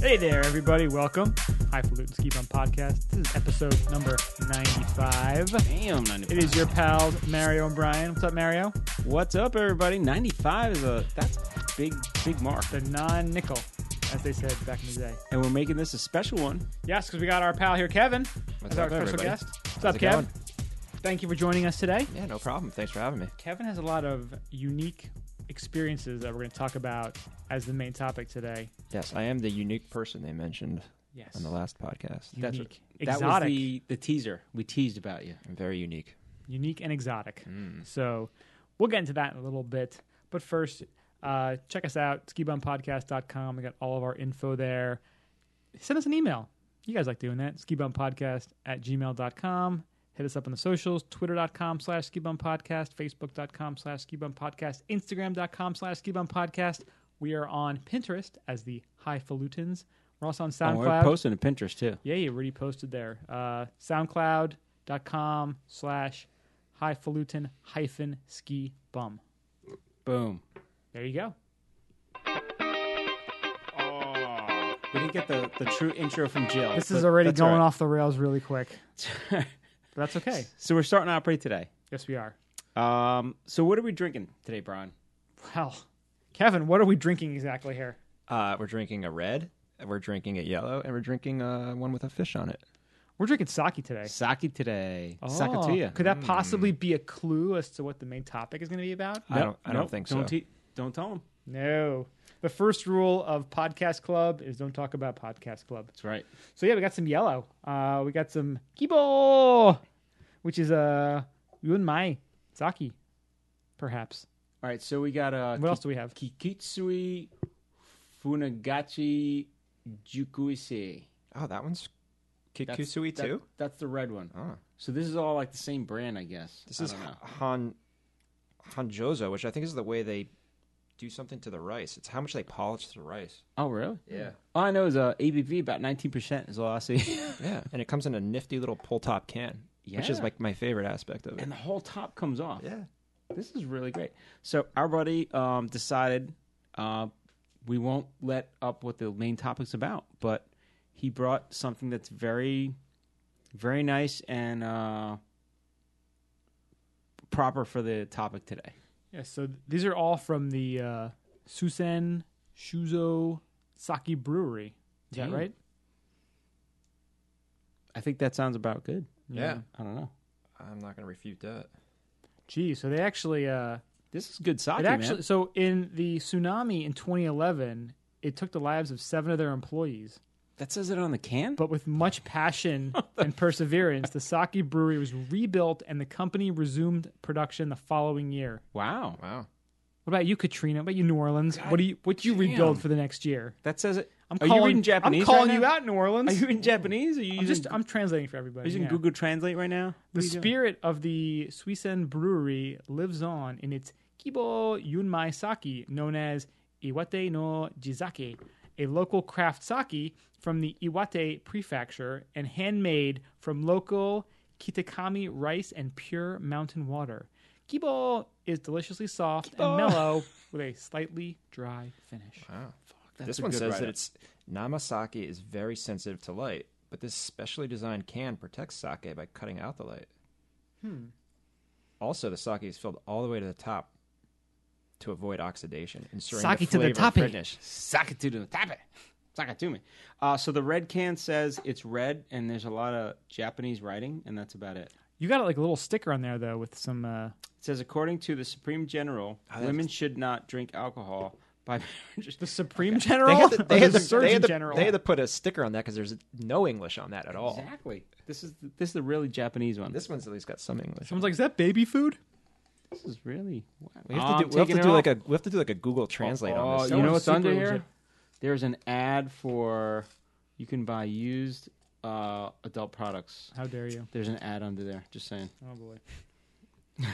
Hey there, everybody. Welcome. Highfalutin Ski Bum Podcast. This is episode number 95. Damn, 95. It is your pals, Mario and Brian. What's up, Mario? What's up, everybody? 95 is a that's a big, big mark. The non nickel, as they said back in the day. And we're making this a special one. Yes, because we got our pal here, Kevin, What's as our up, special everybody? guest. What's How's up, it Kev? going? Thank you for joining us today. Yeah, no problem. Thanks for having me. Kevin has a lot of unique experiences that we're going to talk about as the main topic today. Yes, I am the unique person they mentioned Yes. on the last podcast. That's Unique. That Exotic. was the, the teaser. We teased about you. I'm very unique. unique and exotic. Hmm. So we'll get into that in a little bit. But first, uh, check us out, skibumpodcast.com. We got all of our info there. Send us an email. You guys like doing that. Skibumpodcast at gmail.com. Hit us up on the socials, twitter.com slash skibumpodcast, facebook.com slash skibumpodcast, instagram.com slash skibumpodcast. We are on Pinterest as the Highfalutins. We're also on Oh, we're SoundCloud. posting to Pinterest too. Yeah, you already posted there. Uh, SoundCloud.com slash highfalutin hyphen ski bum. Boom. There you go. We didn't get the, the true intro from Jill. This but is already that's going all right. off the rails really quick. But that's okay. So we're starting operate today. Yes, we are. Um, so what are we drinking today, Brian? Well, Kevin, what are we drinking exactly here? Uh, we're drinking a red, we're drinking a yellow, and we're drinking uh, one with a fish on it. We're drinking sake today. Sake today. Oh, Could that possibly be a clue as to what the main topic is going to be about? I don't. I don't think so. Don't, te- don't tell them. No. The first rule of Podcast Club is don't talk about Podcast Club. That's right. So yeah, we got some yellow. Uh, we got some kibo, which is a uh, yunmai sake, perhaps. All right. So we got uh, a What else do we have? Kikitsui Funagachi Jukuisei. Oh, that one's That's- Kikusui that- too. that's the red one. Oh. So this is all like the same brand, I guess. This I is don't know. Han Hanjozo, which I think is the way they do something to the rice. It's how much they polish the rice. Oh really? Yeah. All I know is uh, ABV about nineteen percent is all I see. Yeah, and it comes in a nifty little pull top can, which is Yeah. like my favorite aspect of it. and the whole top comes off. Yeah. This is really great. So our buddy um, decided uh, we won't let up what the main topic's about, but he brought something that's very, very nice and uh, proper for the topic today. Yeah, so th- these are all from the uh, Susen Shuzo Sake Brewery. Is that Yeah. right? I think that sounds about good. Yeah. I don't know. I'm not going to refute that. Gee, so they actually uh, This is good sake, it actually man. so in the tsunami in 2011, it took the lives of seven of their employees. That says it on the can. but with much passion and perseverance, the sake brewery was rebuilt and the company resumed production the following year. wow, Wow. What about you, Katrina? What about you, New Orleans? what do you what do you rebuild for the next year? that says it. I'm are calling, you reading Japanese? I'm calling right you now? out, New Orleans. Are you in Japanese? Are you I'm using, just I'm translating for are you everybody. using yeah. Google Translate right now? What The are you doing? spirit of the Suisen brewery lives on in its Kibo Yunmai sake, known as Iwate no Jizake, a local craft sake from the Iwate prefecture and handmade from local Kitakami rice and pure mountain water. Kibo is deliciously soft and mellow with a slightly dry finish. Wow. That's this a one good says write-up. that it's Namasake is very sensitive to light, but this specially designed can protects sake by cutting out the light. Hmm. Also, the sake is filled all the way to the top to avoid oxidation, ensuring Sake the to the flavor toppy. finish. Saka to the tap it. Saka to me. Uh, so the red can says it's red, and there's a lot of Japanese writing, and that's about it. You got like a little sticker on there though with some uh, It says, according to the Supreme General, Oh, that's- women should not drink alcohol by marriage. the Supreme General, They had, to, or they, had the to, Surgeon they, had to, General. they had to put a sticker on that because there's no English on that at all. Exactly. This is this is the really Japanese one. This, This one's at least got some English. Someone's like, "Is that baby food?" is really. Wow. we have to do, we have to do like a we have to do like a Google Translate on Oh, this. you know what's Super under legit. here? There's an ad for you can buy used uh, adult products. How dare you? There's an ad under there. Just saying. Oh boy.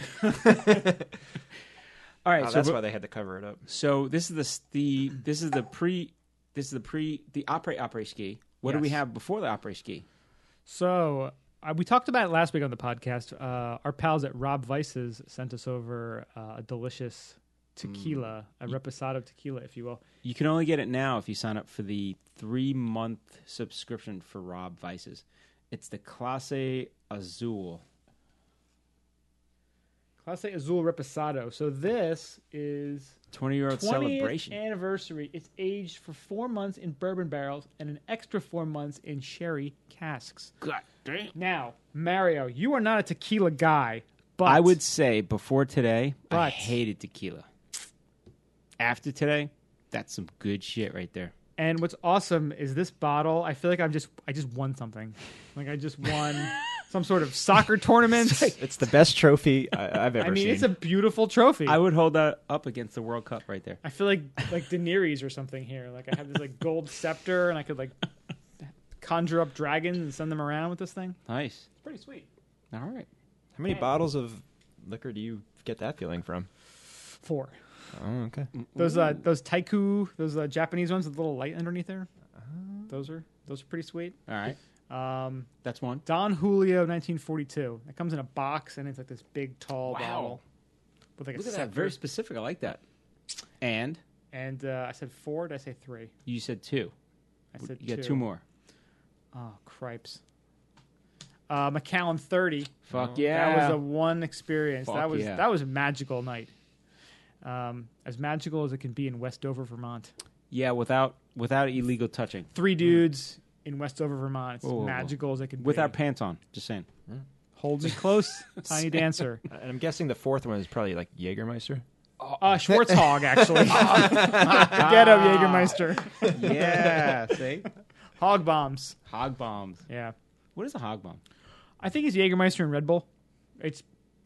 All right. Oh, so that's but- why they had to cover it up. So this is the s- the this is the pre this is the pre the opera opera ski. What do we Yes. have before the opera ski? So uh, we talked about it last week on the podcast. Uh, our pals at Rob Vices sent us over uh, a delicious tequila, Mm. a reposado tequila, if you will. You can only get it now if you sign up for the three month subscription for Rob Vices. It's the Clase Azul. Clase Azul Reposado. So this is 20 year old 20th celebration. anniversary. It's aged for four months in bourbon barrels and an extra four months in sherry casks. God damn. Now, Mario, you are not a tequila guy, but I would say before today, I But- hated tequila. After today, that's some good shit right there. And what's awesome is this bottle. I feel like I'm just I just won something. Like I just won some sort of soccer tournament. It's the best trophy I, I've ever I mean, seen. it's a beautiful trophy. I I would hold that up against the World Cup right there. feel like like Daenerys or something here. Like I have this like gold scepter, and I could like conjure up dragons and send them around with this thing. Nice. It's pretty sweet. All right. How many bottles of liquor do you get that feeling from? Four. Oh, okay. Those uh those taiku those uh, Japanese ones with the little light underneath there. Those are those are pretty sweet. All right. Um, That's one. Don Julio, 1942. It comes in a box and it's like this big, tall Wow. bottle with like a Look at that. scepter. Very specific. I like that. And And uh, I said four. Did I say three? you said two. I said You got two more. Oh, cripes. Uh, McAllen 30. Fuck Oh, That yeah. was a one experience. Fuck that was yeah. that was a magical night. Um, as magical as it can be in Westover, Vermont. yeah, without without illegal touching. Three dudes in Westover, Vermont. It's Mm. Whoa, whoa, whoa. magical as it can With be. our pants on. Just saying. Hold me close, tiny dancer. And I'm guessing the fourth one is probably like Jägermeister. Uh, Schwartzhog, actually. Get up, Jägermeister. yeah. See? Hog bombs. Hog bombs. Yeah. What is a hog bomb? I think it's Jägermeister and Red Bull. It's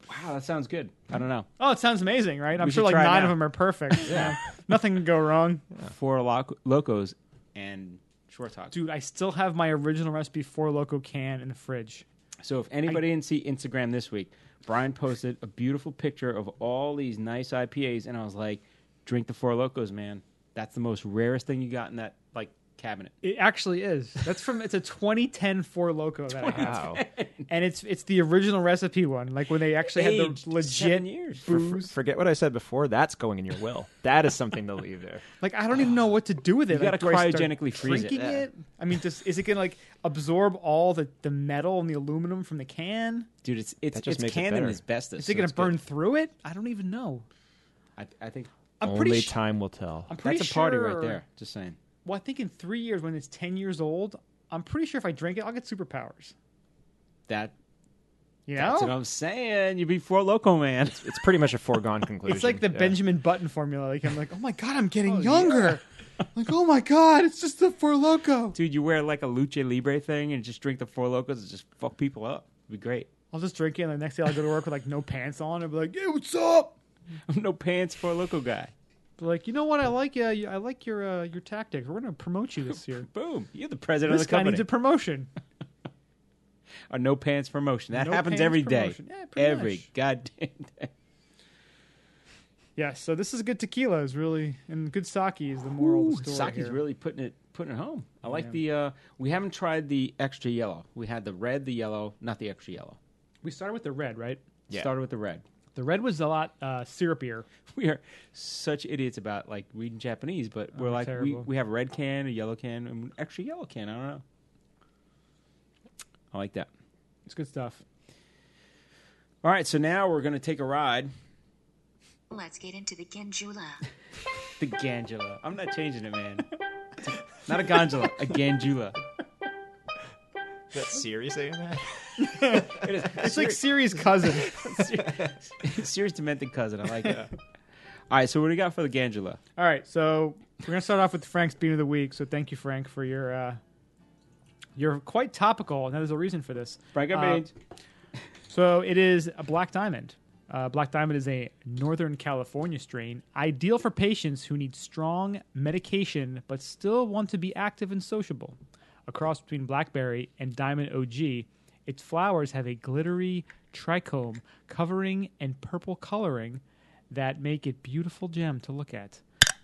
Wow, that sounds good. I don't know. oh, it sounds amazing, right? I'm We sure should like try it nine now. of them are perfect. yeah, nothing can go wrong, Four loc- locos and short hog. dude. I still have my original recipe for Loco can in the fridge. So if anybody didn't see Instagram this week, Brian posted a beautiful picture of all these nice IPAs, and I was like, "Drink the Four Locos, man. That's the most rarest thing you got in that like cabinet." It actually is. That's from it's a 2010 Four Loco that I have. Wow. and it's it's the original recipe one, like when they actually had Aged the legit seven years. For- booze. forget what I said before. That's going in your will. That is something to leave there. Like I don't even know what to do with it. You like, do gotta I start cryogenically freeze it, drinking yeah. I mean, just is it gonna like absorb all the the metal and the aluminum from the can? Dude, it's it's That just it's makes it canned in better. asbestos. Is it so gonna it's burn good. through it? I don't even know. I, I think I'm Only pretty sure. time will tell. I'm pretty that's a party right sure- there. Just saying. Well, I think in three years, when it's ten years old, I'm pretty sure if I drink it, I'll get superpowers. That You that's what know, I'm saying. You be Four Loco, man. It's pretty much a foregone conclusion. it's like the Yeah. Benjamin Button formula. Like I'm like, oh my god, I'm getting younger. like oh my god, it's just the Four Loco. Dude, you wear like a lucha libre thing and just drink the Four Locos and just fuck people up. It'd be great. I'll just drink it, and the next day I'll go to work with like no pants on, and be like, yeah, what's up? I'm no pants Four Loco guy. Be like, you know what? I like uh, you. I like your uh, your tactics. We're gonna promote you this year. Boom! You're the president this of the guy company. needs a promotion. a no pants promotion. That No happens pants every day, promotion. Yeah, pretty every much. goddamn day. Yeah. So this is good tequila is really and good sake is the moral of the story. Saki's here. really putting it putting it home. I like the. Uh, we haven't tried the extra yellow. We had the red, the yellow, not the extra yellow. We started with the red, right? Yeah. Started with the red. The red was a lot uh, syrupier. We are such idiots about like reading Japanese, but we're like we, Oh, terrible. we have a red can, a yellow can, and an extra yellow can. I don't know. I like that. It's good stuff. All right, so now we're gonna take a ride. Let's get into the Ganjula. The Gangula. I'm not changing it, man. Not a gondola, a Gangula. Is that Siri saying that? It is. It's like Siri's cousin. Serious demented cousin. I like it. All right, so what do you got for the Gangela? All right, so we're gonna start off with Frank's bean of the week. So thank you, Frank, for your uh, you're quite topical, and there's a reason for this. Frank Uh, So it is a black diamond. Uh, black diamond is a Northern California strain, ideal for patients who need strong medication but still want to be active and sociable. A cross between blackberry and diamond OG, its flowers have a glittery trichome covering and purple coloring that make it beautiful gem to look at.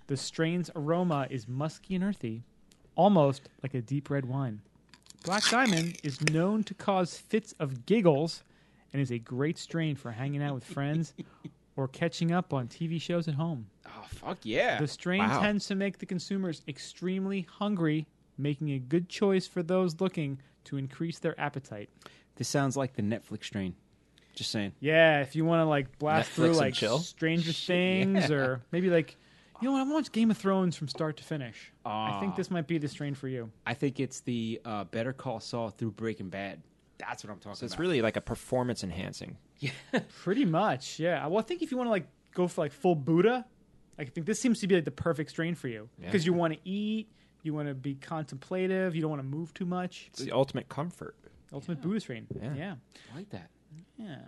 The strain's aroma is musky and earthy, almost like a deep red wine. Black Diamond is known to cause fits of giggles and is a great strain for hanging out with friends or catching up on TV shows at home. Oh fuck yeah! The strain Uh, Wow. tends to make the consumers extremely hungry, making a good choice for those looking to increase their appetite. This sounds like the Netflix strain. Just saying. Yeah, if you want to like blast Netflix through and like chill? Stranger Things or maybe like you know what, I watched Game of Thrones from start to finish. I think Ah. this might be the strain for you. I think it's the uh, Better Call Saul through Breaking Bad. That's what I'm talking So it's about. really like a performance enhancing. Pretty much, yeah. Well, I think if you want to like go for like full Buddha, like, I think this seems to be like the perfect strain for you Yeah. because you want to eat, you want to be contemplative, you don't want to move too much. It's the ultimate comfort. Ultimate Buddha strain. Yeah. yeah, I like that. yeah.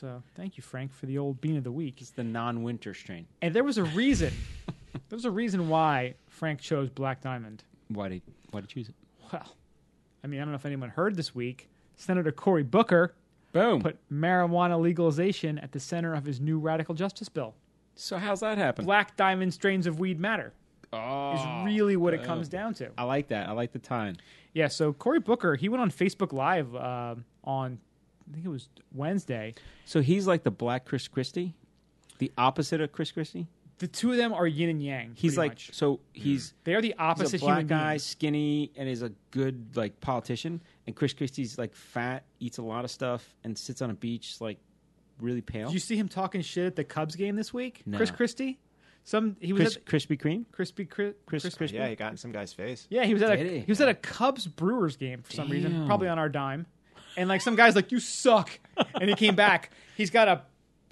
So thank you, Frank, for the old bean of the week. It's the non-winter strain. And there was a reason. there was a reason why Frank chose Black Diamond. Why did Why did you choose it? Well, I mean, I don't know if anyone heard this week. Senator Cory Booker Boom. put marijuana legalization at the center of his new radical justice bill. so how's that happen? Black diamond strains of weed matter Oh, is really what it comes down to. I like that. I like the time. uh, Yeah, so Cory Booker, he went on Facebook Live uh, on, I think it was Wednesday. So he's like the black Chris Christie, the opposite of Chris Christie. The two of them are yin and yang. He's pretty like much. so he's they are the opposite he's a black human guy, beings. skinny, and is a good like politician. And Chris Christie's like fat, eats a lot of stuff, and sits on a beach like really pale. Did you see him talking shit at the Cubs game this week? No. Chris Christie? Some he was Chris, at Krispy Kreme. Crispy Chris, Chris, Crispy- Crispy. Yeah, he got in some guy's face. Yeah, he was at a Did he? Oh. he was at a Cubs Brewers game for some reason, Damn. probably on our dime, and like some guys like you suck, and he came back. He's got a,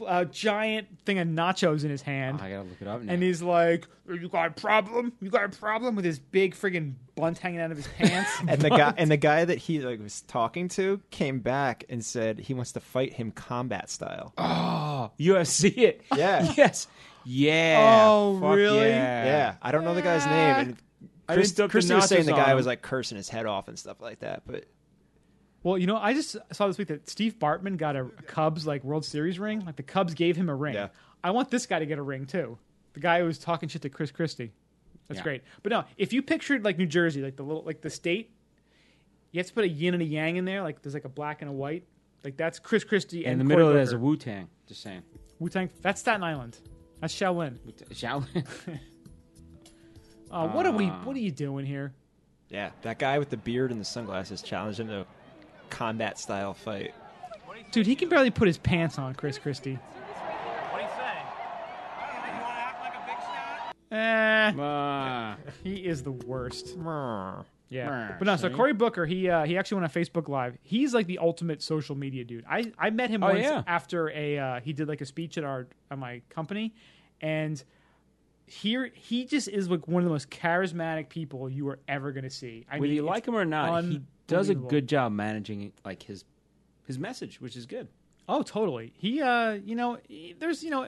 a giant thing of nachos in his hand, I gotta look it up now. and he's like, "You got a problem? You got a problem?" With his big friggin' bunt hanging out of his pants. And the guy and the guy that he like was talking to came back and said he wants to fight him combat style. oh, UFC it. Yeah. yes. Yeah. Oh, Fuck really? Yeah. Yeah, I don't know the guy's name. And I Chris, didn't dump the Christy was saying the nachos guy on was him. like cursing his head off and stuff like that. But well, you know, I just saw this week that Steve Bartman got a Cubs like World Series ring. Like the Cubs gave him a ring. Yeah. I want this guy to get a ring too. The guy who was talking shit to Chris Christie. That's Yeah. great. But no, if you pictured like New Jersey, like the little like the state, you have to put a yin and a yang in there. Like there's like a black and a white. Like that's Chris Christie In and the middle, there's a Wu Tang. Just saying. Wu Tang. That's Staten Island. That's Shaolin. Shaolin. Uh, what are we? Ah. What are you doing here? yeah, that guy with the beard and the sunglasses challenged him to a combat style fight. Dude, he can barely put his pants on, Chris Christie. What do you say? I don't know. You want to act like a big shot? Eh, Ah. he is the worst. Yeah, Brr, but no. So see? Cory Booker, he uh, he actually went on Facebook Live. He's like the ultimate social media dude. I, I met him Oh, once yeah. after a uh, he did like a speech at our at my company, and here he just is like one of the most charismatic people you are ever going to see. I Whether mean, you it's like him or not, he does a unbelievable. good job managing like his his message, which is good. Oh, totally. He, uh, you know, he- there's, you know,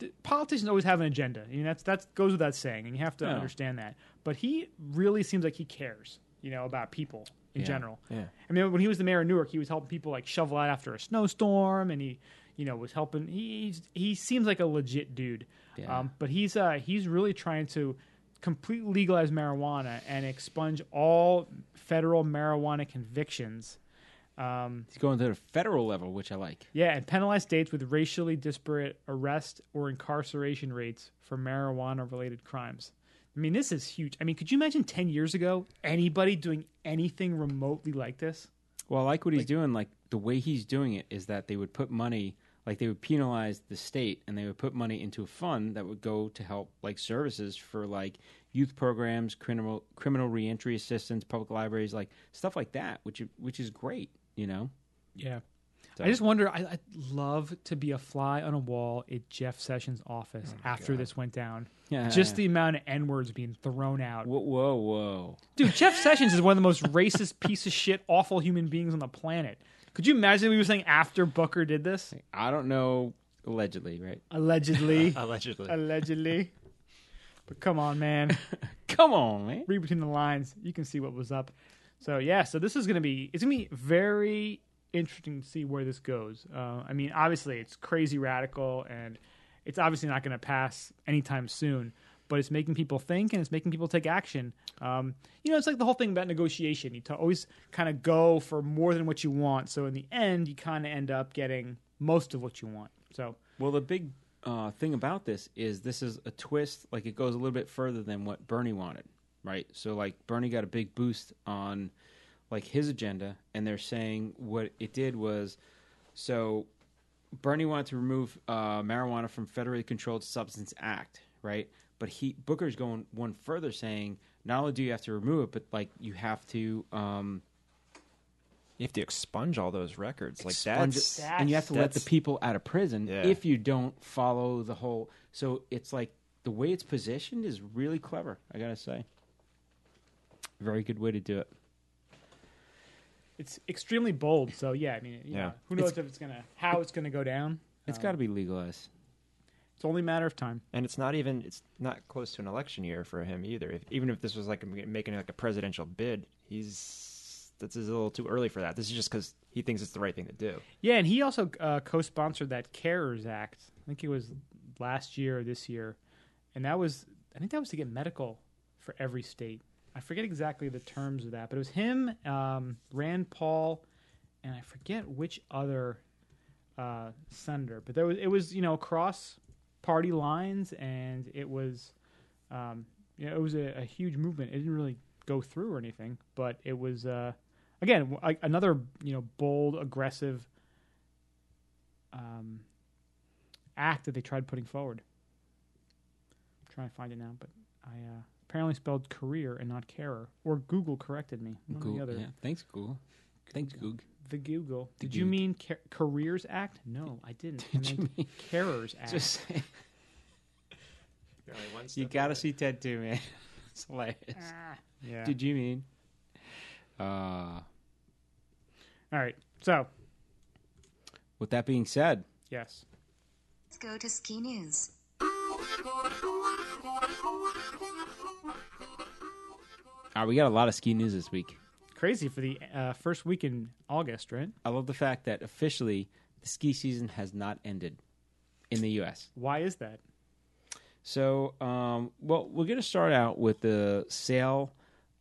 th- politicians always have an agenda. You know, that's that goes without saying, and you have to Yeah. understand that. But he really seems like he cares, you know, about people in Yeah. general. Yeah. I mean, when he was the mayor of Newark, he was helping people like shovel out after a snowstorm, and he, you know, was helping. He he's- he seems like a legit dude. Yeah. Um, but he's uh, he's really trying to completely legalize marijuana and expunge all federal marijuana convictions. Um, He's going to the federal level, which I like. yeah, and penalize states with racially disparate arrest or incarceration rates for marijuana related crimes. I mean, this is huge. I mean, could you imagine 10 years ago anybody doing anything remotely like this? Well, I like what he's doing. Like the way he's doing it is that they would put money, like they would penalize the state, and they would put money into a fund that would go to help like services for like youth programs, criminal criminal reentry assistance, public libraries, like stuff like that, which which is great. You know, Yeah. I just wonder. I, I'd love to be a fly on a wall at Jeff Sessions' office after this went down. Yeah. Just the amount of N words being thrown out. whoa, whoa, whoa. Dude, Jeff Sessions is one of the most racist, piece of shit, awful human beings on the planet. Could you imagine what we were saying after Booker did this? I don't know. Allegedly, right? Allegedly. Allegedly. allegedly. But come on, man. Come on, man. Read between the lines. You can see what was up. So yeah, so this is gonna be it's gonna be very interesting to see where this goes. Uh, I mean, obviously it's crazy radical and it's obviously not gonna pass anytime soon. But it's making people think and it's making people take action. Um, you know, it's like the whole thing about negotiation. You t- always kind of go for more than what you want. So in the end, you kind of end up getting most of what you want. So Well, the big uh, thing about this is this is a twist. Like it goes a little bit further than what Bernie wanted, right? So like Bernie got a big boost on like his agenda, and they're saying what it did was so Bernie wanted to remove uh, marijuana from federally controlled substance act, right? But he Booker's going one further, saying not only do you have to remove it, but like you have to. Um, You have to expunge all those records. Like expunge that's it, and you have to let the that's- people out of prison Yeah. if you don't follow the whole. So it's like the way it's positioned is really clever. I gotta say, very good way to do it. It's extremely bold. So yeah, I mean, you Yeah. know, who knows if it's gonna how it's gonna go down? It's Um, got to be legalized. It's only a matter of time. and it's not even it's not close to an election year for him either. If, even if this was like making like a presidential bid, he's that's is a little too early for that. This is just because he thinks it's the right thing to do. Yeah, and he also uh, co-sponsored that CARES Act. I think it was last year or this year, and that was I think that was to get medical for every state. I forget exactly the terms of that, but it was him, um, Rand Paul, and I forget which other uh, senator. But there was it was you know across party lines, and it was um, you know it was a, a huge movement. It didn't really go through or anything, but it was uh, again w- a- another you know bold, aggressive um, act that they tried putting forward. I'm trying to find it now, but I uh, apparently spelled career and not carer, or Google corrected me. One or Cool. the other. Yeah. Thanks, Google. Thanks, Goog. The Google. The Did you Goog. mean Car- Careers Act? No, I didn't. I you meant mean- Carers Act. Just saying. you gotta see Ted too, man. it's hilarious. Ah. yeah. Uh, Did you mean? Uh, All right. So, with that being said, yes. Let's go to Ski News. uh, we got a lot of ski news this week. Crazy for the uh, first week in August, right? I love the fact that officially the ski season has not ended in the U.S. Why is that? So, um, well, we're going to start out with the sale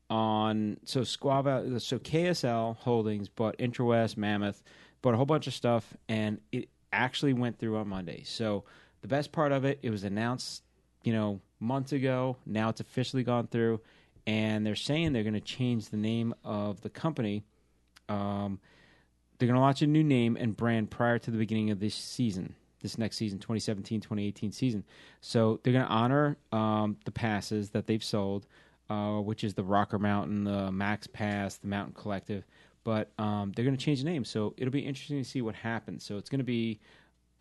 on so Squab, uh, so KSL Holdings bought Interwest, Mammoth, bought a whole bunch of stuff, and it actually went through on Monday. So, the best part of it, it was announced, you know, months ago. Now it's officially gone through, and they're saying they're going to change the name of the company. Um, they're going to launch a new name and brand prior to the beginning of this season, this next season, 2017 2018 season. So they're going to honor um, the passes that they've sold, uh, which is the Rocker Mountain, the Max Pass, the Mountain Collective. But um, they're going to change the name. So it'll be interesting to see what happens. So it's going to be.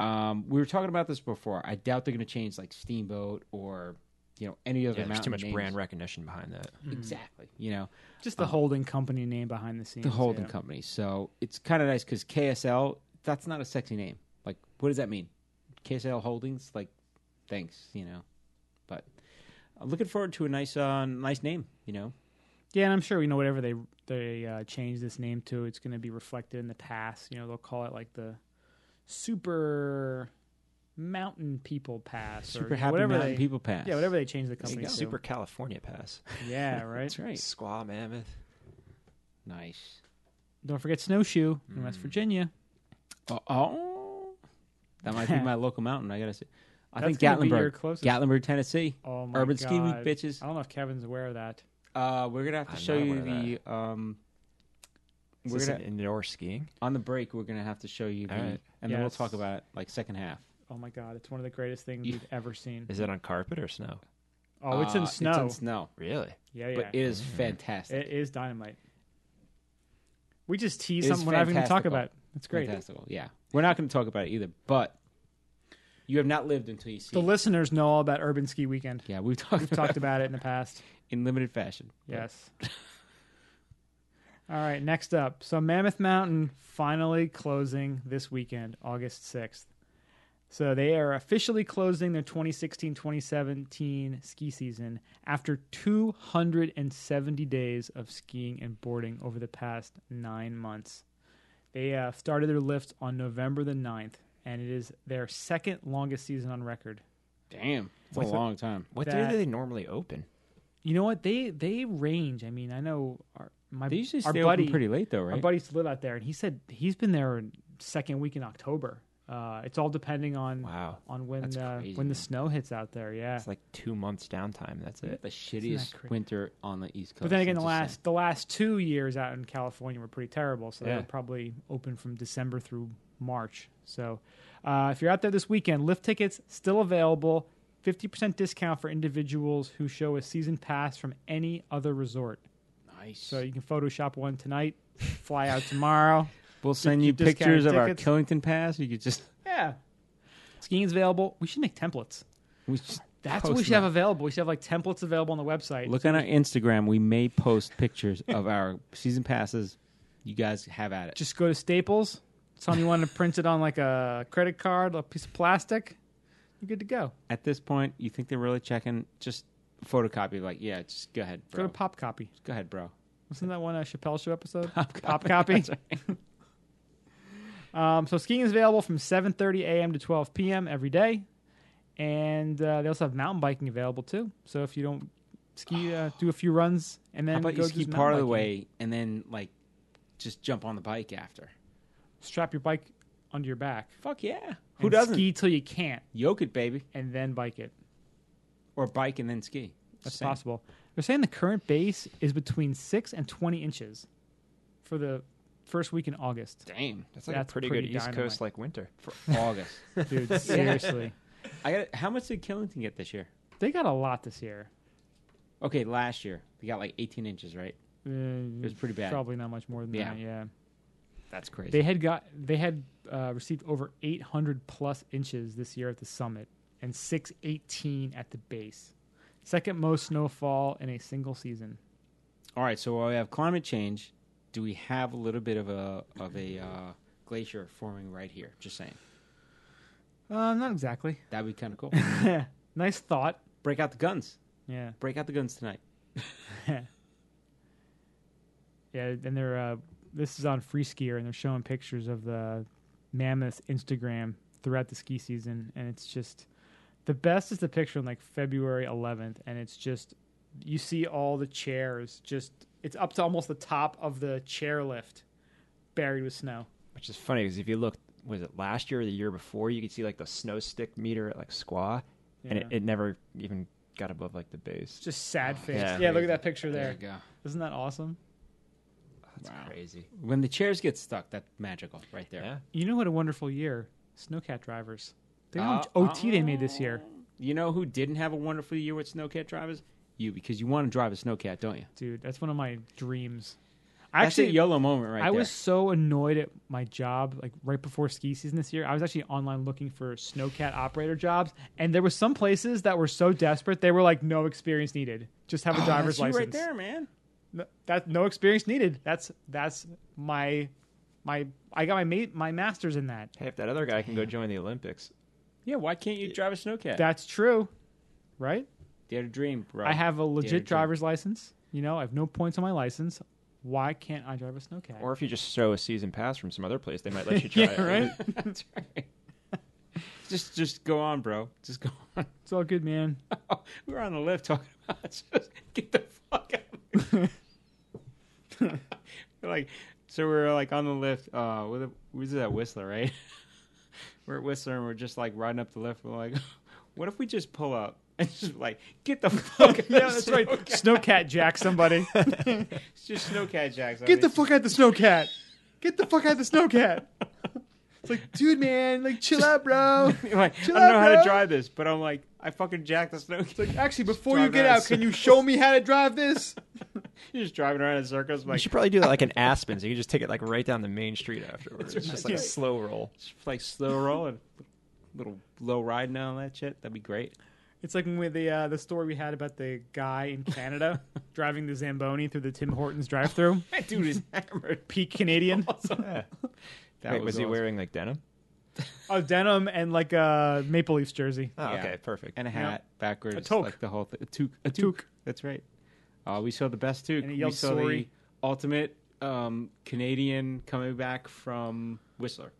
Um, we were talking about this before. I doubt they're going to change like Steamboat or you know any other Yeah, there's mountain too much names. brand recognition behind that. exactly. You know, Just the holding company name behind the scenes. Um, the holding yeah. company. So it's kind of nice because KSL, that's not a sexy name. Like, what does that mean? KSL Holdings, like, thanks, you know. But I'm looking forward to a nice, uh, nice name, you know. Yeah, and I'm sure you know whatever they they uh, change this name to, it's going to be reflected in the pass. You know, they'll call it like the Super Mountain People Pass, Super or happy whatever mountain they, people pass. Yeah, whatever they change the It's company the to. Super California Pass, Yeah, right. That's right. Squaw Mammoth. Nice. Don't forget Snowshoe in Mm. West Virginia. Oh, oh, that might be my local mountain. I gotta say, I That's think gonna be your Gatlinburg, closest. Gatlinburg, Tennessee. Oh my Urban god, Ski Week, bitches. I don't know if Kevin's aware of that. Uh, we're gonna have to I'm show not you aware of the. Um, Is we're this gonna, an indoor skiing? on the break. We're gonna have to show you the, All right. and then we'll Yes. talk about it like second half. Oh my god, it's one of the greatest things You- we've ever seen. Is it on carpet or snow? Oh, it's Uh, in snow. It's in Mm-hmm. snow. Really? yeah, yeah. But it is it fantastic. is dynamite. We just tease It is something we're not even going to talk fantastical. about. That's great. Fantastical. Yeah. We're not going to talk about it either, but you have not lived until you see The it. listeners know all about Urban Ski Weekend. Yeah, we've talked, We've about talked about it in the past. it in limited fashion. Yes. All right, next up. So Mammoth Mountain finally closing this weekend, August 6th. So they are officially closing their 2016-2017 ski season after 270 days of skiing and boarding over the past 9 months. They uh, started their lifts on November the 9th, and it is their second longest season on record. Damn. It's a What's long time. What That- day do they normally open? You know what? They they range. I mean, I know our my They usually our stay buddy open pretty late, though, Our right? buddy used to live out there, and he said he's been there second week in October, Uh, it's all depending on Wow. on when That's uh, crazy, when the man. snow hits out there. Yeah, It's like two months downtime. That's They got it. the shittiest cra- winter on the East Coast. but then again, the It's just last the last two years out in California were pretty terrible. So they Yeah. were probably open from December through March. So uh, if you're out there this weekend, lift tickets still available. 50% discount for individuals who show a season pass from any other resort. nice. So you can Photoshop one tonight, fly out tomorrow. we'll send you you discounted pictures of our tickets? Killington Pass. You could just, Yeah. Skiing's available. We should make templates. we just That's post what we should them. have available. We should have like templates available on the website. Look on our Instagram. We may post pictures of our season passes. You guys have at it. Just go to Staples. Tell them you want to print it on like a credit card, a piece of plastic. You're good to go. at this point, you think they're really checking? Just photocopy. Like, yeah, just go ahead, Go bro. to Pop Copy. go ahead, bro. Wasn't that one a Chappelle Show episode? Pop Copy. That's right. Um, so skiing is available from 7:30 a.m. to 12 p.m. every day, and uh, they also have mountain biking available too. So if you don't ski, uh, do a few runs and then How about go you do ski some part of mountain the biking. way and then like just jump on the bike after? Strap your bike under your back. Fuck yeah! Who and doesn't? ski till you can't, Yoke it, baby, and then bike it. or bike and then ski. That's Same. possible. They're saying the current base is between six and 20 inches for the first week in August. Damn, That's like That's a pretty, pretty good East dynamite. Coast like winter. for August. Dude, seriously. I got. How much did Killington get this year? They got a lot this year. Okay, last year they got like 18 inches, right? Uh, It was pretty bad. Probably not much more than Yeah. that. Yeah. That's crazy. They had got they had uh, received over 800 plus inches this year at the summit and 618 at the base. Second most snowfall in a single season. All right, so while we have climate change, do we have a little bit of a of a uh, glacier forming right here? Just saying, Uh, not exactly. that'd be kind of cool. nice thought. Break out the guns. Yeah. Break out the guns tonight. Yeah, and they're uh, this is on Free Skier, and they're showing pictures of the mammoth Instagram throughout the ski season, and it's just the best is the picture on like February 11th, and it's just you see all the chairs, just it's up to almost the top of the chairlift, buried with snow. Which is funny because if you look, was it last year or the year before, you could see like the snow stick meter at like squaw, and it, Yeah. it never even got above like the base. It's just Oh, sad face. yeah. Yeah, look at that picture there. you go. Isn't that awesome? That's Wow. crazy. When the chairs get stuck, that's magical right there. Yeah. You know what a wonderful year, snowcat drivers. They how Uh, much OT they made this year, You know who didn't have a wonderful year with snowcat drivers? You, because you want to drive a snowcat, don't you? dude. That's one of my dreams. That's a YOLO moment right I there. was so annoyed at my job, like right before ski season this year. I was actually online looking for snowcat operator jobs, and there were some places that were so desperate they were like, "No experience needed, just have a driver's Oh, That's license." you right there, man. No, that no experience needed. That's that's my my I got my ma- my masters in that. Hey, if that other guy can go join the Olympics, Yeah, why can't you drive a snowcat? That's true, right? Dare to dream, bro. I have a Dare to legit dream. driver's license. You know, I have no points on my license. Why can't I drive a snowcat? or if you just show a season pass from some other place, they might let you try yeah, it. right. That's right. just, just go on, bro. Just go on. it's all good, man. we were on the lift talking about it. Just get the fuck out. of here. We're like, so we we're like on the lift. Uh, with a, we was at Whistler, right? we're at Whistler, and we're just like riding up the lift. We're like, what if we just pull up and just like get the fuck? out of Yeah, that's right. Snowcat- Snowcat jack somebody. It's just snowcat jacks. I mean, Get the it's fuck out the snowcat. Get the fuck out the snowcat. It's like, dude, man, like, chill out, bro. just- like, I Chill don't know out, how to bro. drive this, but I'm like, I fucking jacked the snow. Like, actually, before Drive you get around out, in can you show me how to drive this? You're just driving around in circles, You like should probably do that like an Aspen, so you can just take it like right down the main street afterwards. It's just like a right. slow roll. just, like slow rolling, little low riding on that shit. That'd be great. It's like when we, the uh, the story we had about the guy in Canada driving the Zamboni through the Tim Hortons drive-through. That dude is hammered. Peak Canadian. Yeah. That Wait, was, he awesome. wearing like denim? Oh, denim and like a Maple Leafs jersey. Oh, Yeah. okay, perfect. and a hat backwards? A toque. like the whole thing. A toque. A toque. That's right. Uh, we saw the best toque. And he yelled, we saw "Sorry." the ultimate um, Canadian coming back from Whistler.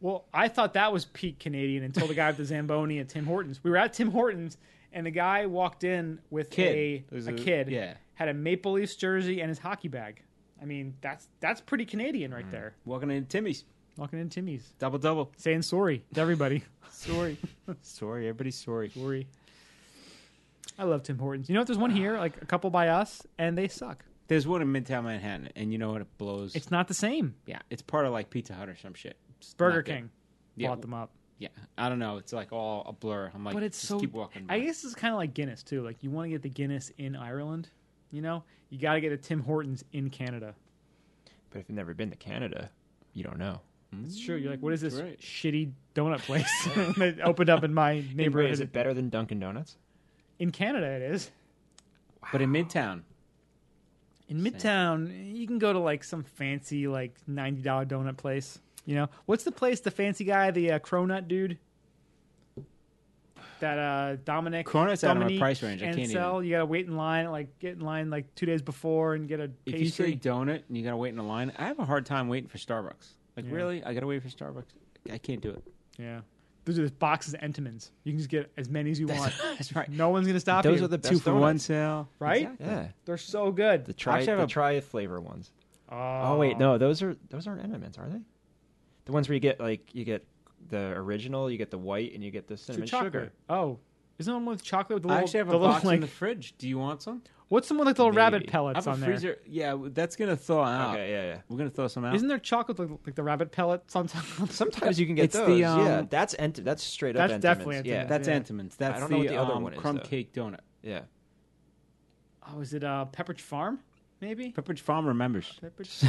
Well, I thought that was peak Canadian until the guy with the Zamboni at Tim Hortons. We were at Tim Hortons, and the guy walked in with Kid. a There's a a- kid, yeah. had a Maple Mm. Leafs jersey and his hockey bag. I mean, that's that's pretty Canadian right there. Walking into Timmy's. Walking in Timmy's, Double double. saying sorry to everybody. Sorry. sorry. Everybody's sorry. sorry. I love Tim Hortons. You know what? There's one Ah. here, like a couple by us, and they suck. There's one in Midtown Manhattan, and you know what? It blows. It's not the same. yeah, it's part of like Pizza Hut or some shit. It's Burger not good. King Yeah, bought them up, yeah. I don't know. It's like all a blur. I'm like, but it's just so. keep walking. I by. guess it's kind of like Guinness too. Like you want to get the Guinness in Ireland, you know, you got to get the Tim Hortons in Canada. But if you've never been to Canada, you don't know. It's true. You're like, what is this right. shitty donut place that opened up in my Neighborhood is neighborhood? it better than Dunkin' Donuts? in Canada, it is. But in Midtown, In Midtown, you can go to like some fancy like ninety dollar donut place. You know what's the place? The fancy guy, the uh, cronut dude. That uh, Dominic Cronut's out of my Dominique price range. I can't even- Ansel, You gotta wait in line, like get in line like two days before and get a if you pastry. say donut and you gotta wait in a line, I have a hard time waiting for Starbucks. Like Yeah. really, I gotta wait for Starbucks. I can't do it. yeah, those are just boxes of Entenmann's. You can just get as many as you want. That's right. No one's gonna stop Those you. are the best Two for one donuts. sale, right. Exactly. Yeah, They're so good. the tri Actually, I the have a- tri flavor ones. oh, Oh wait, no, those are those aren't Entenmann's, are they? The ones where you get like you get the original, you get the white, and you get the It's with cinnamon chocolate. sugar. Oh, isn't one with chocolate with the I little, actually have the a little, box like, in the fridge. Do you want some? What's the one with the little rabbit Maybe. I pellets on have a there? freezer. Yeah, w- that's gonna thaw out. Okay, yeah, yeah. We're gonna throw some out. Isn't there chocolate like, like the rabbit pellet sometimes? Sometimes you can get It's the, those. yeah, um, that's ent- that's straight That's up. definitely Entenmann's. Entenmann's. Yeah, that's Yeah. Entenmann's. That's I don't know the, what the other um, one is, crumb though. cake donut. yeah. oh, is it uh, Pepperidge Farm? Maybe Pepperidge Farm remembers. Pepperidge.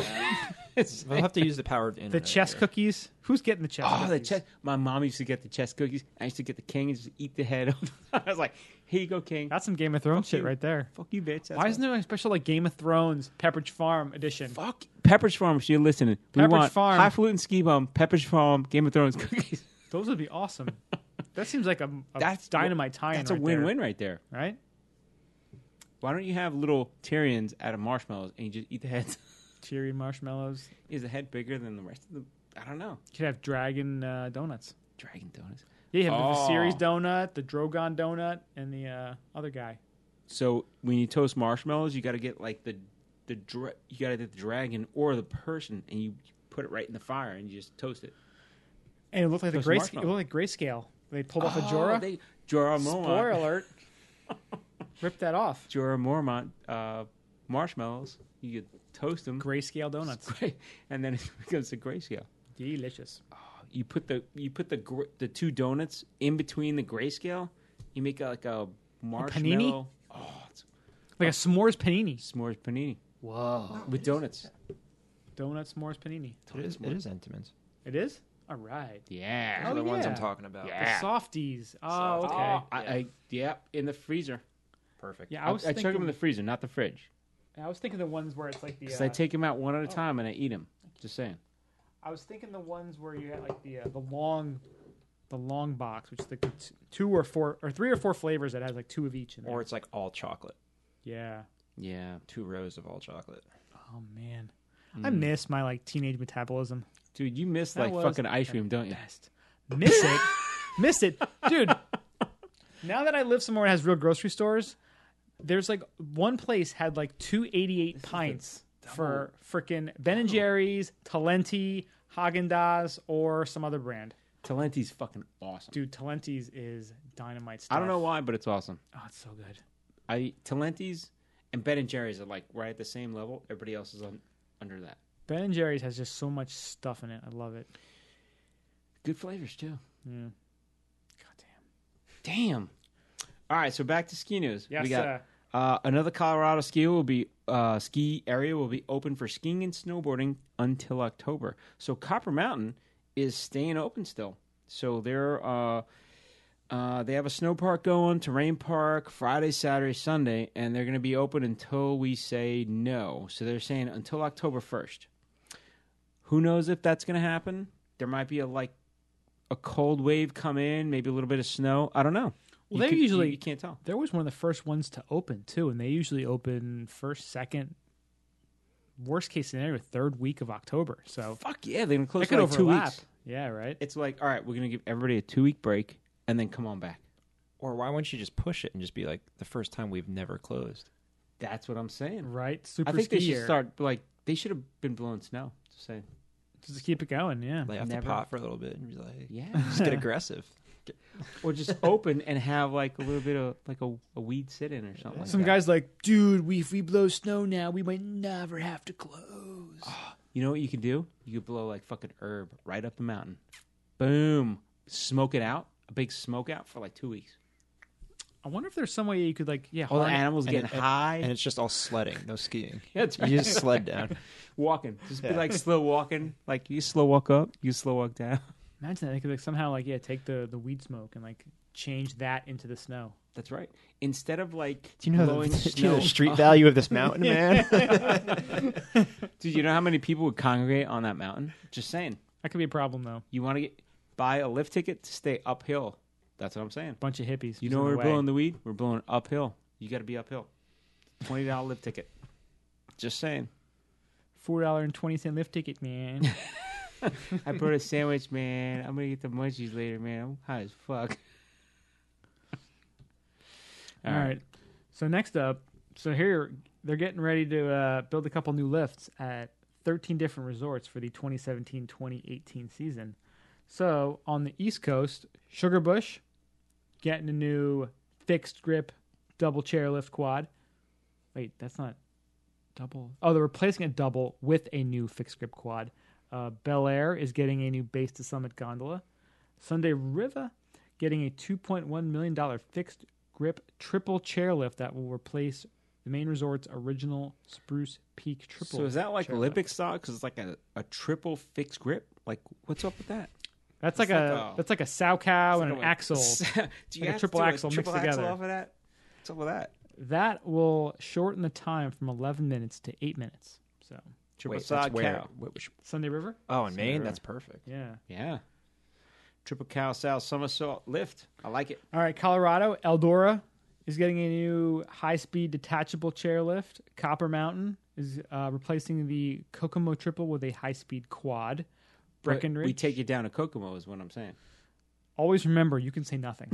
It's- We'll have to use the power of the the internet chess here. cookies. Who's getting the chess? Oh, the cookies? chess. My mom used to get the chess cookies. I used to get the king and just eat the head. off. I was like, "Here you go, king. That's some Game of Thrones Fuck shit you. right there. Fuck you, bitch." That's Why isn't there a special like Game of Thrones Pepperidge Farm edition? Fuck Pepperidge Farm. If you're listening, we Pepperidge want Farm. highfalutin ski bum, Pepperidge Farm, Game of Thrones cookies. Those would be awesome. that seems like a, a That's- dynamite tie-in. That's right a there, win-win right there. right? Why don't you have little Tyrians out of marshmallows and you just eat the heads? Cheery marshmallows. Is the head bigger than the rest of them? I don't know. You could have dragon uh, donuts. Dragon donuts. Yeah, you have the Oh. Ceres donut, the Drogon donut, and the uh, other guy. So when you toast marshmallows, you got to get like the the dra- you got to get the dragon or the person, and you put it right in the fire and you just toast it. And it looked like the Those gray. It marshmallows. looked like grayscale. They pulled off a Oh, Jorah. they- Jorah Spoiler Mormont. alert. Rip that off. Jorah Mormont uh, marshmallows. You could toast them, Grayscale donuts. and then it becomes a grayscale. Delicious. You put the you put the gr- the two donuts in between the grayscale. You make like a marshmallow. oh, it's Like a s'mores panini. s'mores panini. Whoa! With donuts. Donut s'mores panini. It is, it is Entenmann's. It is? All right. Yeah. They're the ones I'm yeah. talking about. Yeah. The softies. Oh, okay. Ah. Oh, I, I, yeah, in the freezer. Perfect. yeah, I, I I, was chuck them thinking. in the freezer, not the fridge, I was thinking the ones where it's like the. because Uh, I, I take them out one at a time and I eat them. Just saying. was thinking the ones where you had like the uh, the long, the long box, which is the t- two or four or three or four flavors that has like two of each. In there. Or it's like all chocolate. yeah. Yeah. Two rows of all chocolate. Oh man, Mm. I miss my like teenage metabolism. Dude, you miss That like was fucking ice cream, don't you? best. Miss it. Miss it. Dude, now that I live somewhere that has real grocery stores, there's like one place had like 288 pints for freaking Ben and Jerry's, Talenti, Haagen Dazs, or some other brand. Talenti's fucking awesome. Dude, Talenti's is dynamite stuff. I don't know why, but it's awesome. Oh, it's so good. I Talenti's and Ben and Jerry's are like right at the same level. Everybody else is on, under that. Ben and Jerry's has just so much stuff in it. I love it. Good flavors too. Goddamn. Damn. All right, so back to ski news. Yes, we got sir. uh, another Colorado ski will be uh, ski area will be open for skiing and snowboarding until October. So Copper Mountain is staying open still. So they're uh, uh, they have a snow park going, terrain park Friday, Saturday, Sunday, and they're going to be open until we say no. So they're saying until October first. Who knows if that's going to happen? There might be a like a cold wave come in, maybe a little bit of snow. I don't know. Well, You they're can- you- usually- you can't tell. There was one of the first ones to open too, and they usually open first, second, worst case scenario, third week of October. So Fuck yeah, they're gonna close it for could like two overlap. weeks. Yeah, right. It's like, all right, we're gonna give everybody a two week break and then come on back. Or why wouldn't you just push it and just be like, the first time we've never closed? That's what I'm saying. right. Super I think ski they should year. start like they should have been blowing snow. Just saying. Just keep it going. Yeah. Lay off Never- the pot for a little bit and be like, Yeah. just get aggressive. or just open and have like a little bit of like a, a weed sit in or something. like Some that. guys like, dude, we if we blow snow now, we might never have to close. You know what you could do? You could blow like fucking herb right up the mountain. Boom. Smoke it out. A big smoke out for like two weeks. I wonder if there's some way you could like, yeah, All the harness- animals And getting it- and- high. And it's just all sledding, no skiing. That's You just sled down. walking. Just be like slow walking. Like you slow walk up, you slow walk down. imagine that they could like somehow like yeah, take the the weed smoke and like change that into the snow. That's right. Instead of like Do you know, the, blowing do you snow, know the street value of this mountain, man? dude, you know how many people would congregate on that mountain? Just saying. That could be a problem though. You want to get buy a lift ticket to stay uphill. That's what I'm saying. Bunch of hippies. You just know in where the we're way. blowing the weed? We're blowing uphill. You got to be uphill. Twenty dollar lift ticket. Just saying. four dollar and twenty cent lift ticket, man. I brought a sandwich, man. I'm gonna get the munchies later, man. I'm high as fuck. All right. So next up, so here they're getting ready to uh, build a couple new lifts at 13 different resorts for the 2017-2018 season. So on the East Coast, Sugarbush getting a new fixed grip double chairlift quad. Wait, that's not double. Oh, they're replacing a double with a new fixed grip quad. Uh, Bel Air is getting a new base to summit gondola. Sunday River getting a $2.1 million fixed grip triple chairlift that will replace the main resort's original Spruce Peak triple. So is that like chairlift. Olympic style? Because it's like a, a triple fixed grip. Like what's up with that? That's like, it's a, like a- that's like a sow cow and an axle. do Like a have to triple do axle mixed triple axle together. Off of that? What's up with that? That will shorten the time from 11 minutes to 8 minutes. So Triple Wait, that's side where? cow. wh- which- Sunday River? oh, in Maine, Sarah. that's perfect. Yeah. Yeah. Triple cow south somersault lift. I like it. All right, Colorado, Eldora is getting a new high-speed detachable chairlift. Copper Mountain is uh, replacing the Kokomo triple with a high-speed quad. But Breckenridge. We take you down to Kokomo is what I'm saying. Always remember, you can say nothing.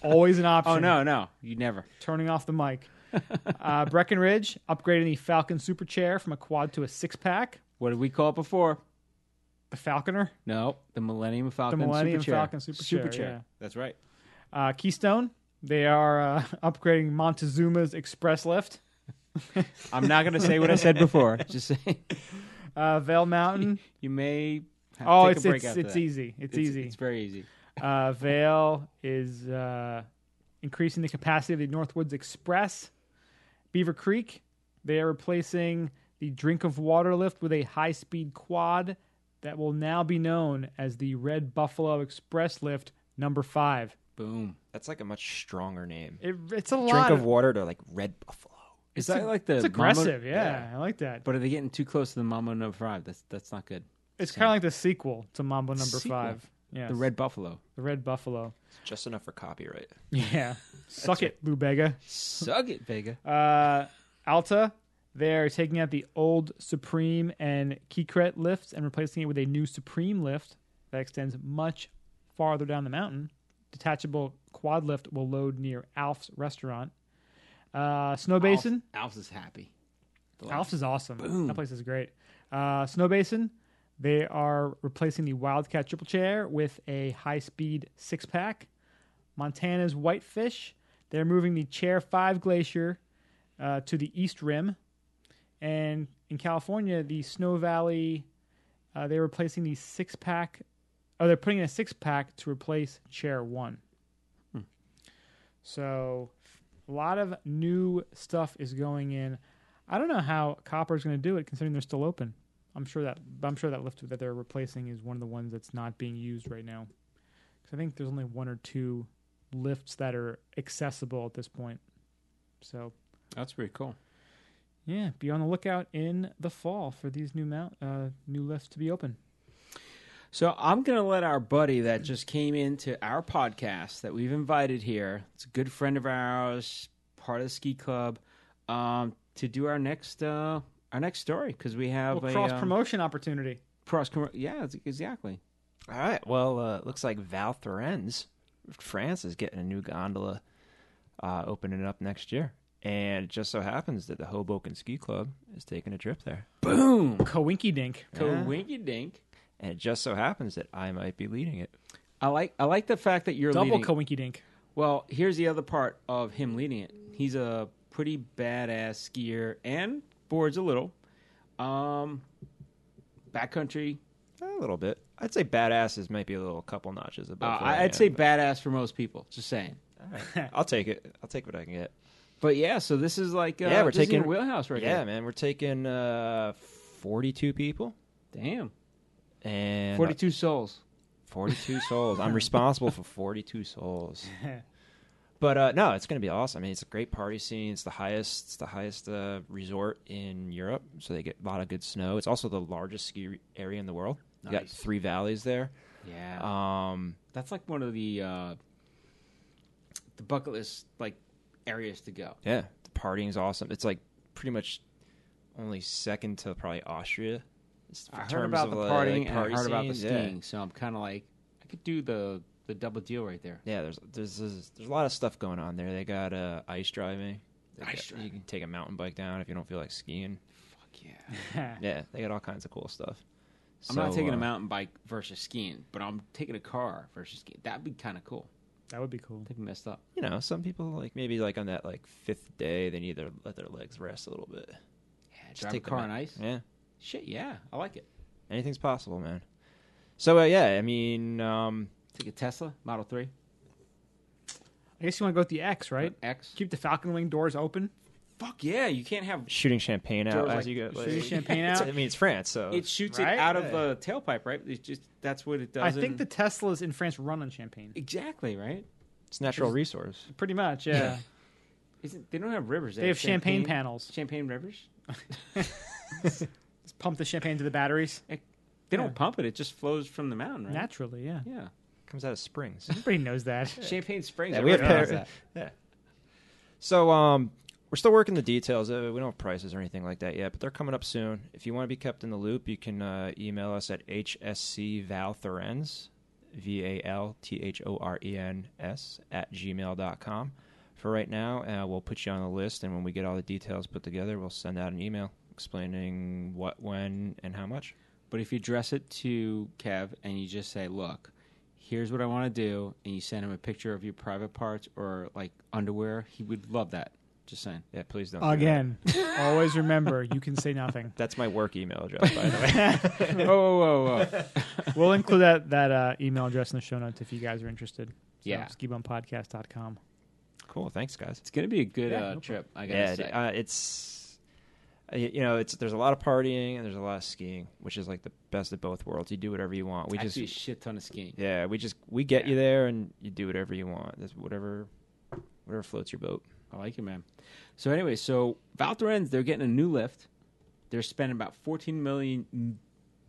Always an option. Oh no, no, you never. Turning off the mic. Uh, Breckenridge upgrading the Falcon Super Chair from a quad to a six-pack. What did we call it before? The Falconer, No, the Millennium Falcon. the Millennium Superchair. Falcon Super, Superchair. Chair. yeah. That's right. Uh, Keystone, they are uh, upgrading Montezuma's Express Lift. I'm not going to say what I said before. Just saying. Uh, Vale Mountain. You may have oh, to take it's a break it's, after it's that. easy. It's, easy. It's very easy. Uh, Vale is uh, increasing the capacity of the Northwoods Express. Beaver Creek, they are replacing the drink of water lift with a high speed quad that will now be known as the Red Buffalo Express Lift number five. Boom. That's like a much stronger name. It, it's a Drink lot. of water to like Red Buffalo. Is that like the it's Mama- aggressive. yeah, I like that. But are they getting too close to the Mambo Number Five? That's that's not good. It's kind of like the sequel to Mambo Number Sequel. Five. Yes. The Red Buffalo. the Red Buffalo. It's just enough for copyright. Yeah, suck it, Lubega. Suck it, Vega. Uh, Alta, they're taking out the old Supreme and Keycret lifts and replacing it with a new Supreme lift that extends much farther down the mountain. Detachable quad lift will load near Alf's restaurant. Uh, Snow Basin, Alf, Alf is happy. Alf's, is awesome. That place is great. Uh, Snow Basin, they are replacing the Wildcat triple chair with a high speed six pack. Montana's Whitefish. They're moving the Chair 5 Glacier uh, to the East Rim. And in California, the Snow Valley, uh, they're replacing the six pack, or they're putting in a six pack to replace Chair 1. So a lot of new stuff is going in. I don't know how Copper's going to do it considering they're still open. I'm sure that I'm sure that lift that they're replacing is one of the ones that's not being used right now. 'Cause I think there's only one or two lifts that are accessible at this point. So That's pretty cool. yeah, be on the lookout in the fall for these new mount uh, new lifts to be open. So I'm gonna let our buddy that just came into our podcast that we've invited here. It's a good friend of ours, part of the ski club, um, to do our next uh, our next story because we have Well, a cross um, promotion opportunity. cross promo- Yeah, it's- exactly. All right. Well, uh, it looks like Val Thorens, France, is getting a new gondola, uh, opening up next year. And it just so happens that the Hoboken Ski Club is taking a trip there. Boom. Coinky dink. Co winky dink. And it just so happens that I might be leading it. I like I like the fact that you're Double leading. coinky dink. well, here's the other part of him leading it. He's a pretty badass skier and boards a little. Um, backcountry. A little bit. I'd say badasses might be a little couple notches Uh, above. where I I- I'd am, say but- badass for most people. Just saying. I'll take it. I'll take what I can get. But yeah, so this is like uh, Yeah, we're this is in taking- your wheelhouse right yeah, man, we're taking uh, 42 people here. Damn, and forty-two souls. 42 souls. I'm responsible for 42 souls. But uh, no, it's going to be awesome. I mean, it's a great party scene. It's the highest, it's the highest uh, resort in Europe, so they get a lot of good snow. It's also the largest ski re- area in the world. You got Nice. three valleys there. Yeah, Um, that's like one of the uh, the bucket list like areas to go. yeah, the partying's awesome. It's like pretty much only second to probably Austria. It's- I in heard terms about of, the like, partying and I party heard about the scenes, yeah. skiing, so I'm kind of like I could do the the double deal right there. Yeah, there's there's there's, there's a lot of stuff going on there. They got uh, ice driving. They Ice got- driving. You can take a mountain bike down if you don't feel like skiing. Fuck yeah! Yeah, they got all kinds of cool stuff. I'm not So, taking uh, a mountain bike versus skiing, but I'm taking a car versus skiing. That'd be kind of cool. That would be cool. They'd be messed up. You know, some people like maybe like on that like fifth day they need their let their legs rest a little bit. Yeah, Just drive take a the car ma- on ice. Yeah, Shit, yeah, I like it. anything's possible, man. So uh, yeah, I mean, um, Take a Tesla Model Three I guess you want to go with the X, right? X. Keep the Falcon Wing doors open. Fuck yeah! You can't have shooting champagne out Joe's as like, you get shooting like, champagne it's- out? I mean, it's France, so it shoots Right? it out of Yeah. the tailpipe, right? It's just that's what it does. I think in- the Teslas in France run on champagne. exactly right. it's natural resource. Pretty much, yeah. Isn't, they don't have rivers. They have champagne, panels. Champagne rivers. Just pump the champagne to the batteries They Yeah. don't pump it. It just flows from the mountain, right? naturally. Yeah, yeah. comes out of springs. everybody knows that. Champagne Springs. Yeah, I we have recognize Paris. that. Yeah. So um, we're still working the details. Uh, we don't have prices or anything like that yet, but they're coming up soon. If you want to be kept in the loop, you can uh, email us at hscvalthorens, V A L T H O R E N S, at gmail.com. For right now, uh, we'll put you on the list, and when we get all the details put together, we'll send out an email explaining what, when, and how much. But if you address it to Kev and you just say, "Look, here's what I want to do," and you send him a picture of your private parts or like underwear, he would love that. Just saying. Yeah, please don't. do that. Again, always remember you can say nothing. That's my work email address, by the way. whoa, whoa, whoa, whoa! We'll include that that uh, email address in the show notes if you guys are interested. So, Yeah. skibumpodcast.com. Cool. Thanks, guys. It's gonna be a good Yeah, uh, no trip. I gotta yeah, say. uh, it's uh, y- you know, it's there's a lot of partying and there's a lot of skiing, which is like the best of both worlds. You do whatever you want. We I do a just shit ton of skiing. yeah, we just we get you there and you do whatever you want. That's whatever whatever floats your boat. I like it, man. So anyway, so Valtorens, they're getting a new lift. They're spending about 14 million m-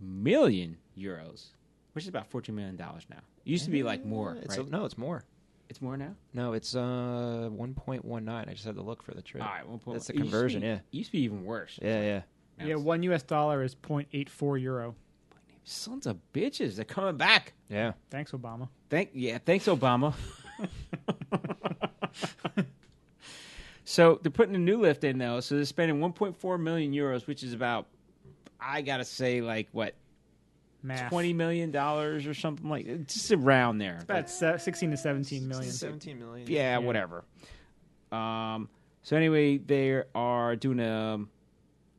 million euros, which is about 14 million dollars now. It used to be like more, It's right? no, it's more. it's more now. No, it's uh 1.19. I just had to look for the trip. All right, one point. That's the it used to conversion, be- yeah. it used to be even worse. Yeah, yeah. Now Yeah, it's- one U.S. dollar is 0.84 euro. Sons of bitches, they're coming back. Yeah. Thanks, Obama. Thank yeah, thanks Obama. so they're putting a new lift in though, so they're spending 1.4 million euros, which is about I gotta say like what Math. twenty million dollars or something like just around there. About se- 16 uh, to 17 million. 17 million. yeah, whatever. Um, so anyway, they are doing a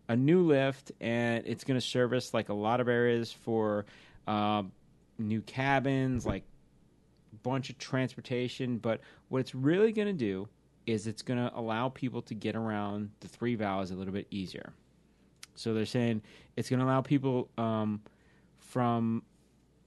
a new lift, and it's going to service like a lot of areas for um, new cabins, like bunch of transportation. But what it's really going to do is it's going to allow people to get around the three valleys a little bit easier. So they're saying it's going to allow people um, from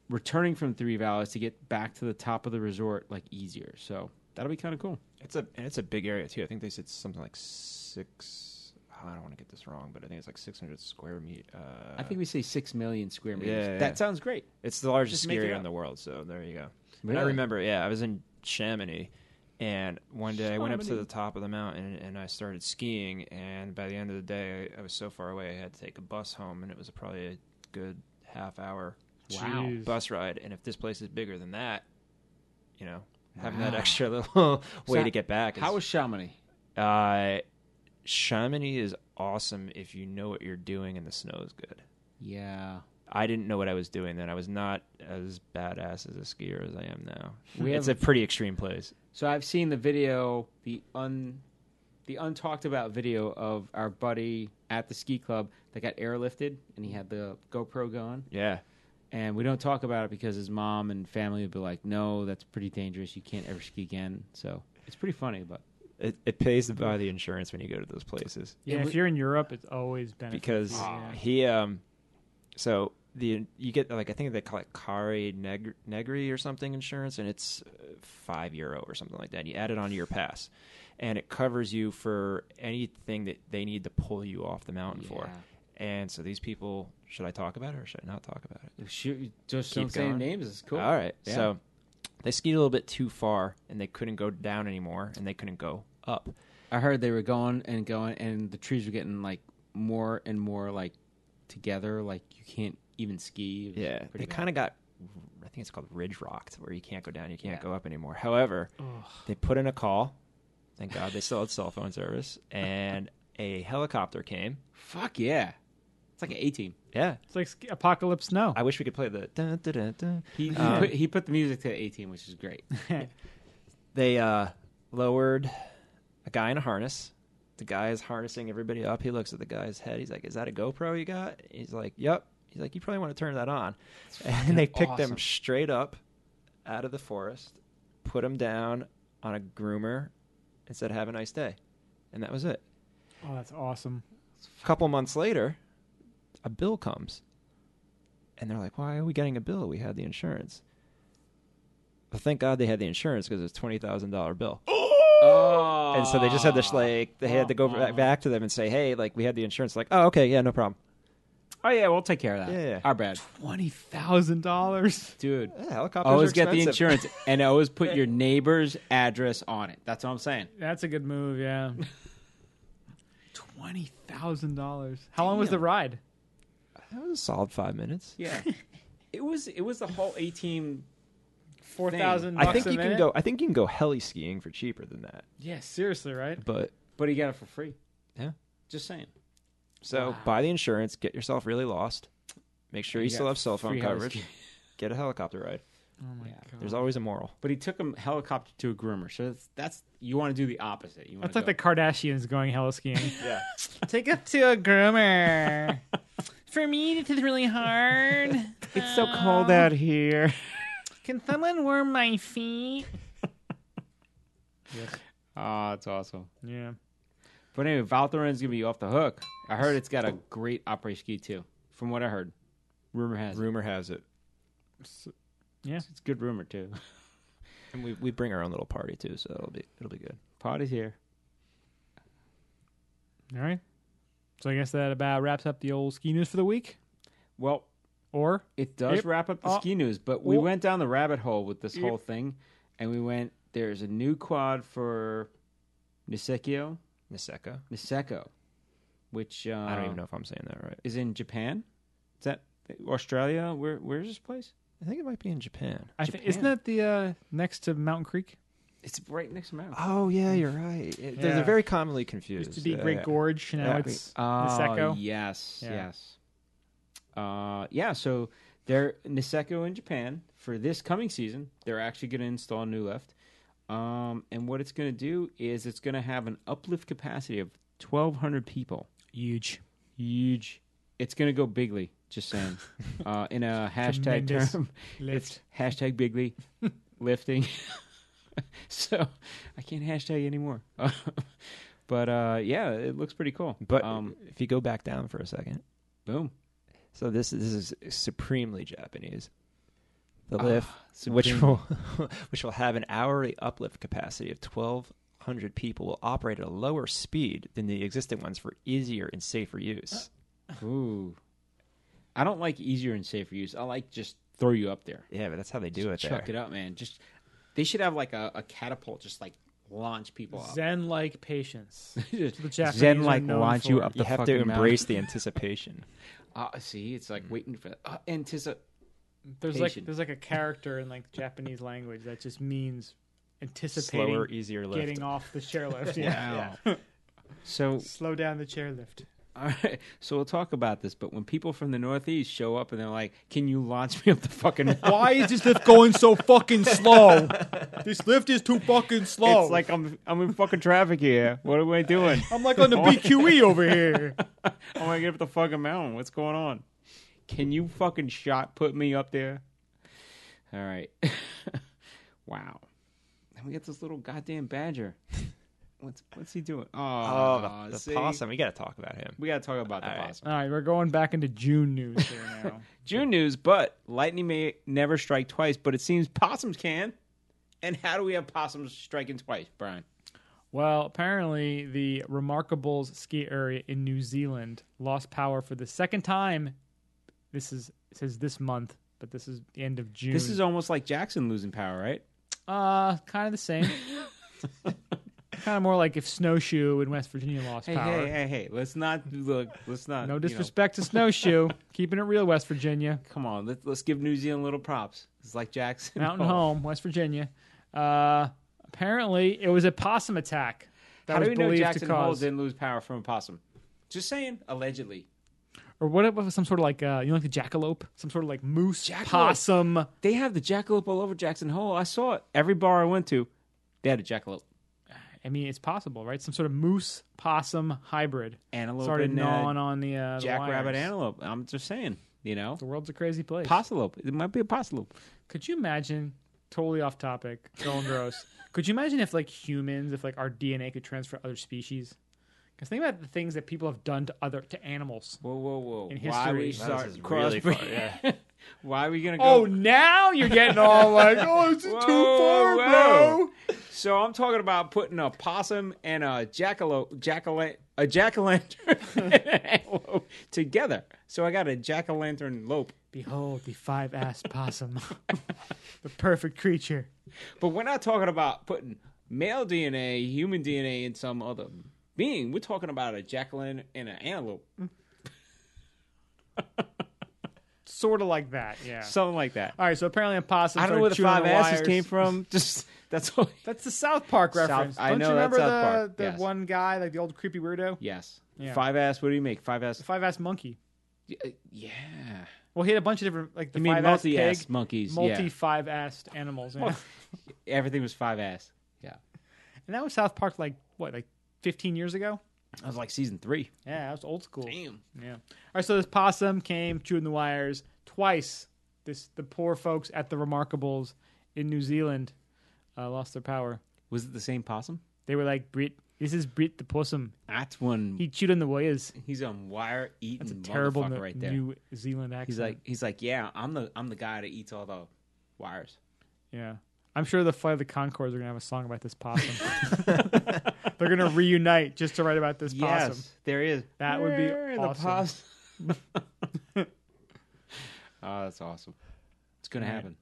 returning from Three Valleys to get back to the top of the resort like easier. So that'll be kind of cool. It's a and it's a big area too. I think they said something like 6 I don't want to get this wrong, but I think it's like 600 square meet uh I think we say six million square meters. yeah, yeah. That sounds great. It's the largest Just ski make it area up. in the world, so there you go. And I Really? remember, yeah, I was in Chamonix, and one day I went up to the top of the mountain and I started skiing. And by the end of the day, I was so far away I had to take a bus home, and it was probably a good half hour Wow. Jeez. bus ride. And if this place is bigger than that, you know, having that extra little way So to get back. How is- was Chamonix? uh, Chamonix is awesome if you know what you're doing and the snow is good. Yeah. I didn't know what I was doing then. I was not as badass as a skier as I am now. We it's a have- pretty extreme place. So I've seen the video, the un, the untalked about video of our buddy at the ski club that got airlifted, and he had the GoPro going. Yeah. And we don't talk about it because his mom and family would be like, "No, that's pretty dangerous. You can't ever ski again." So it's pretty funny, but It, it pays to buy the insurance when you go to those places. Yeah, if you're in Europe, it's always beneficial. because he um so the you get like I think they call it Cari Neg- Negri or something insurance and it's uh, 5 euro or something like that. You add it onto your pass and it covers you for anything that they need to pull you off the mountain for. Yeah. And so these people, should I talk about it or should I not talk about it? shoot, just Keep don't say going. names. It's cool. All right. Yeah. So they skied a little bit too far and they couldn't go down anymore and they couldn't go up. I heard they were going and going, and the trees were getting like more and more like together. Like you can't even ski. It was Yeah, pretty they bad. kind of got. I think it's called ridge rocked, where you can't go down, you can't Yeah. go up anymore. However, they put in a call. Thank God they still had cell phone service, and a helicopter came. Fuck yeah! It's like an A team. Yeah, it's like ski- apocalypse snow. I wish we could play the. Dun, dun, dun, dun. He, he Um, put, he put the music to A team, which is great. They uh, lowered a guy in a harness. The guy is harnessing everybody up. He looks at the guy's head. He's like, "Is that a GoPro you got?" He's like, "Yep." He's like, "You probably want to turn that on." And they picked awesome. him straight up out of the forest, put him down on a groomer, and said, "Have a nice day." And that was it. oh, that's awesome. A couple months later, a bill comes. And they're like, why are we getting a bill? We had the insurance. But thank God they had the insurance because it's $20,000 bill. Oh, and so they just had this, like, they had to go back back to them and say, hey, like, we had the insurance. Like, oh, okay, yeah, no problem. oh yeah, we'll take care of that. Yeah, yeah. our bad, Twenty thousand dollars. dude. Yeah, helicopters Always are get the expensive. insurance, and always put your neighbor's address on it. That's what I'm saying. That's a good move. Yeah. Twenty thousand dollars. How long was the ride? That was a solid five minutes. Yeah, it was it was the whole A team. Four thousand. I think you can go. I think you can go heli skiing for cheaper than that. Yeah, seriously, right? But but he got it for free. Yeah. just saying. so buy the insurance, get yourself really lost, make sure you, got still have cell phone free heli coverage, skiing. get a helicopter ride. Oh my Yeah. god. There's always a moral. But he took him helicopter to a groomer. So that's, that's you want to do the opposite. You want That's like the Kardashians going hella skiing. Yeah. Take it to a groomer. For me, this is really hard. It's so cold out here. Can someone warm my feet? Oh, that's awesome. Yeah. But anyway, Valterin's gonna be off the hook. I heard it's got a great après ski too. From what I heard, rumor has it. Rumor has it. it's good rumor too. And we, we bring our own little party too, so it'll be it'll be good. Party's here. All right. So I guess that about wraps up the old ski news for the week. Well, Or it does Yep. wrap up the Oh. ski news, but we Oh. went down the rabbit hole with this whole thing, and we went. There's a new quad for Niseko, Niseko. Niseko, which uh, I don't even know if I'm saying that right. is in Japan. Is that Australia? Where where's this place? I think it might be in Japan. I think isn't that the uh, next to Mountain Creek? It's right next to Mount. Oh yeah, you're right. It- They're, Yeah. they're very commonly confused. Uh, Used to be Yeah, Great yeah. Gorge. Now Yeah. it's Oh, Ah, Niseko. yes, Yeah. yes. Uh, yeah. So they're Niseko in Japan for this coming season. They're actually going to install New Lift, um, and what it's going to do is it's going to have an uplift capacity of 1,200 people. huge. Huge. It's going to go bigly. Just saying. uh, in a hashtag Tremendous term, Lift. it's hashtag bigly lifting. so I can't hashtag anymore. but uh, yeah, it looks pretty cool. But um, if you go back down for a second, boom. so this is, this is supremely Japanese. The Ah, lift, which supremely. will which will have an hourly uplift capacity of 1,200 people, will operate at a lower speed than the existing ones for easier and safer Uh, use. Ooh. I don't like easier and safer use. I like just throw you up there. Yeah, but that's how they do it. Chuck there. it up, man. Just they should have like a, a catapult just like launch people up. Zen like patience. Just The Japanese Zen are like known launch you for. up the You have to fucking mountain. embrace the Mm. anticipation. Uh, see, it's like waiting for uh, anticipate. There's like Patient. there's like a character in like Japanese language that just means anticipating Slower, easier lift. getting off the chairlift. yeah. Wow. So Slow down the chairlift. All right, so we'll talk about this. But when people from the Northeast show up and they're like, "Can you launch me up the fucking?" mountain?" Why is this lift going so fucking slow? This lift is too fucking slow. It's like I'm I'm in fucking traffic here. What am I doing? I'm like on the BQE over here. I want to get up the fucking mountain. What's going on? Can you fucking shot put me up there? All right. wow. Then we get this little goddamn badger. What's what's he doing? Oh, Oh, the, the Ah, see? possum. We got to talk about him. We gotta talk about the All right. possum. All right, we're going back into June news here now. June news, but lightning may never strike twice, but it seems possums can. And how do we have possums striking twice, Hmm. Brian? Well, apparently the Remarkables ski area in New Zealand lost power for the second time. This is it says this month, but this is the end of June. This is almost like Jackson losing power, right? uh kind of the same. kind of more like if Snowshoe in West Virginia lost Hey, power. hey, hey, hey! Let's not look. Let's not. No you know, disrespect to Snowshoe, keeping it real, West Virginia. come on, let, let's give New Zealand little props. It's like Jackson. Mountain Oh. Home, West Virginia. Uh, apparently, it was a possum attack that How do was we know believed Jackson to Hole cause, didn't lose power from a possum? Just saying, allegedly. or what? What was some sort of like uh, you know, like the jackalope, some sort of like moose, possum. They have the jackalope all over Jackson Hole. I saw it every bar I went to. They had a jackalope, I mean, it's possible, right? Some sort of moose possum hybrid antelope, started and uh, gnawing on the uh, the jackrabbit wires. antelope. I'm just saying, you know, The world's a crazy place. possalope. It might be a possalope. Could you imagine? Totally off topic, going gross. Could you imagine if like humans, if like our DNA could transfer to other species? Because think about the things that people have done to other to animals. Whoa, whoa, whoa! In Why history. we This start is really crossbreeding? far, Why are we gonna go? Oh, now you're getting all like, oh, this is too Whoa, far, whoa. bro. So I'm talking about putting a possum and a jackalope, jackal, a jack-o'-lantern together. So I got a jack-o'-lantern lope. Behold the five assed possum, the perfect creature. But we're not talking about putting male DNA, human DNA in some other being. We're talking about a jack-o'-lantern and an antelope, Sort of like that, yeah. something like that. all right, so apparently a possum. I don't know where the started five chewing on asses wires. came from. Just that's all. That's the South Park South- reference. I don't know you that's remember South the, Park, the yes. one guy, like the old creepy weirdo? Yes. Yeah. Five ass. What do you make? Five ass. The five assed monkey. Yeah. Well, he had a bunch of different, like the You mean five assed multi-ass pig, monkeys? multi five assed animals. Yeah. yeah. Everything was five ass. Yeah. and that was South Park, like, what, like 15 years ago? That was like season three. Yeah, that was old school. Damn. Yeah. All right. So this possum came chewing the wires twice. This the poor folks at the Remarkables in New Zealand uh, lost their power. Was it the same possum? They were like, "Brit, this is Brit the possum. That's one. He chewed on the wires." he's on wire eating That's a motherfucker terrible New, right there. New Zealand accent. he's like he's like yeah. I'm the I'm the guy that eats all the wires. "Yeah." I'm sure the Flight of the Concords are gonna have a song about this possum. They're gonna reunite just to write about this possum. there is. That would be Where are awesome. The possum. oh, that's awesome. It's gonna happen.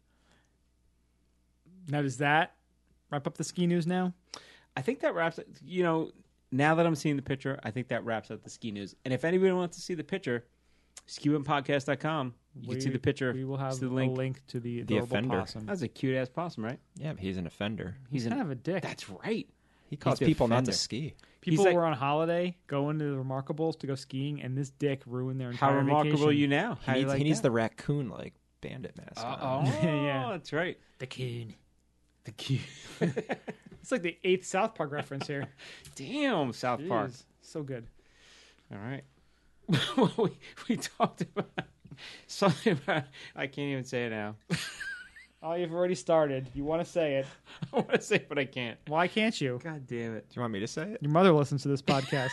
Now, does that wrap up the ski news? Now, I think that wraps. it. You know, now that I'm seeing the picture, I think that wraps up the ski news. And if anybody wants to see the picture, skewinpodcast.com. You We- can see the picture. We will have see the a link. link to the The adorable offender. possum. That's a cute ass possum, right? Yeah, but he's an offender. He's kind an. of a dick. That's right. He calls the people not offender. to ski. People He's like- were on holiday going to the Remarkables to go skiing, and this dick ruined their How entire remarkable are vacation. you now? He How needs, you like he needs that? the raccoon like bandit mask. Uh, oh, Yeah. that's right. The coon. The cute. It's like the eighth South Park reference here. Damn, South It Park. is so good. All right. we, we talked about something about. I can't even say it now. Oh, you've already started. You want to say it? I want to say it, but I can't. Why can't you? God damn it. Do you want me to say it? Your mother listens to this podcast.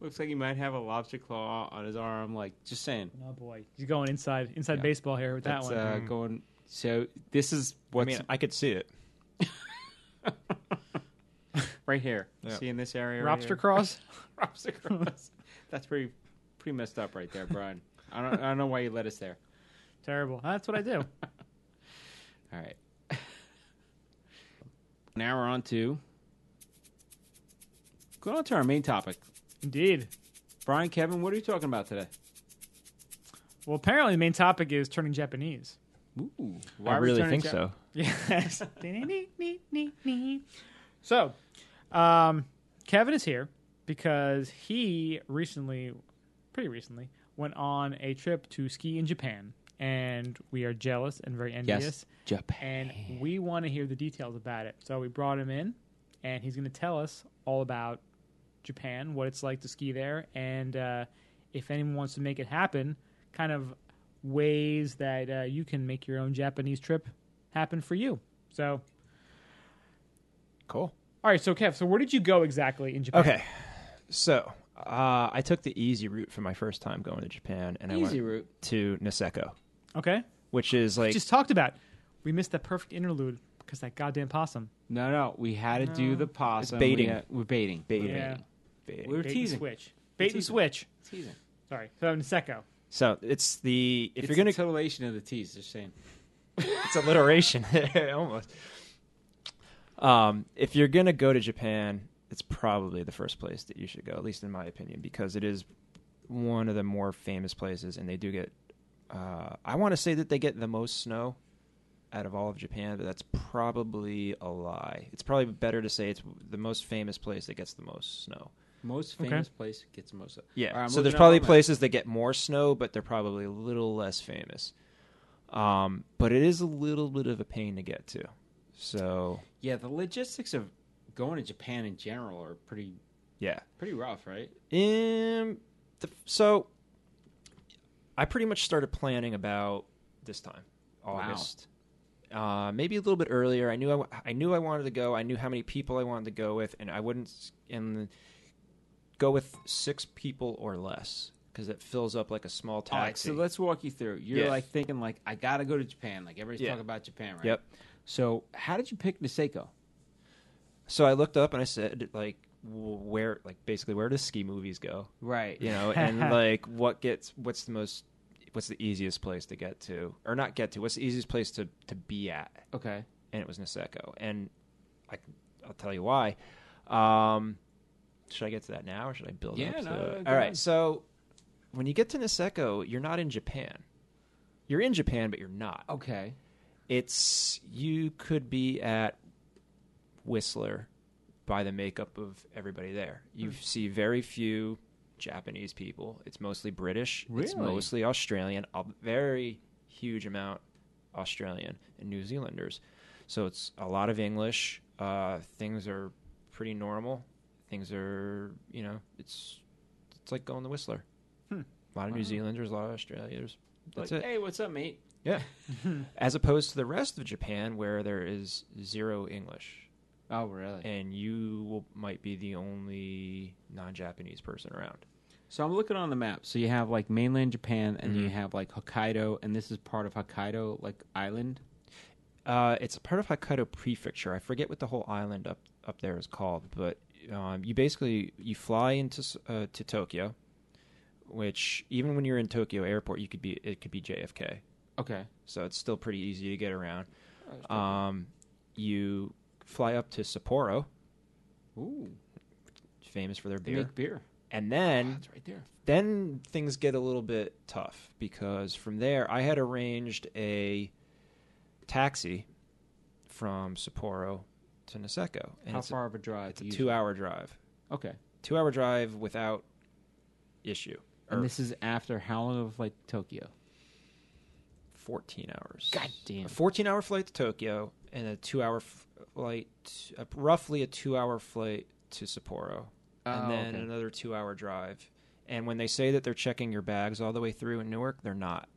Looks like he might have a lobster claw on his arm. Like, just saying. oh boy, he's going inside inside baseball here with that That's one. uh, going. So, this is what's I mean, I could see it. right here. Yeah. See in this area? right Lobster here? cross. Lobster cross. That's pretty, pretty messed up right there, Brian. I don't, I don't know why you led us there. Terrible. That's what I do. All right. now we're on to going on to our main topic. Indeed. Brian, Kevin, what are you talking about today? Well, apparently the main topic is turning Japanese. Ooh, I really think so. Yes. so, um, Kevin is here, because he recently, pretty recently, went on a trip to ski in Japan, and we are jealous and very envious. Japan. And we want to hear the details about it. So we brought him in, and he's going to tell us all about Japan, what it's like to ski there, and uh, if anyone wants to make it happen, kind of ways that uh, you can make your own Japanese trip happen for you. So, Cool. all right, so Kev, so where did you go exactly in Japan? Okay. So uh, I took the easy route for my first time going to Japan, and I Easy went route. to Niseko, Okay. which is like Just talked about. We missed that perfect interlude because that goddamn possum. No, no, we had to do the possum. baiting. We had- we're baiting. baiting. Yeah. Baiting. We're Bait teasing. and switch. Bait and teasing. switch. Teasing. Sorry. So Niseko. So it's the if If you're gonna titillation of the tease, just saying. it's alliteration almost. Um, if you're gonna go to Japan, it's probably the first place that you should go, at least in my opinion, because it is one of the more famous places, and they do get. Uh, I want to say that they get the most snow out of all of Japan, but that's probably a lie. It's probably better to say it's the most famous place that gets the most snow. Most Okay. famous place gets the most. Yeah. All right, I'm so looking there's up probably on my- places that get more snow, but they're probably a little less famous. Um, but it is a little bit of a pain to get to. So Yeah, the logistics of going to Japan in general are pretty yeah. pretty rough, right? Um. The, so I pretty much started planning about this time, August. Uh, maybe a little bit earlier. I knew I, wa- I knew I wanted to go. I knew how many people I wanted to go with, and I wouldn't s- and go with six people or less because it fills up like a small taxi. All right, so let's walk you through. You're Yeah. like thinking like I gotta go to Japan. Like everybody's Yeah. talking about Japan, right? Yep. So how did you pick Niseko? So I looked up and I said, like, w- where, like, basically, where do ski movies go? Right. You know, and like, what gets, what's the most, what's the easiest place to get to, or not get to? What's the easiest place to to be at? Okay. And it was Niseko, and I, can- I'll tell you why. Um, should I get to that now, or should I build Yeah, up? To no, no, go on. All right. So when you get to Niseko, you're not in Japan. You're in Japan, but you're not Okay. it's you could be at Whistler by the makeup of everybody there. You Hmm. see very few Japanese people. It's mostly British. It's Really? mostly Australian. A very huge amount Australian and New Zealanders. So it's a lot of English. Uh, things are pretty normal. Things are you know it's it's like going to Whistler. A lot of New Zealanders, a lot of Australians. That's Hmm. Like, it. Hey, what's up, mate? Yeah. As opposed to the rest of Japan, where there is zero English, Oh, really? and you will, might be the only non-Japanese person around. So I'm looking on the map. So you have like mainland Japan, and Mm-hmm. you have like Hokkaido, and this is part of Hokkaido, like island. Uh, it's a part of Hokkaido Prefecture. I forget what the whole island up up there is called, but um, you basically you fly into s- uh, to Tokyo, which even when you're in Tokyo airport, you could be it could be JFK. Okay. so it's still pretty easy to get around. Uh, Um, you fly up to Sapporo, Ooh, famous for their they beer, make beer. and then That's right there. then things get a little bit tough because from there I had arranged a taxi from Sapporo to Niseko. And How it's far of a drive? A, it's a two-hour drive. Okay. Two-hour drive without issue. Or And this is after how long of like Tokyo? 14 hours. God damn. A 14-hour flight to Tokyo and a two-hour f- flight, uh, roughly a two-hour flight to Sapporo. Oh, and then okay. another two-hour drive. And when they say that they're checking your bags all the way through in Newark, they're not.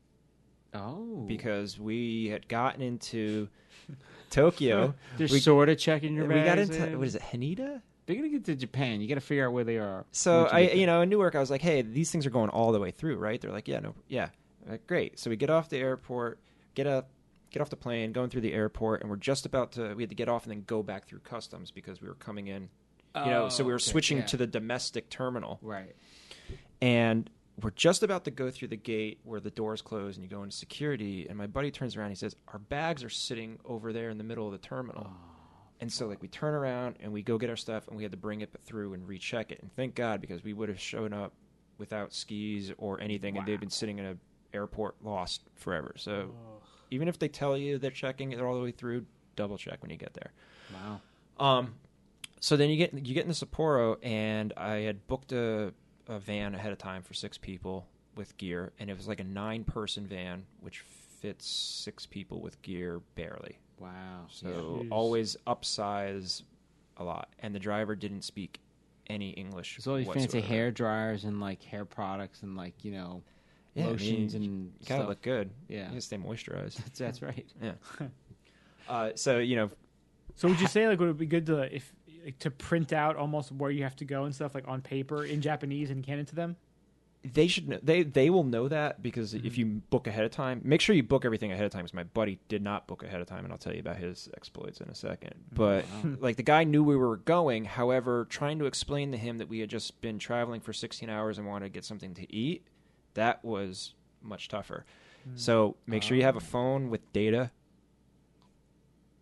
Oh, because we had gotten into Tokyo. they're we- sort of checking your. we got bags into in. what is it, Haneda? They're gonna get to Japan. You got to figure out where they are. So once I, get you there. know, in Newark, I was like, "Hey, these things are going all the way through, right?" They're like, "Yeah, no, yeah, I'm like, great." So we get off the airport, get up, get off the plane, going through the airport, and we're just about to. We had to get off and then go back through customs because we were coming in, you know. So Oh, we were okay, switching yeah. to the domestic terminal, right. and we're just about to go through the gate where the doors close and you go into security and my buddy turns around and he says our bags are sitting over there in the middle of the terminal and so like we turn around and we go get our stuff and we had to bring it through and recheck it and thank god because we would have shown up without skis or anything and they've been sitting in a airport lost forever so even if they tell you they're checking it all the way through double check when you get there Wow. um, so then you get you get into Sapporo, and I had booked a, a van ahead of time for six people with gear, and it was like a nine person van which fits six people with gear barely. Wow. So Jeez. always upsize a lot, and the driver didn't speak any English. There's all these fancy whatsoever. hair dryers and like hair products and like you know Yeah, I mean, lotions and You gotta stuff. look good. Yeah. you gotta stay moisturized. That's- That's right. yeah. Uh, so you know, So would you say like would it be good to if like, to print out almost where you have to go and stuff like on paper in Japanese and can it to them? they should know, they they will know that because if you book ahead of time, make sure you book everything ahead of time. Because my buddy did not book ahead of time, and I'll tell you about his exploits in a second. But like the guy knew we were going, however, trying to explain to him that we had just been traveling for 16 hours and wanted to get something to eat, that was much tougher. So make sure you have a phone with data.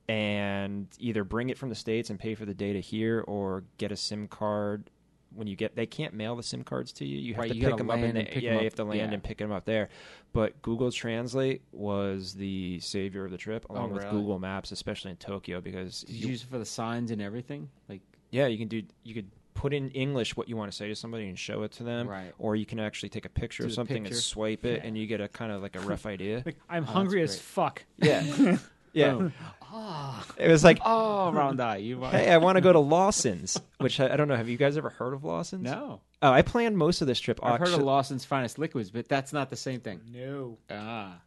And either bring it from the states and pay for the data here, or get a SIM card. When you get, they can't mail the SIM cards to you. You have Right, to you pick gotta them up, in land the, and pick yeah, 'em you up. have to land Yeah. and pick them up there. But Google Translate was the savior of the trip, along with Oh, really? Google Maps, especially in Tokyo, because Did you you- use it for the signs and everything? Like yeah, you can do you could put in English what you want to say to somebody and show it to them, Right. or you can actually take a picture Do of the something picture. and swipe it, and you get a kind of like a rough idea. Like I'm hungry as great. fuck. yeah, yeah. Boom. It was like, oh, round eye. You hey, I want to go to Lawson's, which I, I don't know. Have you guys ever heard of Lawson's? no. Oh, I planned most of this trip. I've heard of actu- Lawson's Finest Liquids, but that's not the same thing. No. Ah,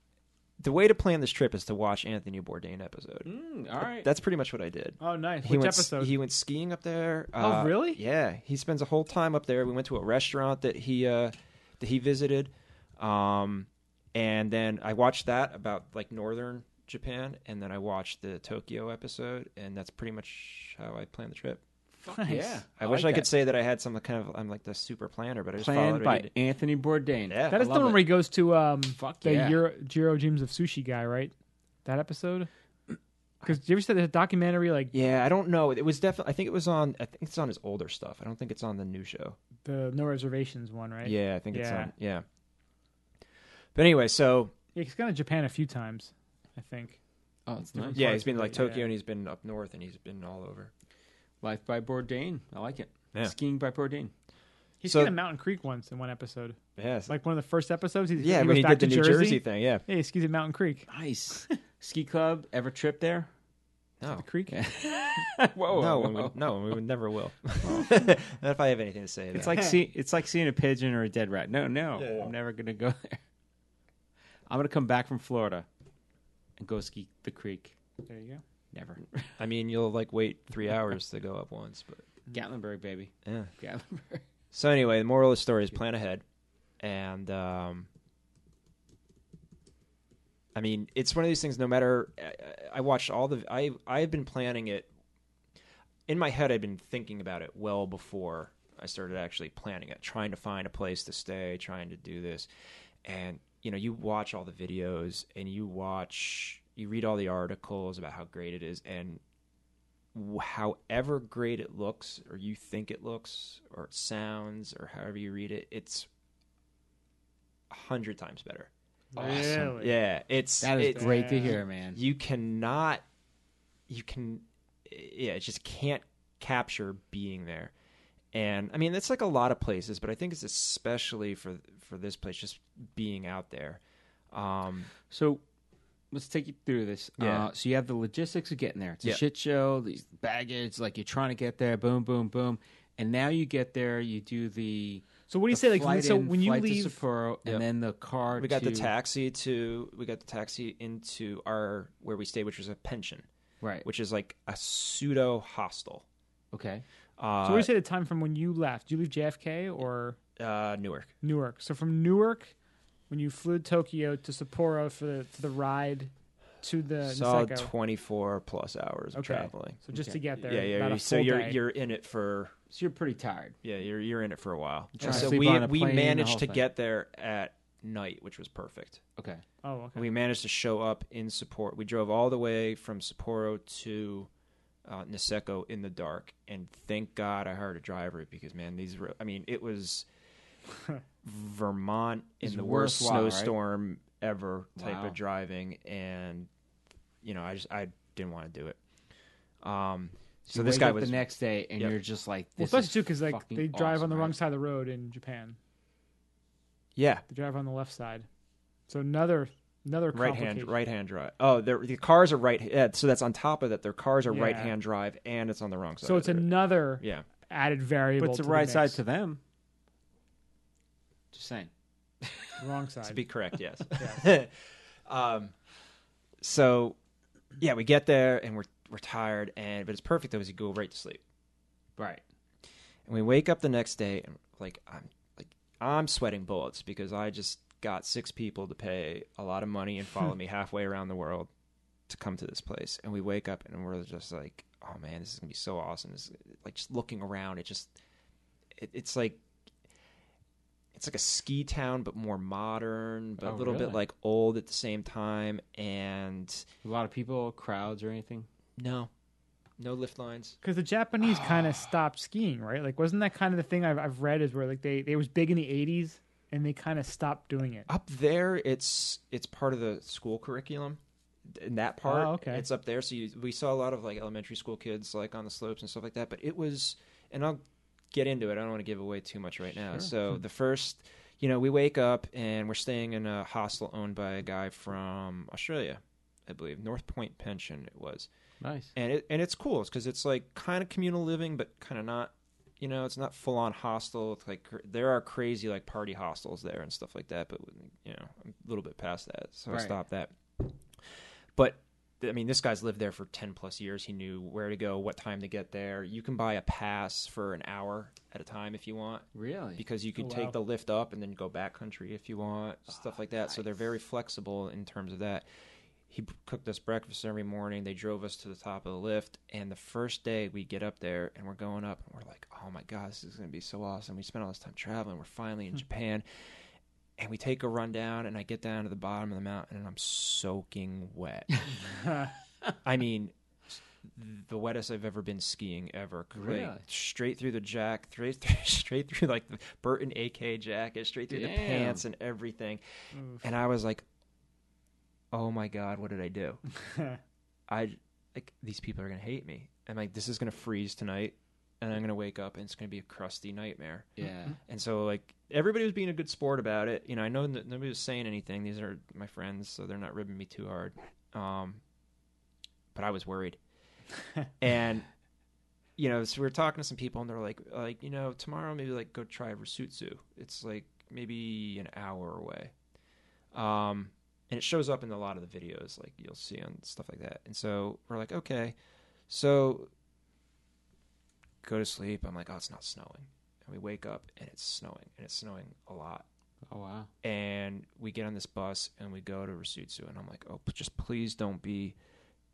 the way to plan this trip is to watch Anthony Bourdain episode. Mm, all right. That's pretty much what I did. Oh nice. he Which went, episode? He went skiing up there. Oh, Uh, really? Yeah, he spends a whole time up there. We went to a restaurant that he uh, that he visited, um, and then I watched that about like northern Japan, and then I watched the Tokyo episode, and that's pretty much how I planned the trip. nice. yeah. I, wish like I could that. say that I had some kind of I'm like the super planner, but I just Planned followed what by he did. Anthony Bourdain. Yeah, That I is the love one it. where he goes to um Fuck the yeah. Euro, Jiro Dreams of Sushi guy, right? That episode. Because you ever said there's a documentary like Yeah, I don't know. It was definitely. I think it was on. I think it's on his older stuff. I don't think it's on the new show. the No Reservations one, right? Yeah, I think it's Yeah. on. Yeah. But anyway, so Yeah, he's gone to Japan a few times, I think. Oh, it's nice. Different Yeah, parts he's been of like it, Tokyo yeah. and he's been up north and he's been all over. Life by Bourdain. I like it. Yeah. Skiing by Bourdain. He's So- seen a Mountain Creek once in one episode. Yes. Like one of the first episodes. He, he yeah, when goes he back did the to New Jersey, thing, yeah. Yeah, he skis at Mountain Creek. Nice. Ski club. Ever trip there? No. Creek. whoa. no, oh, whoa, we whoa. would, no, we would never will. Not if I have anything to say. It's about it. like see, it's like seeing a pigeon or a dead rat. No, no, Yeah, yeah. I'm never gonna go. Go there. I'm gonna come back from Florida and go ski the creek. There you go. Never. I mean, you'll like wait three hours to go up once, but Gatlinburg, baby. yeah. Gatlinburg. So anyway, the moral of the story is plan ahead, and um, I mean, it's one of these things. No matter, I, I watched all the. I I've been planning it. In my head, I've been thinking about it well before I started actually planning it, trying to find a place to stay, trying to do this, and you know, you watch all the videos and you watch, you read all the articles about how great it is, and w- however great it looks or you think it looks or it sounds or however you read it it's a hundred times better Really? yeah it's That is it's- great to Yeah. hear, man. you cannot you can yeah it just can't capture being there and i mean that's like a lot of places but i think it's especially for for this place just being out there um So let's take you through this. Yeah. Uh, so you have the logistics of getting there. It's Yeah. a shit show, these baggage, like you're trying to get there, boom, boom, boom. And now you get there, you do the. So what do you the say? Like flight so, in, when you flight to leave, Sapporo, Yep. and then the car. we got the to- taxi to we got the taxi into our where we stayed which was a pension Right. which is like a pseudo hostel. Okay. Uh, so what do you say the time from when you left? Did you leave JFK or uh, Newark. Newark? So from Newark, when you flew to Tokyo to Sapporo for the for the ride to the Solid Niseko. twenty four plus hours of Okay. traveling. So just Uh, Okay. to get there, yeah, yeah. about you- a so full you're day. you're in it for So you're pretty tired. yeah you're you're in it for a while. trying And to so sleep we on a we plane, the managed whole to thing. get there at night, which was perfect. Okay. oh okay. We managed to show up in Sapporo. We drove all the way from Sapporo to uh, Niseko in the dark, and thank God I hired a driver because man, these were. I mean, it was Vermont It's in the worst worthwhile, right? snowstorm ever type Wow. of driving, and you know, I just I didn't want to do it. Um, So You this wake guy up was- the next day, and Yep. you're just like, Well, this especially is too because like fucking they drive on awesome, the wrong right? side of the road in Japan. Yeah, They drive on the left side. So another another right hand, complication. right hand drive. Oh, they're- the cars are right. Yeah, so that's on top of that. Their cars are Yeah. right hand drive, and it's on the wrong side. So of it's the road. another yeah. added variable. But it's to the right mix. side to them. Just saying. wrong side. To be correct, yes. um, so yeah, we get there and we're we're tired, and but it's perfect though because you go right to sleep. Right. And we wake up the next day and like I'm like I'm sweating bullets because I just got six people to pay a lot of money and follow me halfway around the world to come to this place. And we wake up and we're just like, oh man, this is gonna be so awesome. This, like just looking around, it just it, it's like it's like a ski town but more modern, but Oh, a little bit really? like old at the same time. And A lot of people, crowds, or anything. no, no lift lines. because the Japanese kind of stopped skiing, right? Like, wasn't that kind of the thing I've, I've read is where like they it was big in the '80s and they kind of stopped doing it. up there it's it's part of the school curriculum in that part Oh, okay. it's up there so you, we saw a lot of like elementary school kids like on the slopes and stuff like that but it was and i'll get into it i don't want to give away too much right now so Hmm. the first you know we wake up and we're staying in a hostel owned by a guy from australia i believe north point pension it was Nice. and it and it's cool because it's like kind of communal living, but kind of not. You know, it's not full on hostel. It's like cr- there are crazy like party hostels there and stuff like that, but you know, I'm a little bit past that, so Right. I stopped that. But th- I mean, this guy's lived there for ten plus years. He knew where to go, what time to get there. You can buy a pass for an hour at a time if you want Really? because you could Oh, take wow. Ah, the lift up and then go back country if you want, stuff like that. So they're very flexible in terms of that. He b- cooked us breakfast every morning. They drove us to the top of the lift, and the first day we get up there and we're going up, and we're like, "Oh my god, this is going to be so awesome!" We spent all this time traveling. We're finally Hmm. in Japan, and we take a run down, and I get down to the bottom of the mountain, and I'm soaking wet. I mean, the wettest I've ever been skiing ever. Like, Really? straight through the jack, straight through, straight through like the Burton AK jacket, straight through the Damn. pants and everything. And I was like, "Oh my god, what did I do? I like these people are gonna hate me. And like this is gonna freeze tonight, and I'm gonna wake up and it's gonna be a crusty nightmare." yeah. Mm-hmm. And so like everybody was being a good sport about it. You know, I know that nobody was saying anything. These are my friends, so they're not ribbing me too hard. Um, but I was worried, and you know, so we were talking to some people, and they're like, like you know, tomorrow maybe like go try Rusutsu. It's like maybe an hour away. Um, and it shows up in a lot of the videos, like you'll see on stuff like that. And so we're like, okay, so go to sleep. I'm like, oh, it's not snowing. And we wake up and it's snowing and it's snowing a lot. Oh wow. And we get on this bus and we go to Rasutsu and I'm like, oh, p- just please don't be,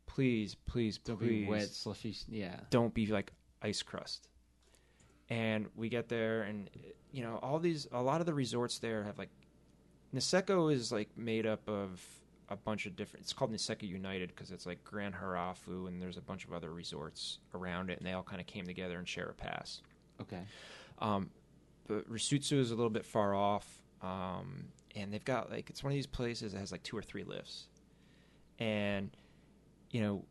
please, please, Don't be please, wet, slushy. Yeah. don't be like ice crust. And we get there and you know all these, a lot of the resorts there have like, Niseko is like made up of a bunch of different. It's called Niseko United because it's like Grand Harafu and there's a bunch of other resorts around it and they all kind of came together and share a pass. Okay. Um, but Risutsu is a little bit far off, um, and they've got like it's one of these places that has like two or three lifts, and you know,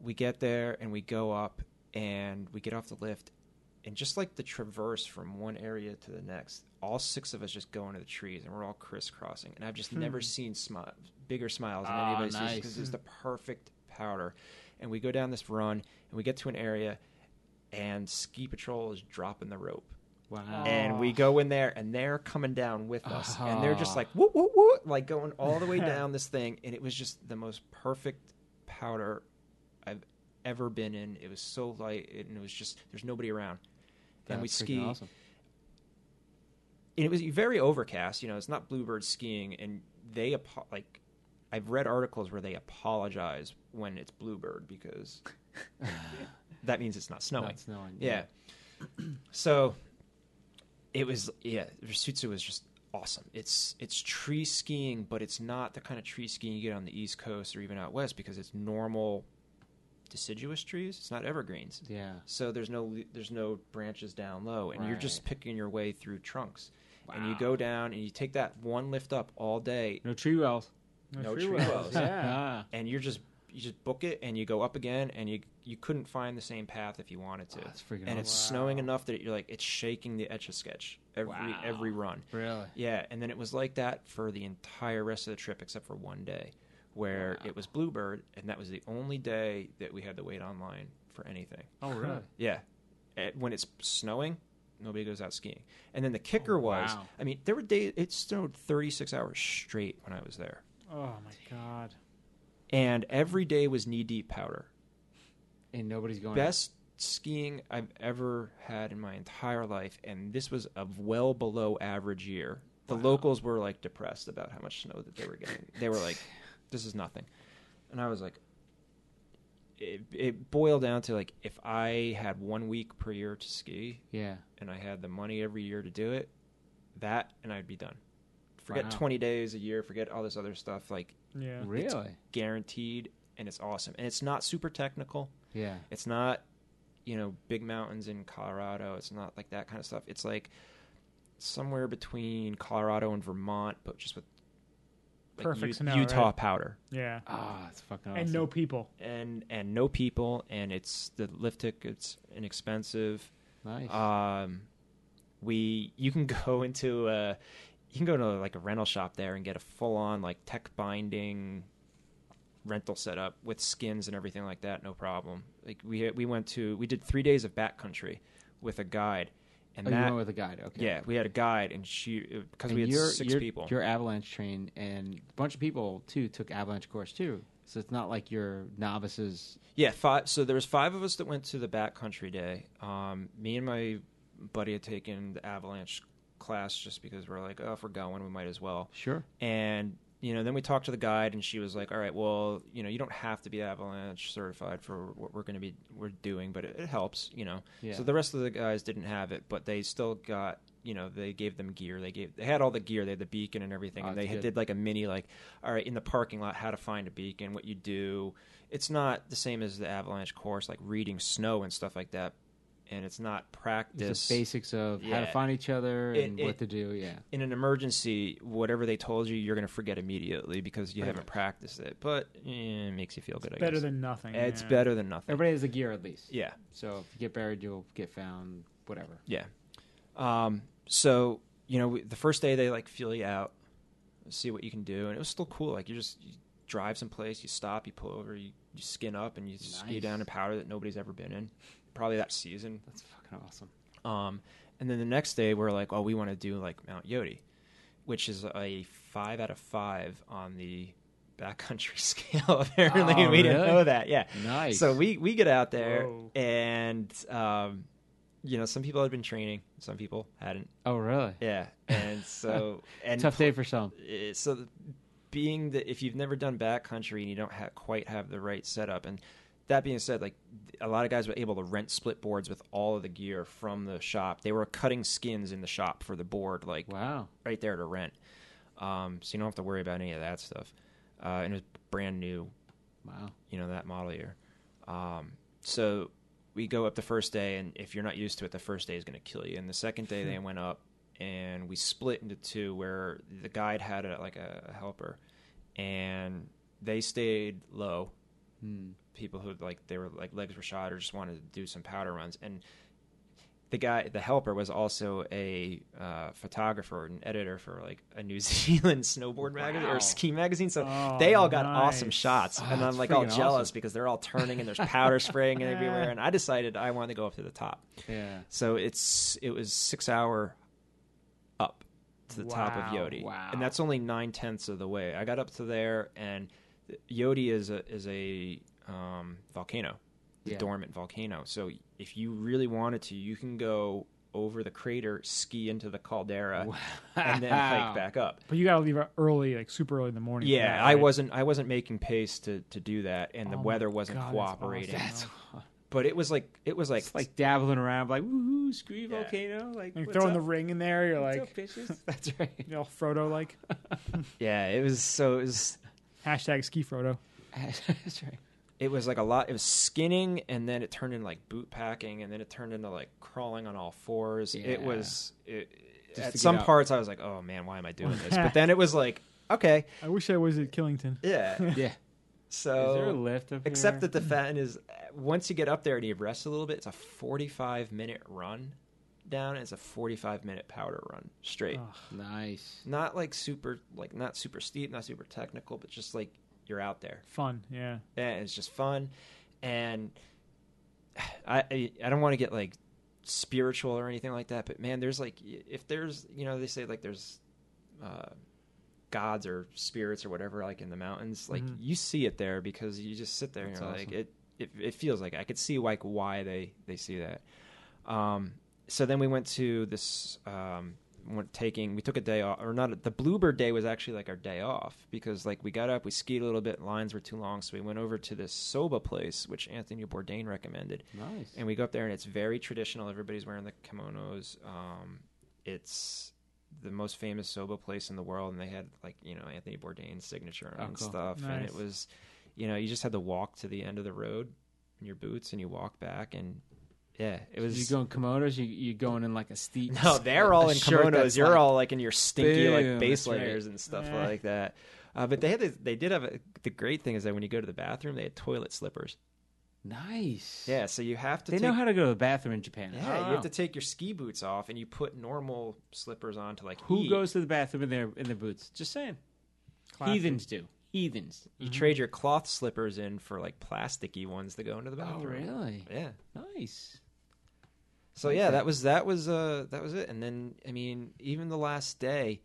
we get there and we go up and we get off the lift, and just like the traverse from one area to the next, all six of us just go into the trees and we're all crisscrossing, and I've just never seen smi- bigger smiles than Ah, anybody's nice. because it's the perfect powder, and we go down this run and we get to an area. And ski patrol is dropping the rope, Wow. and we go in there and they're coming down with us and they're just Ah. like whoop whoop whoop like going all the way down this thing and it was just the most perfect powder i've ever been in it was so light and it was just there's nobody around and we That's freaking ski Awesome. and it was very overcast you know it's not bluebird skiing and they apo- like i've read articles where they apologize when it's bluebird because that means it's not snowing Not snowing. yeah. so it was yeah, Risutsu was just awesome. It's it's tree skiing, but it's not the kind of tree skiing you get on the East Coast or even out west because it's normal deciduous trees. It's not evergreens. Yeah. So there's no le- there's no branches down low, and you're just Right. picking your way through trunks. And you go down and you take that one lift up all day, No tree wells. Ah, no, tree wells, Yeah. and you're just you just book it and you go up again and you you couldn't find the same path if you wanted to. Oh, that's freaking and awesome. it's snowing enough that you're like it's shaking the etch a sketch every every run. Really? Yeah, and then it was like that for the entire rest of the trip except for one day where it was Bluebird and that was the only day that we had to wait online for anything. Oh, really? Yeah. And when it's snowing, nobody goes out skiing. And then the kicker was, wow. I mean, there were days it snowed 36 hours straight when I was there. Oh my god. And every day was knee deep powder. And nobody's going. Best skiing I've ever had in my entire life and this was a well below average year. The locals were like depressed about how much snow that they were getting. They were like this is nothing. And I was like it, it boiled down to like if I had one week per year to ski, Yeah. and I had the money every year to do it, that and I'd be done. Forget Wow. 20 days a year, forget all this other stuff like Yeah. Really? guaranteed and it's awesome. And it's not super technical. Yeah. It's not you know big mountains in Colorado. It's not like that kind of stuff. It's like somewhere between Colorado and Vermont, but just with like, Perfect U- snow, Utah right? powder Yeah. Ah, it's fucking awesome. And no people. and and no people and it's the lift tickets inexpensive. nice. um, we you can go into a, you can go to like a rental shop there and get a full on like tech binding rental setup with skins and everything like that, no problem. Like we we went to we did three days of backcountry with a guide, and oh, you that went with a guide. Okay. yeah we had a guide and she because And we had your- 6 your- people. Your avalanche train and a bunch of people too took avalanche course too. So it's not like you're novices. Yeah, five. So there was five of us that went to the backcountry day. Um, me and my buddy had taken the avalanche class just because we're like, oh, if we're going, we might as well. Sure. And you know, then we talked to the guide, and she was like, all right, well, you know, you don't have to be avalanche certified for what we're going to be we're doing, but it, it helps, you know. Yeah. So the rest of the guys didn't have it, but they still got. You know, they gave them gear. They gave they had all the gear. They had the beacon and everything. Oh, and that's they had good. did like a mini like, all right, in the parking lot, how to find a beacon, what you do. It's not the same as the avalanche course, like reading snow and stuff like that. And it's not It's practice. the basics of how Yeah. to find each other It- and it- what to do. Yeah. in an emergency, whatever they told you, you're going to forget immediately because you Pretty haven't practiced it. But eh, it makes you feel good. I Better guess. than nothing. it's yeah. better than nothing. Everybody has the gear at least. Yeah, So if you get buried, you'll get found. Whatever. yeah. Um, so you know, we, the first day they like feel you out, see what you can do, and it was still cool. Like you just you drive someplace, you stop, you pull over, you, you skin up, and you ski Nice. down a powder that nobody's ever been in, probably that season. That's fucking awesome. Um, and then the next day we're like, oh, we want to do like Mount Yodi, which is a five out of five on the backcountry scale. Apparently, Oh, we didn't really? know that. Yeah. Nice. So we we get out there Whoa. and um, you know, some people had been training, some people hadn't. Oh really? Yeah. And so and Tough day for some. uh, so th- being that if you've never done backcountry and you don't ha- quite have the right setup and that being said like th- a lot of guys were able to rent split boards with all of the gear from the shop they were cutting skins in the shop for the board like Wow. right there to rent um, so you don't have to worry about any of that stuff uh, and it was brand new Wow. you know that model year um, so we go up the first day and if you're not used to it the first day is going to kill you and the second day they went up and we split into two where the guide had a, like a, a helper and they stayed low Hmm. people who like they were like legs were shot or just wanted to do some powder runs and the guy the helper was also a uh, photographer and editor for like a new zealand snowboard magazine Wow. or ski magazine so Oh, they all got awesome nice. shots Oh, and i'm that's like all freaking jealous awesome. because they're all turning and there's powder spraying everywhere and i decided i wanted to go up to the top Yeah. so it's it was six hour up to the top of Wow, Yodi, wow. and that's only nine tenths of the way. I got up to there, and Yodi is a is a um, volcano, the Yeah. dormant volcano. So if you really wanted to, you can go over the crater, ski into the caldera, and then hike Wow. back up. But you got to leave early, like super early in the morning. for Yeah, that, I right? wasn't I wasn't making pace to, to do that, and the Oh my weather wasn't God, that's cooperating. awesome. That's But it was like it was like it's like dabbling around, like woohoo, screw Yeah. volcano, like, Like what's throwing up? the ring in there, you're What's like, up, bitches? That's right. you know, Frodo like. yeah, it was so it was Hashtag ski Frodo. That's right. it was like a lot it was skinning and then it turned into like boot packing and then it turned into like crawling on all fours Yeah. it was it, Just to at get some out. parts i was like oh man why am i doing this but then it was like okay I wish I was at Killington. yeah Yeah. So Is there a lift up Except here? that the Fatton is once you get up there and you rest a little bit, it's a 45 minute run down. And it's a 45 minute powder run straight. Ugh. nice. Not like super, like not super steep, not super technical, but just like you're out there Fun, yeah. and it's just fun. And I I, I don't want to get like spiritual or anything like that, but man, there's like if there's you know they say like there's uh, gods or spirits or whatever like in the mountains, like Mhm. you see it there because you just sit there and Mm-hmm. That's you're awesome. like it, it. It feels like I could see like why they they see that. Um, so then we went to this um, went taking we took a day off or not the Bluebird day was actually like our day off because like we got up we skied a little bit lines were too long so we went over to this soba place which Anthony Bourdain recommended Nice. and we go up there and it's very traditional everybody's wearing the kimonos um, it's the most famous soba place in the world and they had like you know Anthony Bourdain's signature Oh, on and cool. stuff and Nice. it was you know you just had to walk to the end of the road in your boots and you walk back and yeah it was you going kimonos? You you going in like a steep? no, they're all a in shirt kimonos. that's You're like- all like in your stinky Boom, like base that's right. layers and stuff Eh. like that. Uh, but they had this, they did have a, the great thing is that when you go to the bathroom, they had toilet slippers. nice. Yeah, so you have to. They take, know how to go to the bathroom in Japan. Yeah, Oh. you have to take your ski boots off and you put normal slippers on to like. Who eat. goes to the bathroom in their in their boots? Just saying. Classy. Heathens do. Heathens. You trade your cloth slippers in for like plasticky ones to go into the bathroom. Oh, really? Yeah. Nice. So yeah, that was that was uh that was it. And then I mean, even the last day,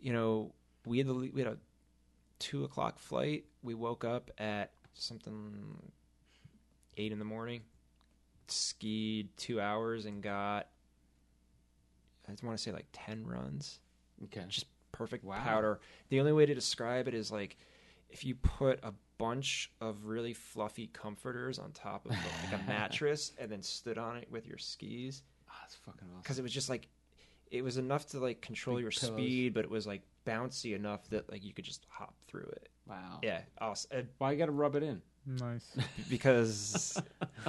you know, we had the we had a two o'clock flight. We woke up at something eight in the morning, skied two hours and got I just want to say like ten runs Okay. just perfect Wow. powder. The only way to describe it is like if you put a bunch of really fluffy comforters on top of like a mattress and then stood on it with your skis Oh, that's fucking awesome. because it was just like it was enough to like control Big your pillows. speed, but it was like bouncy enough that like you could just hop through it. Wow. Yeah, awesome. Uh, Well, you got to rub it in. Nice. because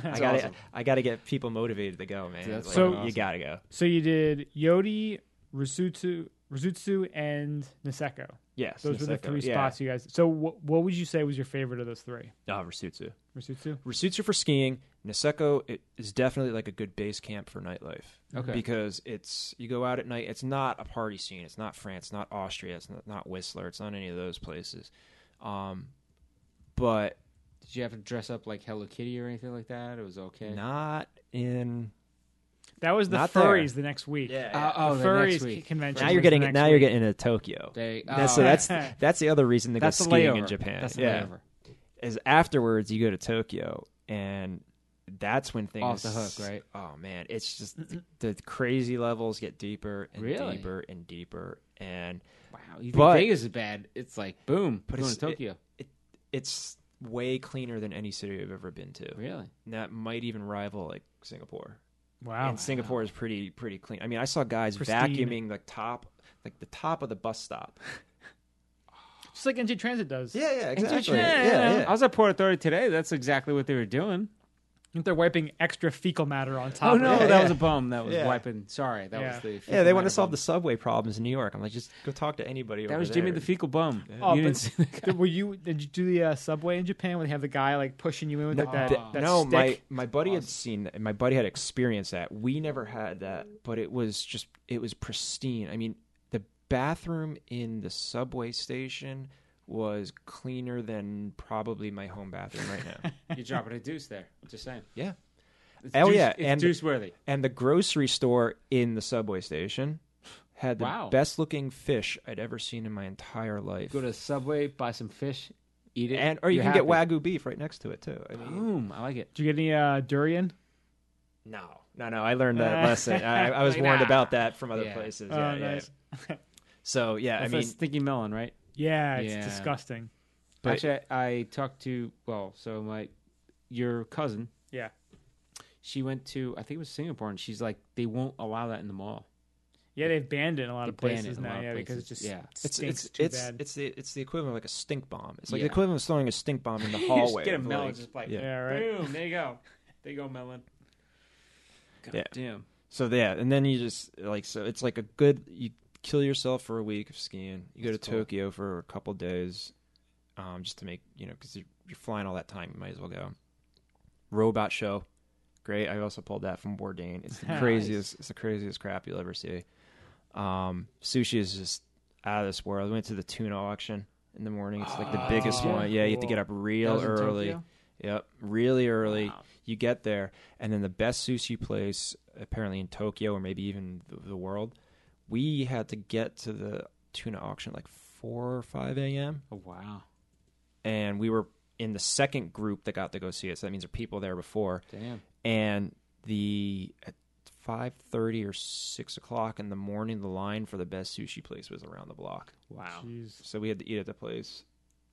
I got to awesome. I got to get people motivated to go, man. Dude, that's Like, So- you awesome. got to go. so you did Yodi, Rizutsu, Rizutsu, and Niseko. Yes, Those were the Niseko, three yeah. spots you guys. So what what would you say was your favorite of those three? Ah, Risutsu. Rizutsu. Risutsu for skiing. Niseko it is definitely like a good base camp for nightlife. Okay. Because it's you go out at night. It's not a party scene. It's not France. Not Austria. It's not, not Whistler. It's not any of those places. Um, but Did you have to dress up like Hello Kitty or anything like that? It was okay. not in. That was the Not there. furries the next week. Uh, oh, the the furries next week. convention. Now was you're the getting next now you're week. getting into Tokyo. They, oh, That's, so that's that's the other reason to go that's the skiing layover in Japan. That's the yeah, layover. is afterwards you go to Tokyo and that's when things Off the hook, right? Oh man, it's just the crazy levels get deeper and Really? deeper and deeper, and Wow. You think But- Vegas is bad? It's like boom. But going it's- to Tokyo. it, it's way cleaner than any city I've ever been to. really? And that might even rival like Singapore. wow. Oh, and Singapore is pretty pretty clean. I mean, I saw guys Pristine. vacuuming the top, like the top of the bus stop. Just like NC Transit does. yeah, exactly. I was at Port Authority today. That's exactly what they were doing. I think They're wiping extra fecal matter on top. Oh of no, it. that was a bum. That was Yeah. wiping. Sorry, that Yeah. was the. Yeah, they want to solve the subway problems in New York. I'm like, just go talk to anybody. That over was Jimmy there. the fecal bum. Oh, you but didn't see the guy. Did, were you? Did you do the uh, subway in Japan where they have the guy like pushing you in with like, that? Th- that no, stick? my my buddy had seen that. My buddy had experienced that. We never had that, but it was just it was pristine. I mean, the bathroom in the subway station was cleaner than probably my home bathroom right now. You're dropping a deuce there. Just saying. yeah, It's Oh, deuce, yeah, it's and- deuce worthy. and the grocery store in the subway station had the Wow. best looking fish I'd ever seen in my entire life. Go to Subway, buy some fish, eat it, and or you you're can happy. get wagyu beef right next to it too. I mean, Boom! I like it. Did you get any uh, durian? No, no, no. I learned that Uh, lesson. I, I was like, warned nah. about that from other Yeah. places. Oh, Yeah, yeah. nice. So yeah, That's I that mean, stinky melon, right? Yeah, it's Yeah. disgusting. But- Actually, I, I talked to well, so my your cousin, Yeah. she went to I think it was Singapore, and she's like, they won't allow that in the mall. Yeah, they've banned it in a lot of They ban it places in a now. lot of yeah, because it places. just Yeah. stinks it's it's too it's, bad. it's the it's the equivalent of like a stink bomb. It's like Yeah. the equivalent of throwing a stink bomb in the You hallway. just get a of, melon, like- just like yeah. yeah, right. boom, there you go, there you go, melon. God Yeah. damn. So yeah, and then you just like so it's like a good you kill yourself for a week of skiing. You go That's to cool. Tokyo for a couple days. um, just to make you know because you're, you're flying all that time, you might as well go. Robot show, great. I also pulled that from Bourdain. It's the craziest. It's the craziest crap you'll ever see. Um, sushi is just out of this world. We went to the tuna auction in the morning. It's Oh, like the biggest Tokyo? one. Yeah, you have to get Cool. up real That was in early. Tokyo? Yep, really early. Wow. You get there, and then the best sushi place apparently in Tokyo or maybe even the, the world. We had to get to the tuna auction at like four or five a.m. Oh, wow. and we were in the second group that got to go see it. So that means there are people there before, Damn. and the at five thirty or six o'clock in the morning, the line for the best sushi place was around the block. Wow. Jeez. So we had to eat at the place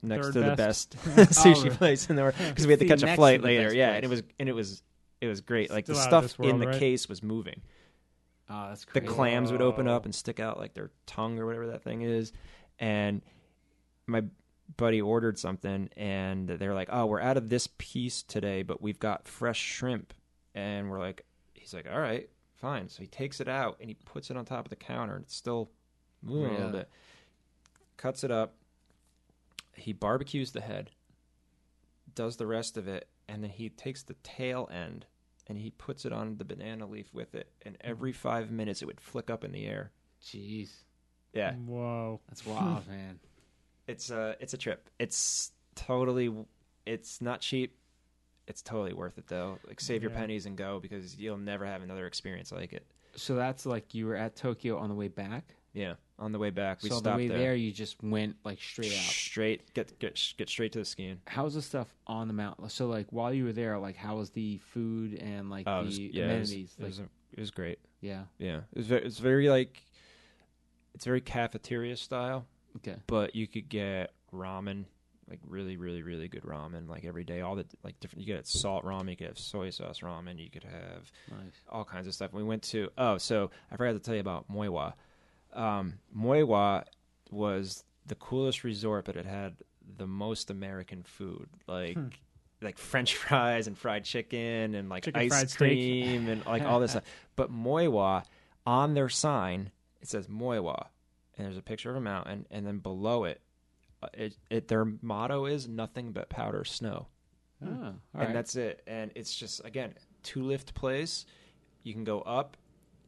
next Third to best. the best sushi Oh. place in the world because we had to See, catch next a to flight the later. best Yeah, place. and it was and it was it was great. Like the Still out of stuff this world, in the right? case was moving. Oh, that's The crazy. clams would open up and stick out like their tongue or whatever that thing is, and my buddy ordered something and they're like, "Oh, we're out of this piece today, but we've got fresh shrimp." And we're like, he's like, "All right, fine." So he takes it out and he puts it on top of the counter and it's still moving a little Yeah. bit. Cuts it up. He barbecues the head, does the rest of it, and then he takes the tail end and he puts it on the banana leaf with it. And every five minutes, it would flick up in the air. Jeez. Yeah, Mm. Whoa. That's wild, man. it's a it's a trip. It's totally it's not cheap. It's totally worth it though. Like save your Yeah. pennies and go because you'll never have another experience like it. So that's like you were at Tokyo on the way back. Yeah. On the way back, we so on the stopped way there. there. you just went like straight out. Straight get get get straight to the skiing. How was the stuff on the mountain? So like while you were there, like how was the food and like Oh, the it was, yeah, it was, amenities? it, was like, a- it was great. yeah. Yeah, it was very, it's very like it's very cafeteria style, Okay. but you could get ramen, like really really really good ramen, like every day. All the like different. You could have salt ramen, you could have soy sauce ramen, you could have Nice. all kinds of stuff. We went to oh, so I forgot to tell you about Moiwa. Um, Moiwa was the coolest resort, but it had the most American food, like Hmm. like French fries and fried chicken and like Chicken fried ice steak. cream and like all this stuff. But Moiwa on their sign it says Moiwa, and there's a picture of a mountain, and then below it. uh, It, it their motto is nothing but powder snow Oh, all Hmm. and right. that's it. And it's just again two lift place. You can go up,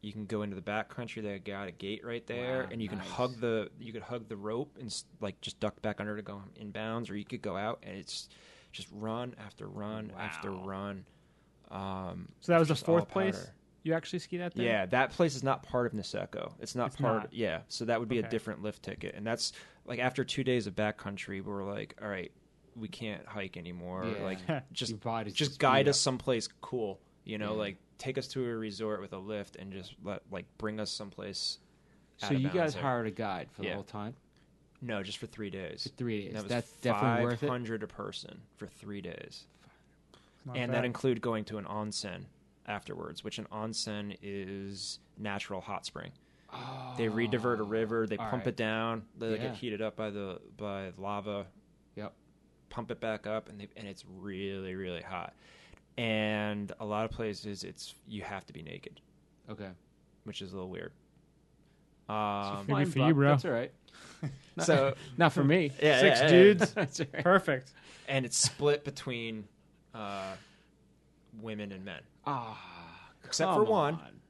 you can go into the back country. They got a gate right there, Wow, and you can nice. hug the you could hug the rope and s- like just duck back under to go in bounds, or you could go out and it's just run after run after Wow. run. Um, So that was the just all fourth place powder. you actually skied at there? Yeah, that place is not part of Niseko. It's not It's part. not. Yeah, so that would be Okay. a different lift ticket, and that's like after two days of backcountry, we were like, all right, we can't hike anymore. Yeah. Like just Your body's just just guide beat us someplace cool. You know, Yeah. like take us to a resort with a lift and just let like bring us someplace. out so of you bounds guys there. hired a guide for the Yeah. whole time. No, just for three days. For three And days. that was That's definitely worth it. hundred a person for three It's days, not and bad. that include going to an onsen afterwards, which an onsen is natural hot spring. They redivert a river, they Ah, all pump right. it down, they Yeah. get heated up by the by lava, Yep. pump it back up, and they, and it's really really hot. And a lot of places, it's you have to be naked, Okay. which is a little weird. Um, Maybe fine, for you, but bro. That's all right. Not- So not for me. yeah, Six yeah, yeah. dudes. That's all right. Perfect. and it's split between uh, women and men, Ah, Except come for one. on.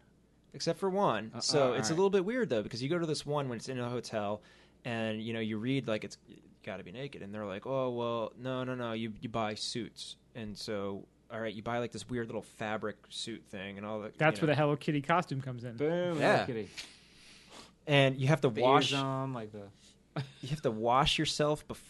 except for one. Uh, so uh, it's a alright. little bit weird though because you go to this one when it's in a hotel, and you know you read like it's got to be naked, and they're like, oh well, no no no, you you buy suits, and so all right, you buy like this weird little fabric suit thing and all that. That's you where the know. Hello Kitty costume comes in. Boom. Yeah. Yeah. Kitty. and you have to The wash ears on, like the. you have to wash yourself before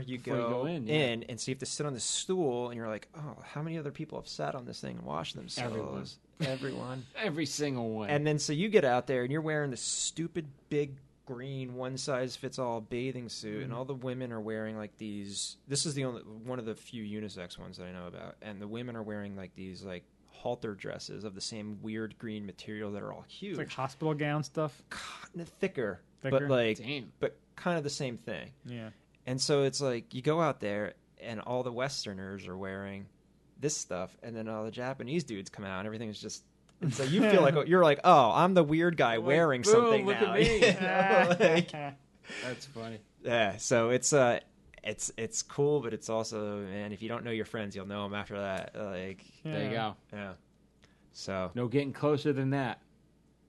you Before you go, go in, yeah. and so you have to sit on the stool, and you're like, oh, how many other people have sat on this thing and washed themselves? Everyone. Every single one. and then so you get out there, and you're wearing this stupid big green one size fits all bathing suit, and all the women are wearing like these. This is the only one of the few unisex ones that I know about, and the women are wearing like these like halter dresses of the same weird green material that are all huge, It's like hospital gown stuff. kind of thicker, Thicker? but like, Damn. but kind of the same thing. Yeah. And so it's like you go out there and all the Westerners are wearing this stuff, and then all the Japanese dudes come out, and everything's just. And so you feel like you're like, oh, I'm the weird guy Like, wearing boom, something look at now. me. You know, like- That's funny. yeah, so it's uh, it's it's cool, but it's also man, if you don't know your friends, you'll know them after that. Like There you Yeah. go. yeah, so No getting closer than that.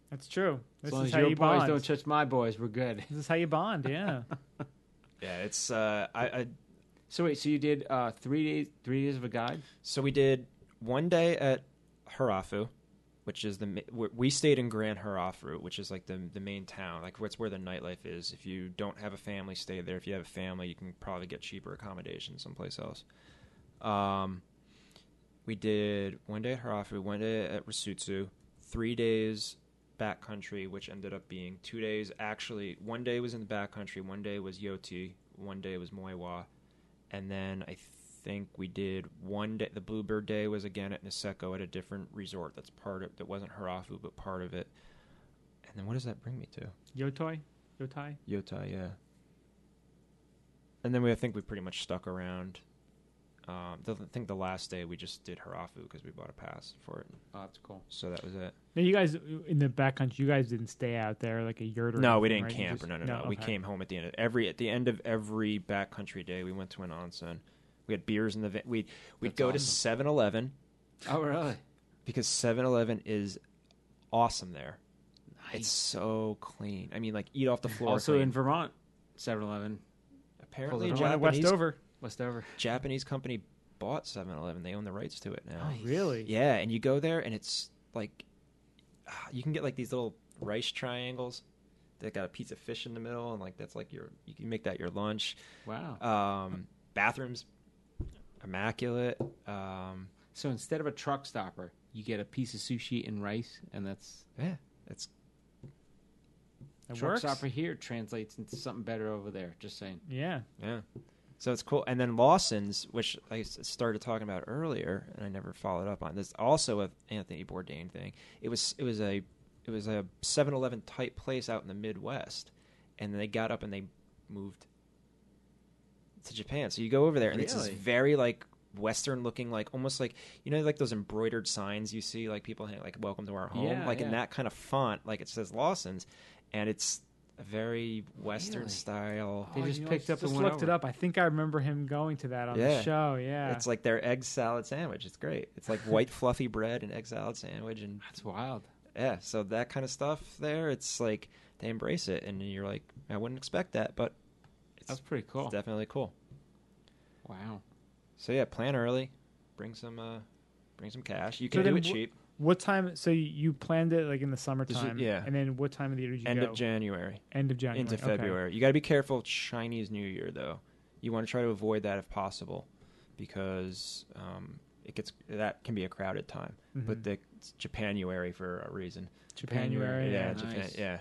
That's true. As This long is as how your you boys bond. don't touch my boys, we're good. this is how you bond. Yeah. yeah, it's uh, I, I So wait, so you did uh, three days, three days of a guide? So we did one day at Harafu, which is the ma- we- we stayed in Grand Harafu, which is like the the main town, like what's where the nightlife is. If you don't have a family, stay there. If you have a family, you can probably get cheaper accommodation someplace else. Um, we did one day at Harafu, one day at Rasutsu, three days backcountry, which ended up being two days. Actually, one day was in the backcountry, one day was Yoti, one day was Moiwa, and then I think we did one day. The Bluebird Day was again at Niseko at a different resort. That's part of that wasn't Harafu, but part of it. And then what does that bring me to? Yotoi. Yotai. Yotai, yeah. And then we, I think we pretty much stuck around. Um, the, I think the last day we just did Harafu because we bought a pass for it. Oh, that's cool. So that was it. Now you guys in the backcountry, you guys didn't stay out there like a yurt or No, we anything, didn't right? You camp. just- or no, no, no. We okay. came home at the end of every at the end of every backcountry day. We went to an onsen. We had beers in the van. We we'd That's go to awesome. 7-Eleven Oh really? because 7-Eleven is awesome there. It's so clean. I mean, like eat off the floor. Also clean. in Vermont, 7-Eleven, apparently a Or went west Japanese, over. Westover. Japanese company bought 7-Eleven. They own the rights to it now. Oh, Really? Yeah, and you go there and it's like ah, you can get like these little rice triangles that got a piece of fish in the middle and like that's like your you can make that your lunch. Wow. Um, bathrooms immaculate. Um, so instead of a truck stopper, you get a piece of sushi and rice, and that's yeah, it's It truck works. stopper here translates into something better over there. Just saying. Yeah. yeah. So it's cool. And then Lawson's, which I s- started talking about earlier, and I never followed up on. This also a Anthony Bourdain thing. It was it was a it was a 7-Eleven type place out in the Midwest, and they got up and they moved to Japan. So you go over there, and it's this Really? very like Western looking, like almost like you know like those embroidered signs you see, like people hang like "Welcome to our home," Yeah, like yeah. in that kind of font, like it says Lawson's, and it's a very Western Really? style. They Oh, just you know, picked up just and went looked it over. up. I think I remember him going to that on the Yeah. show. Yeah. It's like their egg salad sandwich. It's great. It's like white fluffy bread and egg salad sandwich, and That's wild. yeah, so that kind of stuff there. It's like they embrace it, and you're like, I wouldn't expect that, but it's, That's pretty it's cool. definitely cool. Wow. So yeah, plan early, bring some, uh, bring some cash. You So can do then it wh- cheap. what time? So you planned it like in the summertime. yeah. And then what time of the year did you End go? of January End of January. into okay. February. You got to be careful Chinese New Year though. You want to try to avoid that if possible, because um, it gets that can be a crowded time. But Mhm. the it's Japanuary for a reason. Japanuary. Yeah. January, Yeah, nice. Japan. Yeah.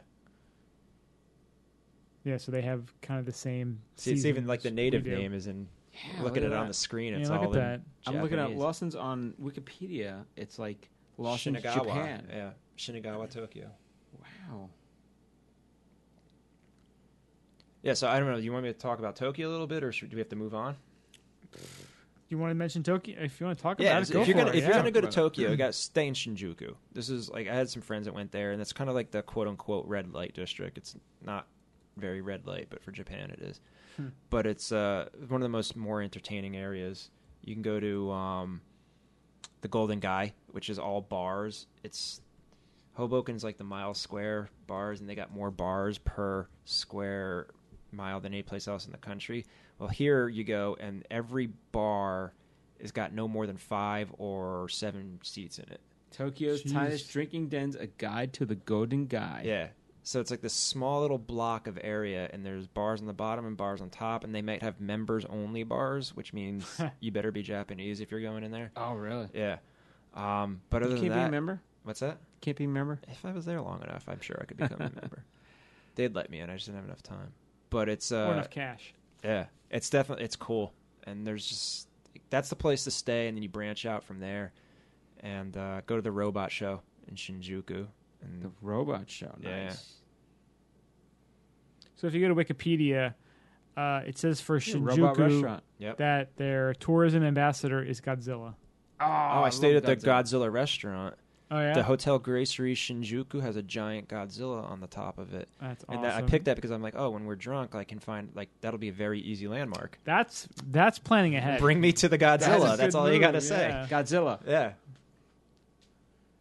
Yeah. So they have kind of the same. See, it's even like the seasons native we do. name is in. Yeah, look at it on that. the screen. Yeah, It's look all at that. in I'm looking at Japanese. Lawson's on Wikipedia. It's like Lawson's Shinagawa. Japan. Yeah, Shinagawa, Tokyo. Wow. Yeah, so I don't know. You want me to talk about Tokyo a little bit, or should, do we have to move on? You want to mention Tokyo? If you want to talk Yeah, about if it, go if you're for gonna it. if you're yeah. gonna go to Right. Tokyo, you got to stay in Shinjuku. This is like I had some friends that went there, and that's kind of like the quote unquote red light district. It's not very red light, but for Japan it is. But it's uh, one of the most more entertaining areas. You can go to um, the Golden Guy, which is all bars. It's Hoboken's like the mile square bars, and they got more bars per square mile than any place else in the country. Well, here you go, and every bar has got no more than five or seven seats in it. Tokyo's Jeez. Tiniest Drinking Dens, a guide to the Golden Guy. Yeah. So it's like this small little block of area, and there's bars on the bottom and bars on top, and they might have members only bars, which means you better be Japanese if you're going in there. Oh, really? Yeah. Um, but You other can't than be a that, member? what's that? Can't be a member? If I was there long enough, I'm sure I could become a member. They'd let me in. I just didn't have enough time. But it's Or uh, enough cash. yeah, it's definitely it's cool, and there's just that's the place to stay, and then you branch out from there, and uh, go to the robot show in Shinjuku. And The Robot Show. Nice. Yeah. So if you go to Wikipedia, uh, it says for Yeah, Robot Shinjuku Restaurant. yep. that their tourism ambassador is Godzilla. Oh, oh, I, stayed at love the Godzilla restaurant, Oh yeah, The Hotel Gracery Shinjuku has a giant Godzilla on the top of it. that's awesome. And that, I picked that because I'm like, oh, when we're drunk, I can find like that'll be a very easy landmark. that's that's planning ahead. Bring me to the That's Godzilla. That's, a good all you move, got to say. yeah. Godzilla. Yeah.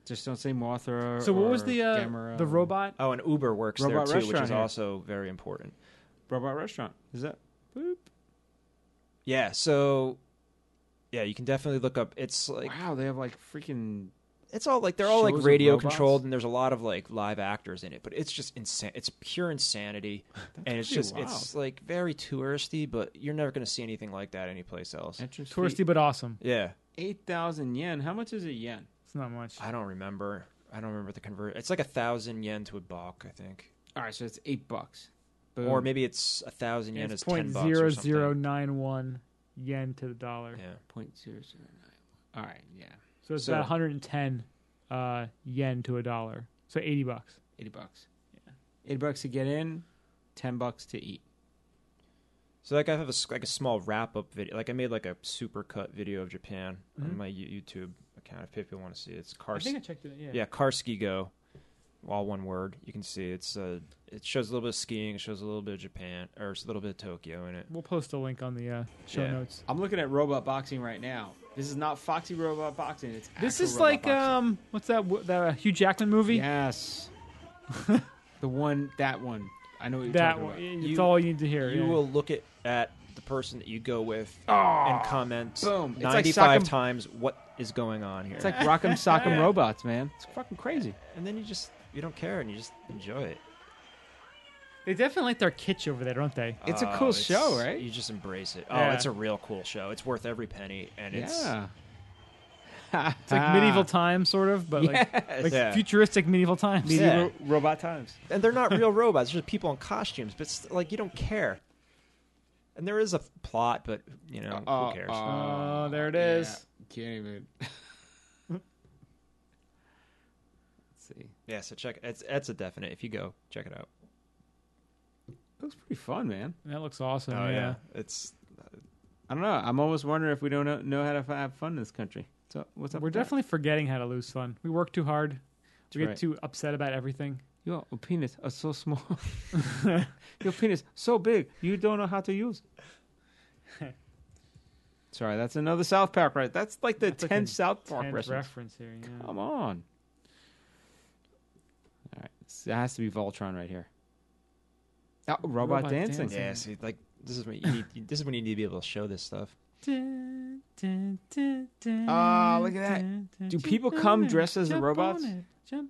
Just don't say Mothra. so what was or the uh, Gamera the or- robot? Oh, and Uber works Robot there too, which restaurant is here. also very important. robot restaurant? Is that? Boop. Yeah. So, yeah, you can definitely look up. It's like Wow, they have like freaking it's all like they're all like Shows of radio robots? controlled, and there's a lot of like live actors in it. But it's just insane. It's pure insanity, and it's pretty just it's like very touristy. But you're never going to see anything like that anyplace else. entrance fee. Touristy but awesome. Yeah. Eight thousand yen. How much is a yen? It's not much. I don't remember. I don't remember the convert. It's like a thousand yen to a buck, I think, All right, so it's eight bucks. Boom. or maybe it's a thousand yen it's is ten point bucks or zero zero something. nine one yen to the dollar. Yeah. point zero zero nine. All right, yeah, So it's So- about 110 uh, yen to a dollar. So 80 bucks. eighty bucks. Yeah, eight bucks to get in, ten bucks to eat. So like I have a, s- like a small wrap up video. Like I made like a super cut video of Japan Mhm. Mm-hmm. on my Yo- YouTube account. If people want to see it, it's Kars- checked it. yeah Karski Go, all one word. You can see it's uh it shows a little bit of skiing, it shows a little bit of Japan or it's a little bit of Tokyo in it. We'll post a link on the uh, show Yeah. notes. I'm looking at robot boxing right now. This is not Foxy Robot Boxing. It's This actual is robot like boxing. um, what's that? w- That uh, Hugh Jackman movie? yes, the one that one. I know what you're That talking one. about. It's You- all you need to hear. You yeah. will look at at the person that you go with and comment boom. It's like ninety five Sock'em- times what is going on here. It's like Rock'em Sock'em Robots, man. It's fucking crazy. and then you just you don't care and you just enjoy it. They definitely like their kitsch over there, don't they? It's a Oh, cool show, right? You just embrace it. Yeah. Oh, it's a real cool show. It's worth every penny, and it's yeah. It's like medieval times, sort of, but Ah. like, like Yeah. futuristic medieval times. Medieval- Yeah. robot times. and they're not real robots. They're just people in costumes, but it's, like you don't care. And there is a plot, but you know Uh, who cares? Oh, there it is. Can't even. Let's see. yeah, so check. It's that's a definite. If you go check it out. Looks pretty fun, man. That looks awesome. Oh, Oh, yeah. it's I don't know. I'm almost wondering if we don't know, know how to f- have fun in this country. So what's up? We're with that? definitely forgetting how to lose fun. We work too hard. We get right. too upset about everything. Your penis are so small. Your penis so big. You don't know how to use. it. Sorry, that's another South Park, right? That's like the That's like 10 a South Park Tenth reference. reference here. Yeah. Come on. All right, so that has to be Voltron right here. Oh, robot, Robot dancing. dancing. yeah. See, like this is when you need. this is when you need to be able to show this stuff. Dun, dun, Ah, look at that. Do people come dressed as the robots?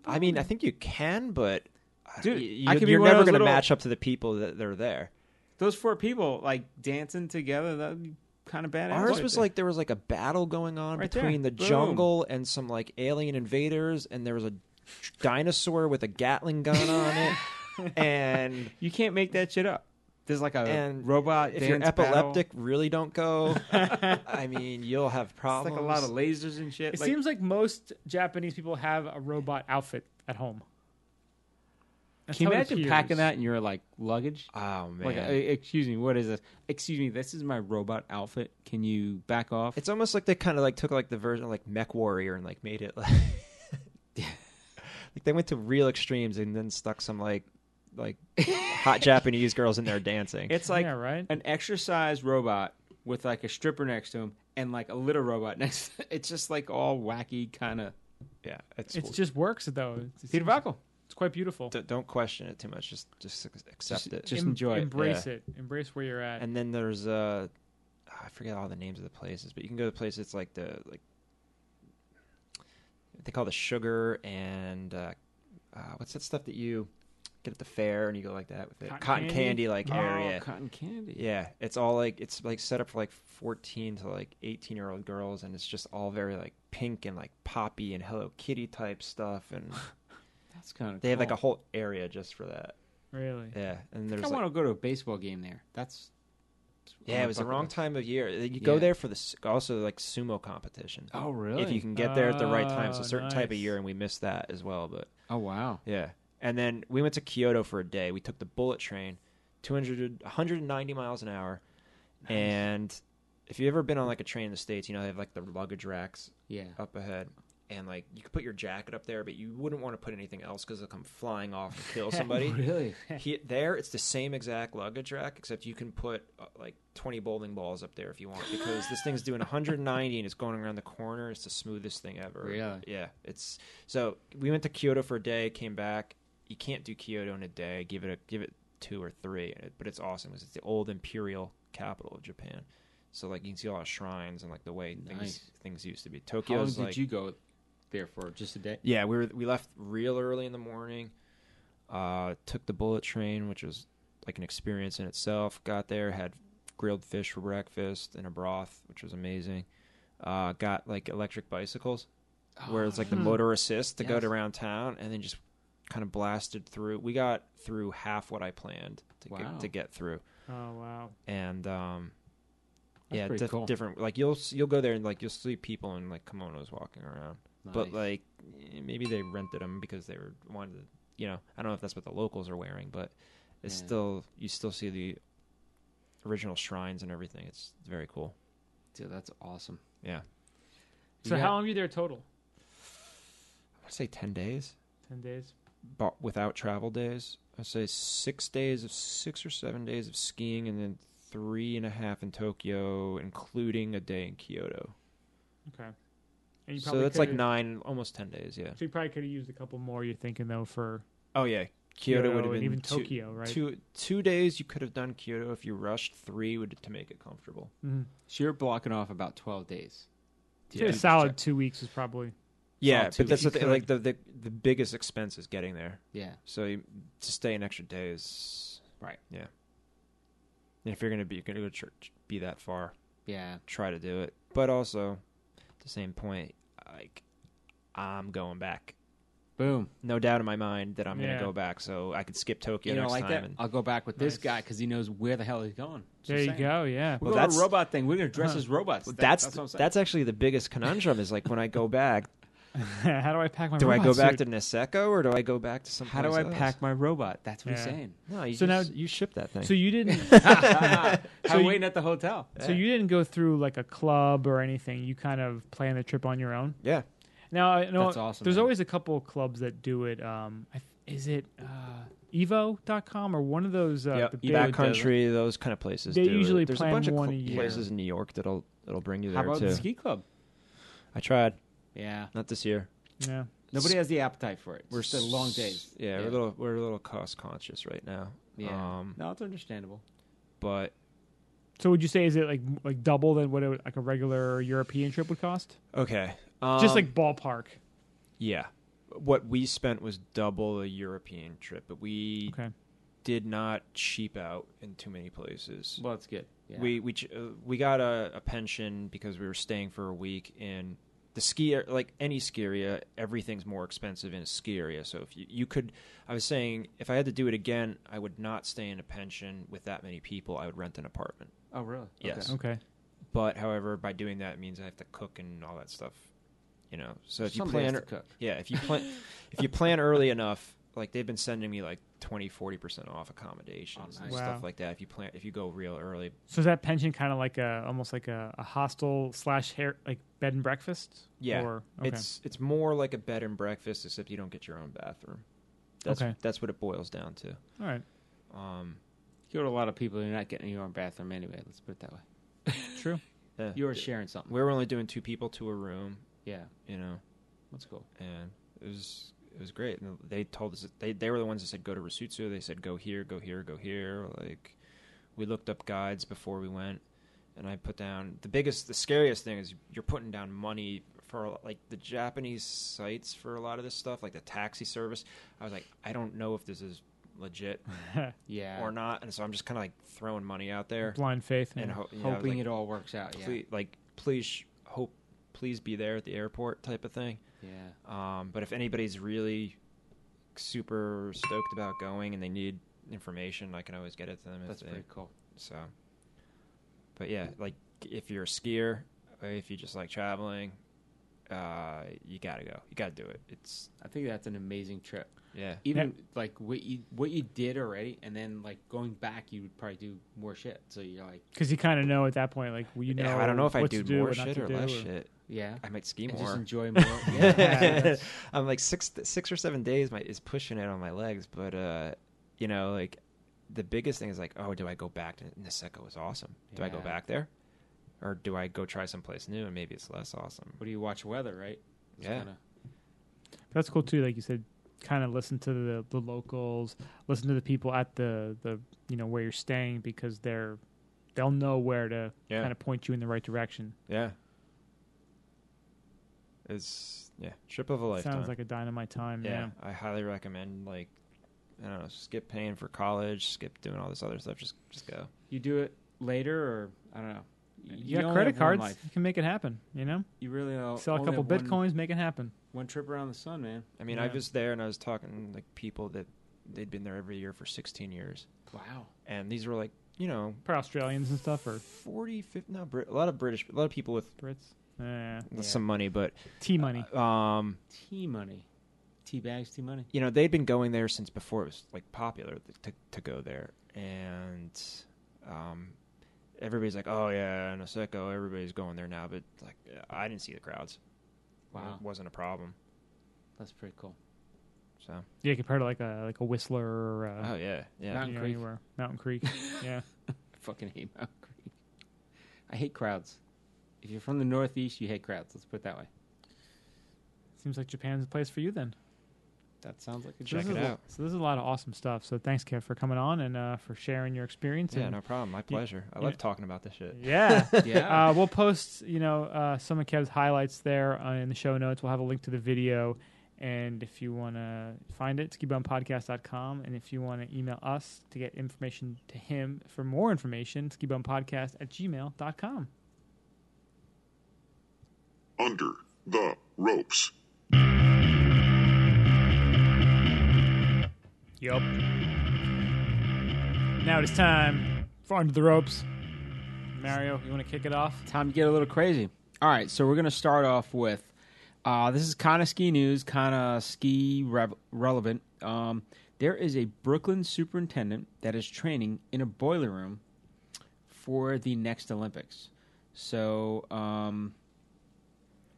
I mean, I think you can, but uh, Dude, you, I could be you're one of never those going to little- match up to the people that that are there. Those four people like dancing together. That'd be kind of badass. Ours right was there. like there was like a battle going on Right between there. the Boom. jungle and some like alien invaders, and there was a dinosaur with a Gatling gun on it. And you can't make that shit up. There's like a And robot. Uh, if you're dance battle. epileptic, really don't go. I mean, you'll have it's problems. like a lot of lasers and shit. It like, seems like most Japanese people have a robot outfit at home. That's can you how it imagine appears. packing that in your like luggage? Oh man, Like, uh, excuse me, what is this? Excuse me, this is my robot outfit. Can you back off? it's almost like they kind of like took like the version of like Mech Warrior and like made it like like they went to real extremes and then stuck some like like hot Japanese girls in there dancing. It's like Yeah, right? an exercise robot with like a stripper next to him and like a little robot next. it's just like all wacky kind of yeah, it's, It just works though. It's, Peter Buckle. it's quite beautiful. D- don't question it too much. Just just ac- accept Just, it. just Em- enjoy it. Embrace it. Embrace where you're at. and then there's uh, I forget all the names of the places, but you can go to places it's like the like they call the sugar and uh, uh, what's that stuff that you get at the fair and you go like that with it Cotton cotton, candy? candy? like Oh, Yeah. area. Cotton candy. Yeah, it's all like it's like set up for like 14 to like 18 year old girls, and it's just all very like pink and like poppy and Hello Kitty type stuff, and That's kind of. they have like a whole area just for that. really. Yeah, and I there's think I like, want to go to a baseball game there. That's. Yeah, it was the wrong time. time of year. You go Yeah. there for the s- also like sumo competition. Oh really? Ah, If you can get there at the right time, it's Oh, a certain type of nice. year, and we missed that as well. But Oh wow. yeah, and then we went to Kyoto for a day. We took the bullet train, 200, 190 miles an hour, and if you've ever been on like a train in the states, you know they have like the luggage racks Yeah. up ahead. and like you could put your jacket up there, but you wouldn't want to put anything else because it'll come flying off and kill somebody. really? He, there, it's the same exact luggage rack, except you can put uh, like 20 bowling balls up there if you want because this thing's doing 190 and it's going around the corner. It's the smoothest thing ever. Really? Yeah. It's so we went to Kyoto for a day, came back. You can't do Kyoto in a day. Give it a give it two or three, and it- but it's awesome because it's the old imperial capital of Japan. So like you can see a lot of shrines and like the way Nice. things things used to be. How long Tokyo's did like you go there for? Just a day? yeah, we were we left real early in the morning. Uh, took the bullet train, which was like an experience in itself. Got there, had grilled fish for breakfast and a broth, which was amazing. Uh, got like electric bicycles, where it's like the motor assist to Oh. go Yes. to around town, and then just kind of blasted through. We got through half what I planned to Wow. get, to get through Oh wow. and um That's yeah, pretty dif- cool. different. Like you'll s- you'll go there and like you'll see people in like kimonos walking around, but Nice. like eh, maybe they rented them because they were wanted to. You know, I don't know if that's what the locals are wearing, but it's Yeah. still you still see the original shrines and everything. It's very cool. Dude, that's awesome. Yeah, So Yeah. how long were you there total? I'd say ten days, Ten days. but without travel days. I'd say six days of six or seven days of skiing, and then three and a half in Tokyo, including a day in Kyoto. Okay. And you So that's like could've- nine, almost ten days. Yeah. So you probably could have used a couple more. You're thinking though for Oh yeah, Kyoto, Kyoto, would have been and even two, Tokyo, right? Two two days you could have done Kyoto if you rushed three would to make it comfortable. Mhm. So you're blocking off about 12 days. So a solid two weeks is probably Yeah, Oh, two but that's days. the thing, like the, the the biggest expense is getting there. Yeah. So you, to stay an extra day is Right. Yeah, and if you're gonna be you're gonna go to church, be that far, Yeah. try to do it. But also, at the same point, like I'm going back. Boom. No doubt in my mind that I'm Yeah. gonna go back. So I could skip Tokyo you know, next like time. that. and- I'll go back with this Nice. guy because he knows where the hell he's going. Just there. You saying. go. Uh-huh. Yeah. We're Well, going to that's- a robot thing. We're going to dress as robots. Oh, That- that's that's what I'm saying. that's actually the biggest conundrum is like when I go back, how do I pack my? do I robot go back suit? to Niseko or do I go back to some? How do I pack my robot? That's what he's Yeah. saying. No, you So so now- now you ship that thing. So you didn't. I'm you- waiting at the hotel. so you didn't go through like a club or anything. You kind of plan the trip on your own. yeah, Now I know That's awesome, there's man. always a couple clubs that do it. Um, I th- is it uh, Evo.com or one of those? Uh, yep. the big, backcountry, those kind of places. They do it. usually There's plan a bunch one of cl- a year. places in New York that'll that'll bring you How there about too. the ski club? I tried, Yeah. not this year. Yeah. Nobody has the appetite for it. We're s- still long days. Yeah, we're a little we're a little cost conscious right now. Yeah. Um, no, it's understandable. but So would you say is it like like double than what it, would- like a regular European trip would cost? okay, Just um, like ballpark. yeah, what we spent was double a European trip, but we Okay. did not cheap out in too many places. Well, it's good. Yeah. We we ch- uh, we got a, a pension because we were staying for a week in the ski ar- like any ski area. Everything's more expensive in a ski area. So if you, you could, I was saying if I had to do it again, I would not stay in a pension with that many people. I would rent an apartment. Oh, really? Yes. Okay. Okay. But however, by doing that it means I have to cook and all that stuff. You know, so if Somebody you has plan, to ear- cook. yeah, if you plan, if you plan early enough, like they've been sending me like 20, 40 percent off accommodations Oh, and nice. stuff Wow. like that. If you plan, if you go real early, So is that pension kind of like a almost like a, a hostel slash hair like bed and breakfast? Yeah, Or, okay. it's it's more like a bed and breakfast, except you don't get your own bathroom. That's Okay. that's what it boils down to. all right. Um, You go to a lot of people, you're not getting your own bathroom anyway. Let's put it that way. True. yeah. You were sharing something. we were only doing two people to a room, Yeah. you know, That's cool. and it was it was great. And they told us they they were the ones that said go to Rasutsu. They said go here, go here, go here. Like we looked up guides before we went, and I put down the biggest, the scariest thing is you're putting down money for like the Japanese sites for a lot of this stuff, like the taxi service. I was like, I don't know if this is legit. Yeah. or not, and so I'm just kind of like throwing money out there Blind faith. and yeah. ho- you know, Hoping like, it all works out. Yeah. please, like please sh- hope please be there at the airport type of thing. Yeah. Um, but if anybody's really super stoked about going and they need information, I can always get it to them. That's if they, pretty cool. So, but yeah, like if you're a skier, or if you just like traveling, uh, you gotta go. You gotta do it. It's I think that's an amazing trip. yeah. Even like what you what you did already, and then like going back, you would probably do more shit. So you're like, Because you kind of know at that point, like well, you know. I don't know if I what to do do more what not shit to or do, less shit. yeah, I might ski and just more. enjoy more. Yeah, that's- I'm like six six or seven days my is pushing it on my legs, but uh you know, like the biggest thing is like, oh, do I go back to Niseko was awesome. Do I go Yeah. back there? Or do I go try someplace new and maybe it's less awesome? what do you watch weather, right? It's Yeah. kinda- That's cool too. Like you said, kind of listen to the, the locals, listen to the people at the, the you know where you're staying because they're they'll know where to Yeah. kind of point you in the right direction. Yeah. It's yeah, trip of a lifetime. Sounds like a dynamite time. yeah, Yeah. I highly recommend like I don't know, skip paying for college, skip doing all this other stuff, just just go. You do it later, or I don't know. You, only got have credit one cards, life. you can make it happen. You know, You really o- sell a only couple have one- bitcoins, make it happen. One trip around the sun, man. I mean, I Yeah. was there and I was talking like people that they'd been there every year for 16 years, Wow. and these were like you know For Australians and stuff or 40, 50, no, Brit, a lot of British, a lot of people with Brits, yeah, Yeah. some money, but tea money. um, Tea money. Tea bags, tea money. you know they'd been going there since before it was like popular to to go there, and um, everybody's like, oh yeah, Noseko, everybody's going there now, but like I didn't see the crowds. Wow. it wasn't a problem. That's pretty cool. So yeah, compared to like a like a Whistler or a, oh yeah, yeah. Mountain you know, Creek. anywhere Mountain Creek. yeah, I fucking hate Mountain Creek. I hate crowds. If you're from the Northeast, you hate crowds. Let's put it that way. seems like Japan's the place for you then. That sounds like a Check this it is a- out. so this is a lot of awesome stuff. So thanks, Kev, for coming on and uh, for sharing your experience. Yeah, and- no problem. My pleasure. I you love know- talking about this shit. yeah. Yeah. Uh, we'll post, you know, uh, some of Kev's highlights there uh, in the show notes. We'll have a link to the video. And if you want to find it, skibumpodcast.com. And if you want to email us to get information to him for more information, skibumpodcast at gmail.com. Under the ropes. Yep. Now it is time for Under the Ropes. Mario, you want to kick it off? Time to get a little crazy. All right, so we're going to start off with uh, this is kind of ski news, kind of ski rev- relevant. Um, there is a Brooklyn superintendent that is training in a boiler room for the next Olympics. So, um,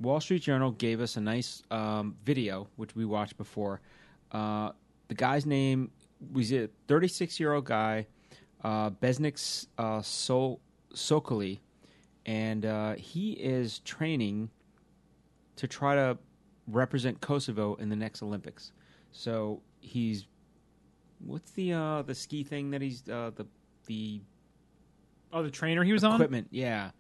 Wall Street Journal gave us a nice um, video, which we watched before. Uh, the guy's name was a 36 year old guy, uh, Besnik uh, Sol- Sokoli, and uh, he is training to try to represent Kosovo in the next Olympics. So he's what's the uh, the ski thing that he's uh, the the Oh, the trainer he was equipment? Yeah,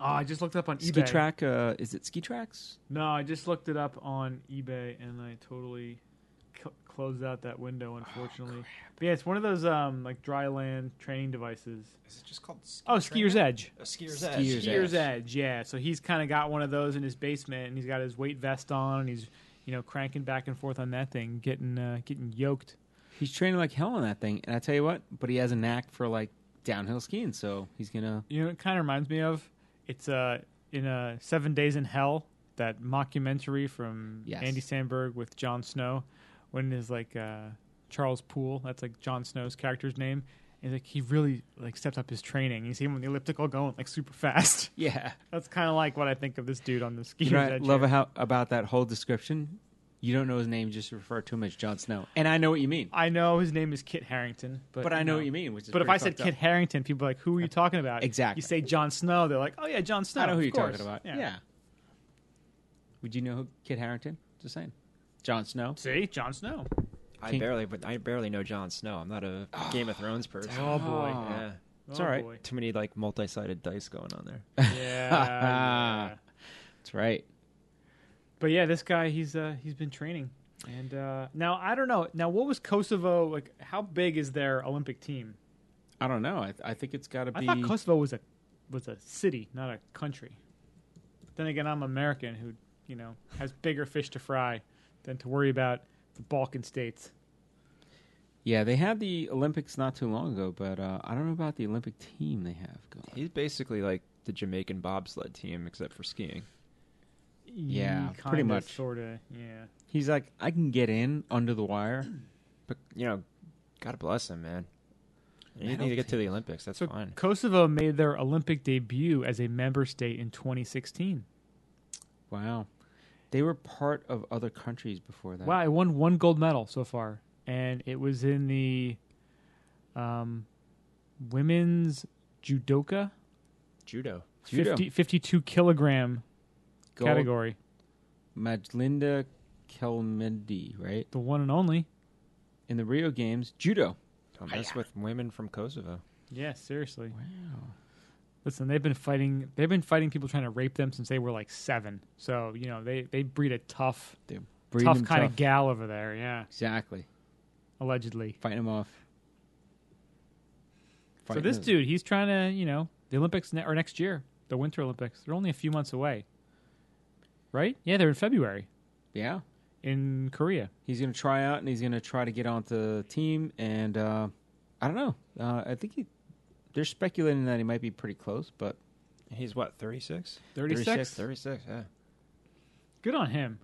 on? Oh, I just looked up on ski eBay. track. Uh, is it ski tracks? No, I just looked it up on eBay and I totally c- closed out that Oh, window, unfortunately. but yeah, it's one of those um like dry land training devices. Is it just called? Oh, Skier's Edge. skier's Edge. Skier's Skier's Edge. Yeah. So he's kind of got one of those in his basement, and he's got his weight vest on, and he's you know cranking back and forth on that thing, getting uh, getting yoked. He's training like hell on that thing, and I tell you what, but he has a knack for like downhill skiing, so he's gonna. You know, it kind of reminds me of it's uh in uh, Seven Days in Hell that mockumentary from Yes. Andy Sandberg with Jon Snow when is like uh, Charles Poole that's like Jon Snow's character's name and like he really like stepped up his training you see him on the elliptical going like super fast Yeah, that's kind of like what I think of this dude on the ski you know what I love how, about that whole description. You don't know his name, you just refer to him as Jon Snow, and I know what you mean. I know his name is Kit Harrington but, But I know no. what you mean. Which is but if pretty I said fucked up. Kit Harrington people are like who are you talking about Exactly. you say Jon Snow they're like oh yeah Jon Snow I know who of you're course. talking about. Yeah. Would you know who Kit Harrington? Just saying. Jon Snow. see Jon Snow I King- barely, but I barely know Jon Snow. I'm not a Game of Thrones person. oh boy Yeah. it's all right. Too many like multi-sided dice going on there. yeah. yeah. That's right. But yeah, this guy he's uh he's been training. And uh now I don't know. Now what was Kosovo like how big is their Olympic team? I don't know. I, I think it's got to I be. thought Kosovo was a was a city, not a country. Then again, I'm American who, you know, has bigger fish to fry than to worry about the Balkan states. yeah, they had the Olympics not too long ago, but uh, I don't know about the Olympic team they have going. He's basically like the Jamaican bobsled team, except for skiing. Yeah, pretty much. Sort of. Yeah. He's like, I can get in under the wire. But you know, God bless him, man. You need to get to the Olympics. That's So fine. Kosovo made their Olympic debut as a member state in 2016. Wow. They were part of other countries before that. Wow, I won one gold medal so far, and it was in the um, women's judoka Judo. Judo. 50, 52 kilogram Gold. category, Majlinda Kelmedi, right? the one and only. In the Rio Games, judo. Don't mess with women from Kosovo. Yeah, seriously. Wow. Listen, they've been fighting. They've been fighting people trying to rape them since they were like seven. So you know they they breed a tough, They're tough breeding kind tough. of gal over there. Yeah, Exactly. allegedly. Fighting them off. So Fighting this them. dude, he's trying to, you know, the Olympics ne- or next year, the Winter Olympics. They're only a few months away, right? Yeah, they're in February Yeah. in Korea. He's going to try out and he's going to try to get onto the team. And uh, I don't know. Uh, I think he, they're speculating that he might be pretty close, but He's what, 36? 36. 36, yeah. Good on him.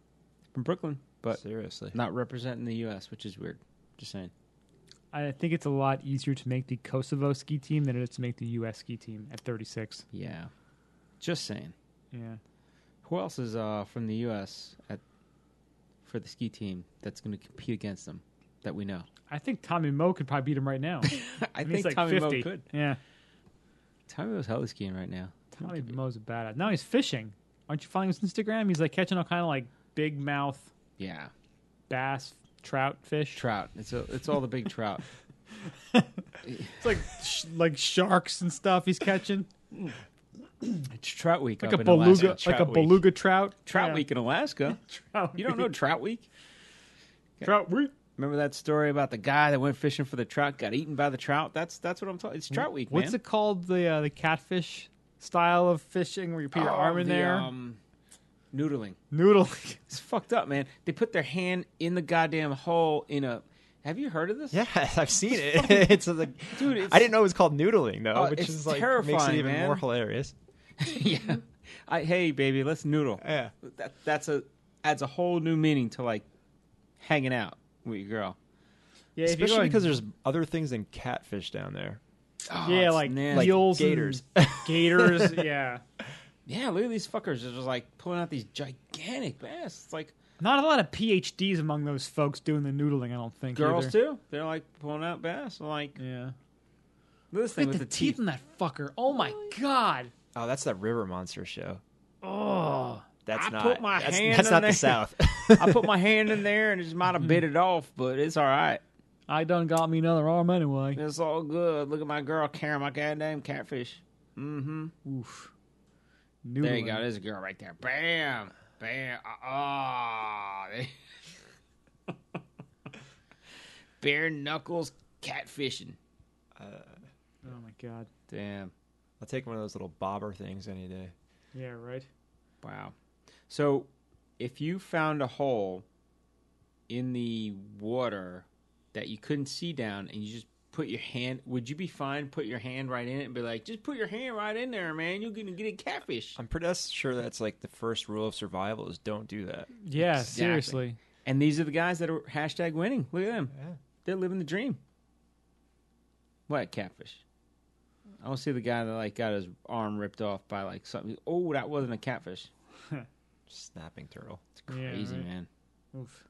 from Brooklyn, but Seriously. not representing the U.S., which is weird. Just saying. I think it's a lot easier to make the Kosovo ski team than it is to make the U.S. ski team at 36. Yeah. Just saying. Yeah. Who else is uh, from the U.S. at for the ski team that's going to compete against them that we know? I think Tommy Moe could probably beat him right now. I And he's think like Tommy 50. Moe could. Yeah. Tommy Moe's heli skiing right now. Tommy Moe's a badass. Now he's fishing. Aren't you following his Instagram? He's like catching all kind of like big mouth Yeah, bass, trout fish. trout. It's a, it's all the big trout. It's like sh- like sharks and stuff he's catching. It's Trout Week, like a up in beluga, Alaska. like Trout a Week. beluga trout. Trout Yeah. Week in Alaska. Trout You don't know week. Trout Week? trout week. Remember that story about the guy that went fishing for the trout, got eaten by the trout? That's that's what I'm talking. It's Trout Week, What's man. it called? The uh, the catfish style of fishing where you put your Oh, arm in the, there, Um, noodling. noodling. It's fucked up, man. They put their hand in the goddamn hole in a. Have you heard of this? Yeah, I've seen it. it's like, Dude, it's- I didn't know it was called noodling though, Oh, which it's is like makes it terrifying, even man. more hilarious. yeah. I, hey, baby, let's noodle. Yeah. That, that's a adds a whole new meaning to like hanging out with your girl. Yeah, if you Especially go- because there's other things than catfish down there. Oh, yeah, it's like nasty. eels, and gators. gators. Yeah, yeah, look at these fuckers. They're just like pulling out these gigantic bass. It's like not a lot of PhDs among those folks doing the noodling. I don't think girls either. too. They're like pulling out bass. I'm like Yeah, look at this look thing at with the, teeth in that fucker. Oh my god. Oh, that's that River Monster show. Oh, That's I not put my that's, hand that's in not there. the South. I put my hand in there and it just might have bit it off, but it's all right. I done got me another arm anyway. It's all good. Look at my girl carrying my goddamn catfish. Mm-hmm. Oof. There you Noodling. go. There's a girl right there. Bam, bam. Ah, oh, bare knuckles catfishing. Oh my god. Damn. I'll take one of those little bobber things any day. Yeah, right. Wow. So, if you found a hole in the water that you couldn't see down, and you just put your hand, would you be fine? Put your hand right in it and be like, just put your hand right in there, man. You're gonna get a catfish. I'm pretty sure that's like the first rule of survival is don't do that. Yeah, Exactly. seriously. And these are the guys that are hashtag winning. Look at them. They're living the dream. What catfish? I want to see the guy that like got his arm ripped off by like something. Oh, that wasn't a catfish. Snapping turtle. It's crazy, right. man. Oof.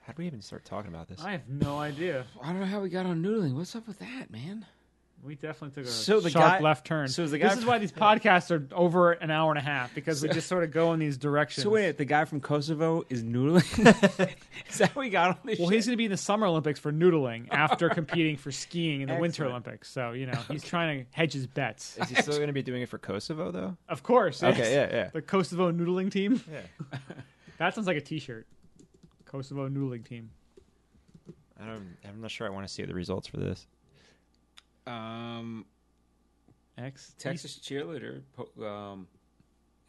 How do we even start talking about this? I have no idea. I don't know how we got on noodling. What's up with that, man? We definitely took a So the sharp guy- left turn. so the guy- this is why these podcasts are over an hour and a half because we just sort of go in these directions. So wait, the guy from Kosovo is noodling. is that what we got on this? well, shit? he's going to be in the Summer Olympics for noodling after competing for skiing in the Winter Excellent. Olympics. So, you know, he's trying to hedge his bets. Is he still going to be doing it for Kosovo though? Of course. yes. Okay, yeah, yeah. The Kosovo noodling team. Yeah. That sounds like a t shirt. Kosovo noodling team. I don't I'm not sure I want to see the results for this. um X. Texas cheerleader. po- Um,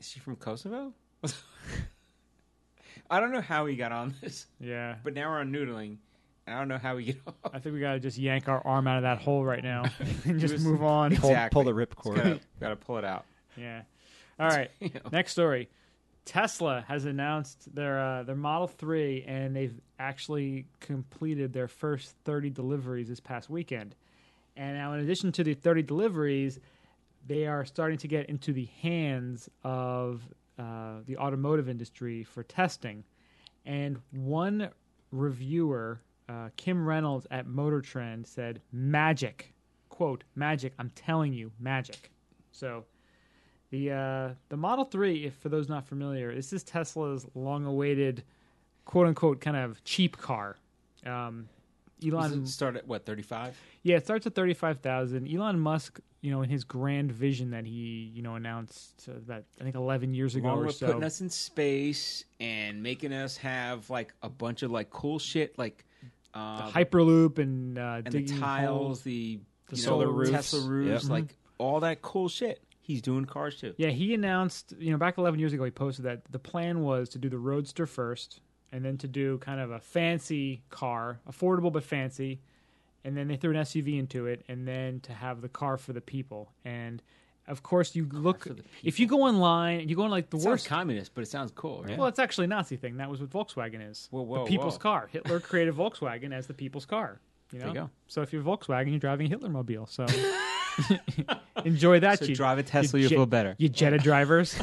is she from Kosovo? I don't know how we got on this. Yeah. But now we're on noodling. and I don't know how we get off. I think we got to just yank our arm out of that hole right now and just Just- move on. Pull, Exactly. pull the ripcord. Gotta, gotta pull it out. Yeah. All right. You know. Next story. Tesla has announced their uh, their Model Three, and they've actually completed their first 30 deliveries this past weekend. And now, in addition to the 30 deliveries, they are starting to get into the hands of uh, the automotive industry for testing. And one reviewer, uh, Kim Reynolds at Motor Trend, said, "Magic," quote, "Magic." I'm telling you, magic. So the uh, the Model Three, if for those not familiar, this is Tesla's long-awaited, quote-unquote, kind of cheap car. Um, Elon, Doesn't start at what thirty five? yeah, it starts at thirty-five thousand. Elon Musk, you know, in his grand vision that he, you know, announced uh, about I think eleven years ago Along or with so. putting us in space and making us have like a bunch of like cool shit, like uh, Hyperloop and, uh, and the digging holes. tiles, the, the you know, solar roofs. Tesla roofs, Yep. like all that cool shit. He's doing cars too. Yeah, he announced, you know, back 11 years ago, he posted that the plan was to do the Roadster first and then to do kind of a fancy car, affordable but fancy. And then they threw an SUV into it and then to have the car for the people. And of course, you look, for the if you go online and you go on like the It sounds worst. communist, but it sounds cool. Right? well, it's actually a Nazi thing. That was what Volkswagen is. Whoa, whoa, the people's whoa. car. Hitler created Volkswagen as the people's car. You know? There you go. So if you're Volkswagen, you're driving a Hitler mobile. So enjoy that. So you, drive a Tesla, you'll Jet- feel better. You Jetta drivers.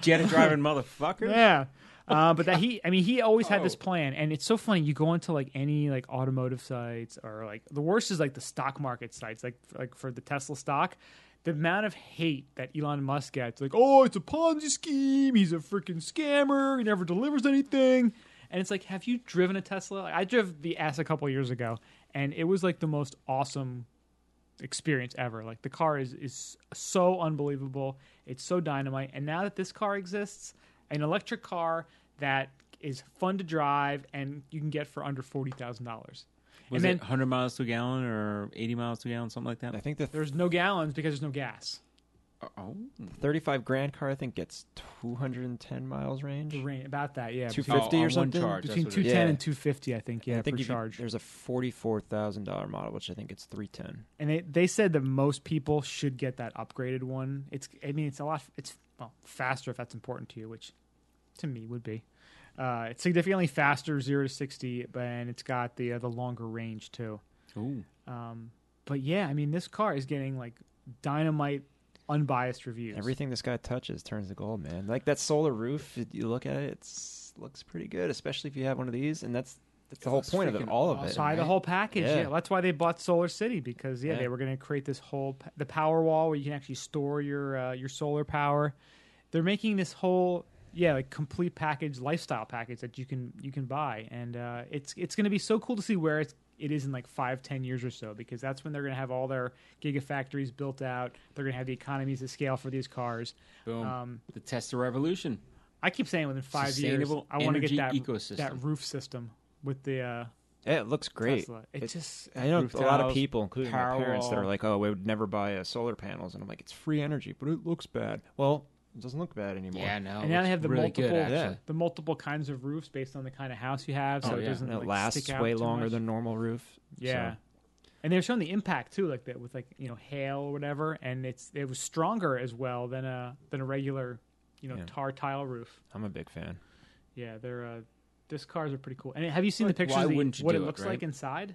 Jet driving motherfucker. Yeah. Uh, but that he, I mean, he always had this Oh. plan, and it's so funny. You go into like any like automotive sites or like the worst is like the stock market sites, like like for the Tesla stock. The amount of hate that Elon Musk gets, like, oh, it's a Ponzi scheme. He's a freaking scammer. He never delivers anything. And it's like, have you driven a Tesla? I drove the S a couple years ago, and it was like the most awesome experience ever. Like the car is is so unbelievable. It's so dynamite. And now that this car exists, an electric car that is fun to drive and you can get for under forty thousand dollars. Was And then it 100 miles to a gallon or 80 miles to a gallon, something like I that? think the there's no gallons because there's no gas. Oh, 35 grand car I think gets 210 miles range. The rain about that, yeah. Two Between, fifty on or one something. charge. between That's two what is. ten Yeah. and two fifty, I think, yeah, I think per if you- charge. there's a forty-four thousand dollar model, which I think it's three ten. and they, they said that most people should get that upgraded one. It's I mean it's a lot it's well faster if that's important to you, which to me would be. Uh, it's significantly faster zero to sixty, but and it's got the uh, the longer range too. Ooh. Um, but yeah, I mean this car is getting like dynamite, unbiased reviews. Everything this guy touches turns to gold, man. Like that solar roof, it- you look at it, it's looks pretty good, especially if you have one of these. And that's that's the whole looks point of freaking it. All of it. Buy the whole package. Yeah. Yeah. that's why they bought Solar City because yeah, Yeah. they were going to create this whole p- the power wall where you can actually store your uh, your solar power. They're making this whole yeah like complete package lifestyle package that you can you can buy, and uh, it's it's going to be so cool to see where it's it is in like five ten years or so because that's when they're going to have all their gigafactories built out. They're going to have the economies of scale for these cars. boom. Um, the Tesla revolution. I keep saying within five years, Sustainable I want to get energy that ecosystem. that roof system with the uh, Yeah, it looks great. Tesla. It It's- just- I know roof a lot tiles, of people, including my power parents, that wall. are like, "Oh, we would never buy uh, solar panels," and I'm like, "It's free energy, but it looks bad." Well, it doesn't look bad anymore. no. and now they have the multiple actually. the multiple kinds of roofs based on the kind of house you have, so Oh, it yeah. doesn't and it like, lasts stick out way too longer much. than normal roof. yeah. so. And they're showing the impact too, like that with like you know hail or whatever, and it's it was stronger as well than a than a regular you know Yeah. tar tile roof. I'm a big fan. Yeah, they're uh, this cars are pretty cool. And have you seen Like, the pictures? why of the- wouldn't you what do it it, looks right? like inside?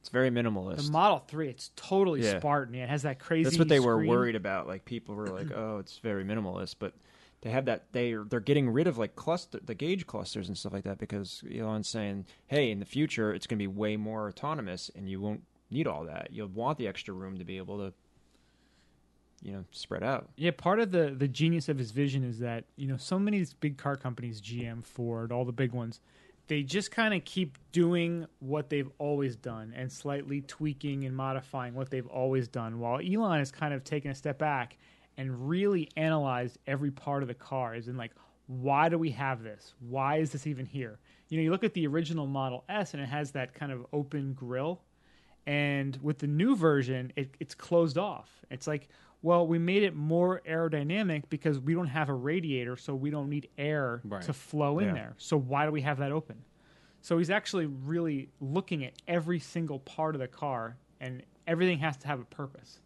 It's very minimalist. The Model Three, it's totally Yeah. Spartan. Yeah, it has that crazy. That's what they were screen. worried about. Like people were like, "Oh, it's very minimalist," but they have that they they're getting rid of like cluster the gauge clusters and stuff like that because Elon's saying, "Hey, in the future, it's going to be way more autonomous, and you won't need all that. You'll want the extra room to be able to, you know, spread out." Yeah, part of the the genius of his vision is that you know so many of these big car companies, GM, Ford, all the big ones, they just kind of keep doing what they've always done and slightly tweaking and modifying what they've always done. While Elon has kind of taken a step back and really analyzed every part of the car, as in like, why do we have this? Why is this even here? You know, you look at the original Model S and it has that kind of open grill and with the new version it, it's closed off it's like well we made it more aerodynamic because we don't have a radiator so we don't need air Right. to flow in there so why do we have that open so he's actually really looking at every single part of the car and everything has to have a purpose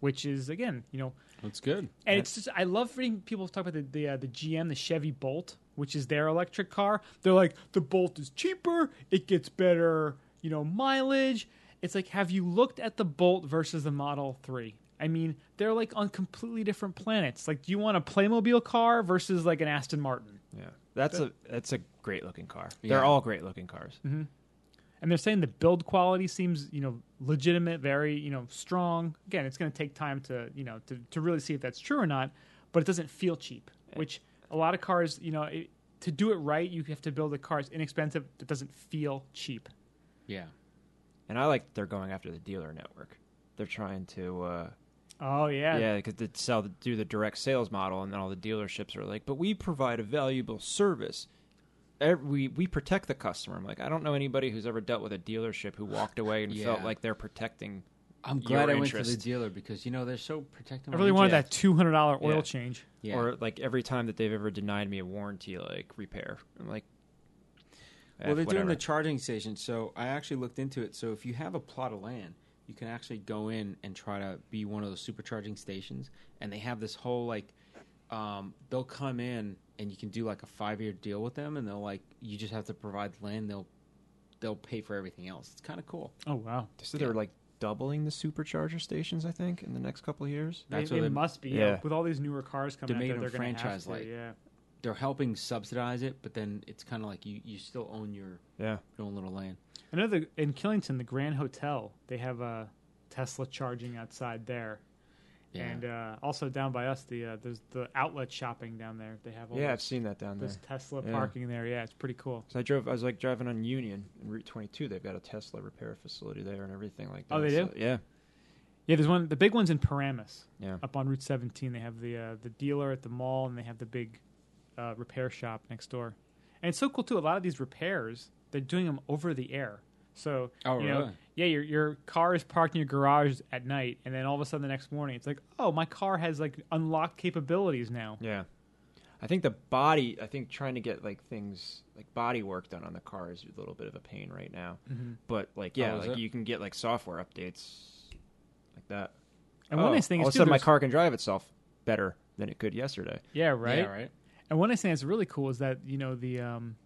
which is again, you know, That's good. and it's just I love reading people talk about the the, uh, the GM, the Chevy Bolt, which is their electric car. They're like the Bolt is cheaper, it gets better, you know, mileage. It's like have you looked at the Bolt versus the Model 3? I mean, they're like on completely different planets. Like do you want a Playmobil car versus like an Aston Martin? Yeah, that's a that's a great looking car. They're all great looking cars. Mm-hmm. and they're saying the build quality seems you know legitimate very you know strong again it's going to take time to you know to, to really see if that's true or not but it doesn't feel cheap which a lot of cars you know it, to do it right you have to build a car it's inexpensive that doesn't feel cheap Yeah. And I like they're going after the dealer network. They're trying to uh, oh yeah, because they sell do the direct sales model, and then all the dealerships are like, but we provide a valuable service. Ev- We we protect the customer. I'm like, I don't know anybody who's ever dealt with a dealership who walked away and felt Yeah. like they're protecting. I'm Your glad I went to the interest. dealer because you know they're so protective. i really wanted that $200 oil Yeah. change Yeah. Or like every time that they've ever denied me a warranty, like repair. I'm like, eh, well, they're doing whatever. the charging station, so I actually looked into it. So if you have a plot of land, you can actually go in and try to be one of those supercharging stations, and they have this whole like, um, they'll come in and you can do like a five year deal with them, and they'll like you just have to provide the land. They'll they'll pay for everything else. It's kind of cool. oh wow So they're like doubling the supercharger stations, I think, in the next couple of years. That's it, what it they- must be yeah. with all these newer cars coming They made out there, them they're going to have franchise to, like. yeah They're helping subsidize it, but then it's kind of like you you still own your Yeah. your own little land. Another in Killington, the Grand Hotel, they have a Tesla charging outside there, Yeah. and uh, also down by us, the uh, there's the outlet shopping down there. They have all Yeah, I've this, seen that down there. this Tesla Yeah. parking there. Yeah, it's pretty cool. So I drove. I was like driving on Union and Route 22. They've got a Tesla repair facility there and everything like that. Oh, they So- do? yeah. Yeah, there's one. The big one's in Paramus, Yeah. up on Route 17. They have the uh, the dealer at the mall, and they have the big uh, repair shop next door. And it's so cool too. A lot of these repairs, they're doing them over the air. So Oh, you know, really? yeah, your your car is parked in your garage at night, and then all of a sudden the next morning, it's like, oh, my car has like unlocked capabilities now. Yeah. I think the body. I think trying to get like things like body work done on the car is a little bit of a pain right now. Mm-hmm. But like, yeah, Oh, is like it? you can get like software updates like that. And one Oh, nice thing is all of a too, sudden my there's- car can drive itself better than it could yesterday. yeah, right, Yeah, right. And one nice thing that's really cool is that you know the um,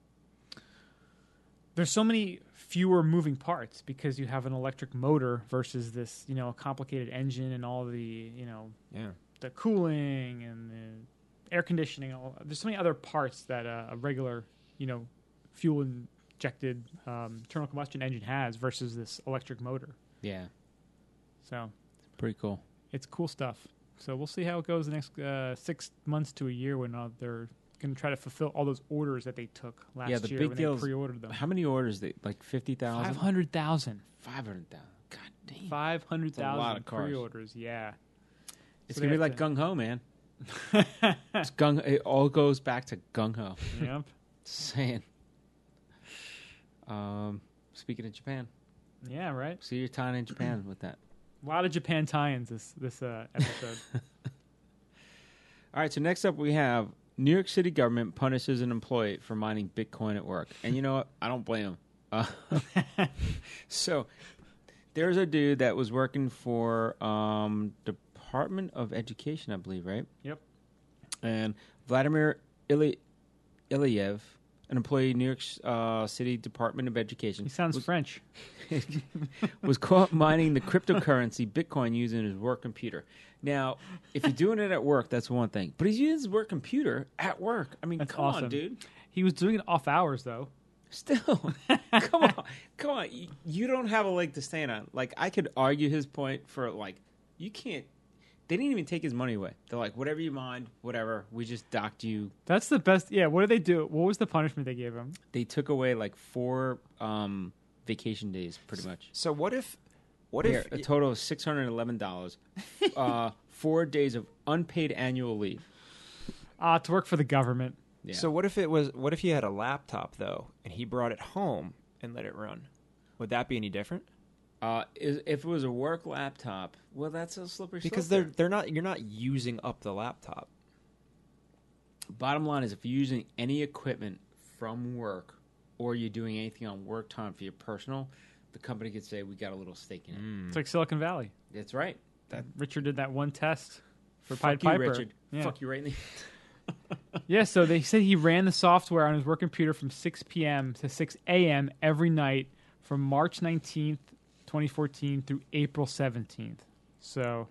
there's so many fewer moving parts because you have an electric motor versus this you know a complicated engine and all the you know Yeah. the cooling and the air conditioning. All there's so many other parts that uh, a regular you know fuel injected um, internal combustion engine has versus this electric motor. Yeah, So pretty cool. it's cool stuff. So we'll see how it goes the next uh, six months to a year when uh, they're going to try to fulfill all those orders that they took last Yeah, the year big when deal they is- pre-ordered them. How many orders? They like fifty thousand. 500,000. Five hundred thousand. God damn. That's a 500,000 lot of cars. pre-orders. Yeah. It's So they gonna be have like gung ho, man. it's gung. It all goes back to gung ho. yep. Saying. Um, speaking of Japan, Yeah, right. see your time in Japan with that. A lot of Japan tie-ins this this uh, episode. All right. So next up, we have New York City government punishes an employee for mining Bitcoin at work, and you know what? I don't blame him. Uh, so there's a dude that was working for um, Department of Education, I believe, right? Yep. and Vladimir Ili- Ilyev, an employee of New York uh, City Department of Education, he sounds was, French. was caught mining the cryptocurrency Bitcoin using his work computer. Now, if you're doing it at work, that's one thing, but he's using his work computer at work. I mean, That's come awesome. on, dude. He was doing it off hours though. Still, come on, come on. You, you don't have a leg to stand on. Like I could argue his point for like you can't. They didn't even take his money away. They're like, whatever you mind, whatever. We just docked you That's the best. Yeah, what did they do? What was the punishment they gave him? they took away like four um, vacation days, pretty much. So what if? What Yeah, if? a total of six hundred eleven dollars, uh, four days of unpaid annual leave. Ah, to work for the government. Yeah. So what if it was? What if he had a laptop though, and he brought it home and let it run? Would that be any different? uh, is, if it was a work laptop, well, that's a slippery slope. Because they're there. they're not. You're not using up the laptop. bottom line is if you're using any equipment from work or you're doing anything on work time for your personal, the company could say we got a little stake in it. Mm. It's like Silicon Valley. That's right. Hmm. That- Richard did that one test for Pied Fuck you, Piper. Richard. Yeah. Fuck you right in the. Yeah, so they said he ran the software on his work computer from 6 p.m. to 6 a.m. every night from March 19th, 2014 through April 17th. So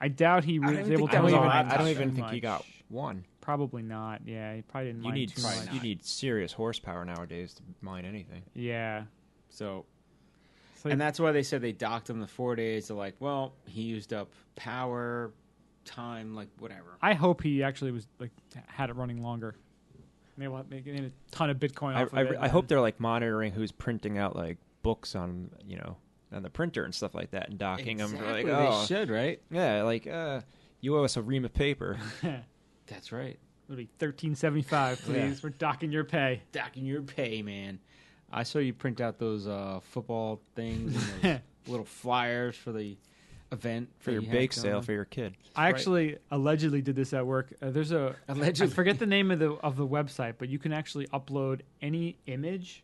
I doubt he don't was even able think to that was play a with lot. it I don't too even think he much. got one. Probably not. Yeah, he probably didn't You mind need too s- much. you need serious horsepower nowadays to mine anything. Yeah. So, So- and that's why they said they docked him the four days. They're like, well, he used up power, time, like whatever. I hope he actually was like had it running longer. Maybe we'll make a ton of Bitcoin I, off of I, it. I hope they're like monitoring who's printing out like books on you know on the printer and stuff like that and docking Exactly, them. Like, oh, They should, right? yeah, like uh, you owe us a ream of paper. That's right. It'll be 1375, please. Yeah. We're docking your pay. Docking your pay, man. I saw you print out those uh, football things and those little flyers for the event for that your you had bake sale going. for your kid. I actually allegedly did this at work. Uh, there's a Allegedly. I forget the name of the of the website, but you can actually upload any image,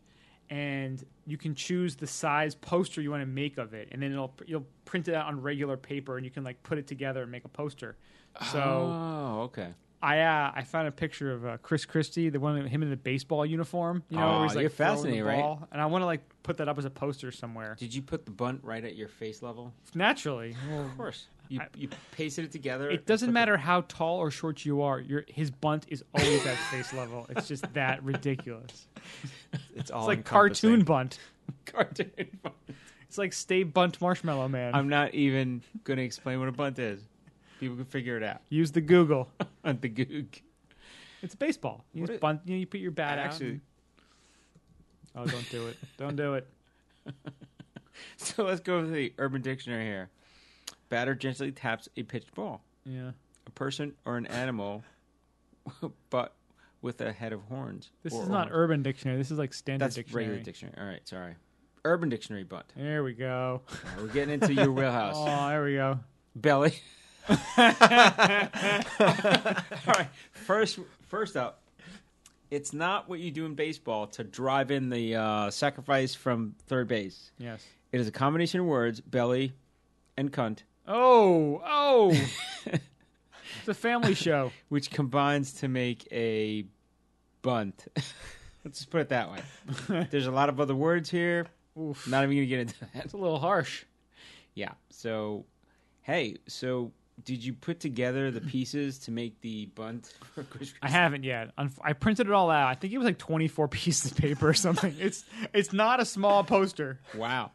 and you can choose the size poster you want to make of it, and then it'll you'll print it out on regular paper, and you can like put it together and make a poster. So Oh, okay. I uh, I found a picture of uh, Chris Christie, the one him in the baseball uniform. You know, Aw, where he's, like, you're throwing fascinated, the right? ball, And I want to like put that up as a poster somewhere. Did you put the bunt right at your face level? Naturally, Of course. You you pasted it together. It doesn't matter how tall or short you are. Your his bunt is always at face level. It's just that ridiculous. It's all It's like encompassing. cartoon bunt. Cartoon. It's like stay bunt marshmallow man. I'm not even going to explain what a bunt is. People can figure it out. Use the Google. on the goog. It's baseball. You What just it- bunt. You, know, you put your bat out. Actually- and- oh, don't do it. Don't do it. So let's go to the Urban Dictionary here. Batter gently taps a pitched ball, Yeah. a person or an animal, but with a head of horns. This or is not horns. Urban Dictionary. This is like standard That's dictionary. regular dictionary. All right, sorry. Urban Dictionary bunt. There we go. All right, we're getting into your wheelhouse. Oh, there we go. Belly. All right. First, first up, it's not what you do in baseball to drive in the uh, sacrifice from third base. Yes. It is a combination of words, belly and cunt, Oh, oh. it's a family show. which combines to make a bunt. Let's just put it that way. There's a lot of other words here. Oof. Not even going to get into that. It's a little harsh. Yeah. So, hey, so did you put together the pieces to make the bunt? for Chris I haven't yet. Unf- I printed it all out. I think it was like 24 pieces of paper or something. It's it's not a small poster. Wow.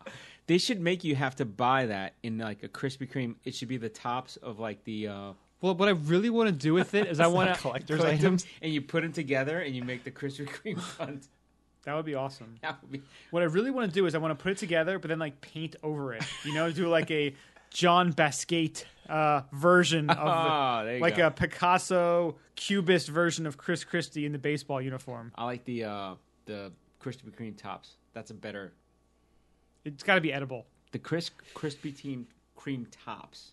They should make you have to buy that in like a Krispy Kreme. It should be the tops of like the uh, Well, what I really want to do with it is I want to collector's collect them. items. and you put them together and you make the Krispy Kreme bunt. That would be awesome. That would be What I really want to do is I want to put it together, but then like paint over it. You know, do like a John Basquiat uh, version of Ah, there the, you like go. a Picasso cubist version of Chris Christie in the baseball uniform. I like the uh, the Krispy Kreme tops. That's a better It's got to be edible. the Kris Krispy Team Cream tops,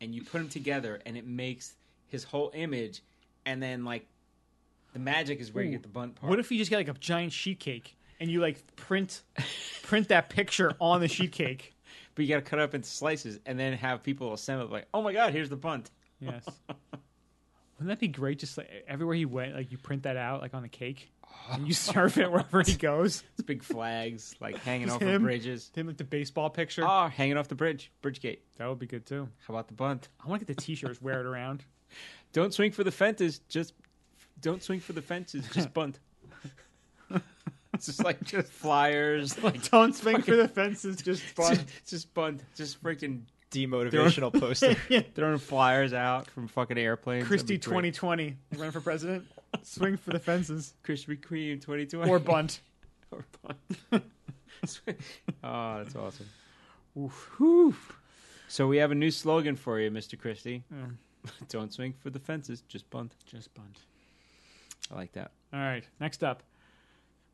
and you put them together, and it makes his whole image, and then like the magic is where you get the bunt part. What if you just get like a giant sheet cake and you like print print that picture on the sheet cake? but you got to cut up into slices, and then have people assemble it like, oh my god, here's the bunt. Yes. Wouldn't that be great? Just like e-, everywhere he went, like you print that out, like on the cake, and you serve it wherever he goes. It's big flags like hanging Just off the him. bridges. Him like the baseball picture. Oh, hanging off the bridge, bridge gate. that would be good too. How about the bunt? I want to get the T-shirts, wear it around. Don't swing for the fences. Just don't swing for the fences. Just bunt. it's just like just flyers. Like Don't swing for the fences, just just, just bunt. Just freaking Demotivational poster. throwing flyers out from fucking airplanes. That'd Christie be great. twenty twenty, run for president. swing for the fences Krispy Kreme twenty twenty or bunt. or bunt. oh, that's awesome. Whew. So we have a new slogan for you, Mr. Christie. Don't swing for the fences. Just bunt. Just bunt. I like that. All right, next up.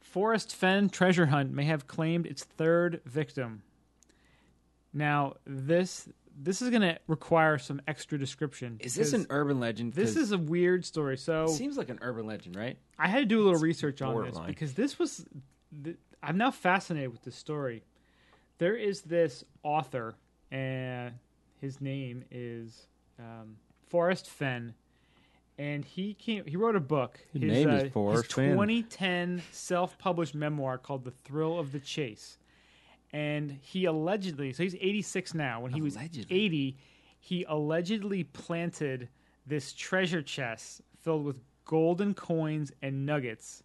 Forest Fen treasure hunt may have claimed its third victim. Now, this this is going to require some extra description. Is this an because urban legend? This 'Cause is a weird story. So, it seems like an urban legend, right? I had to do a little research on this borderline. because this was th- I'm now fascinated with this story. There is this author and His name is um, Forrest Fenn, and he came. He wrote a book. uh, His name is Forrest Fenn. 2010 self-published memoir called "The Thrill of the Chase," and he allegedly. So he's 86 now. When he was 80, he allegedly planted this treasure chest filled with golden coins and nuggets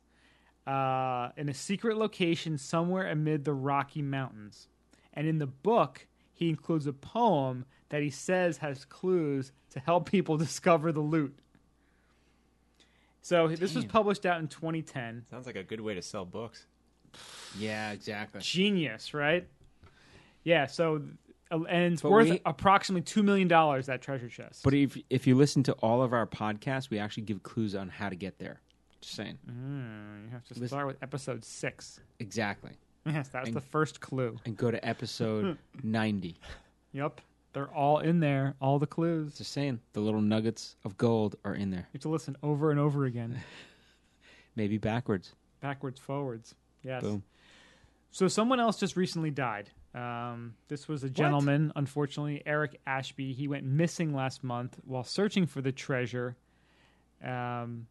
uh, in a secret location somewhere amid the Rocky Mountains. And in the book, he includes a poem that he says has clues to help people discover the loot. So this was published out in 2010. Sounds like a good way to sell books. Yeah, exactly. Genius, right? Yeah. So uh, and it's worth we- approximately two million dollars that treasure chest. But if if you listen to all of our podcasts, we actually give clues on how to get there. Just saying. you have to start with episode six. Exactly. Yes, that's the first clue. And go to episode 90. Yep. They're all in there, all the clues. You Just saying. The little nuggets of gold are in there. have to listen over and over again, Maybe backwards. backwards, forwards. Yes. Boom. So someone else just recently died. Um, this was a gentleman, unfortunately, Eric Ashby. He went missing last month while searching for the treasure, um,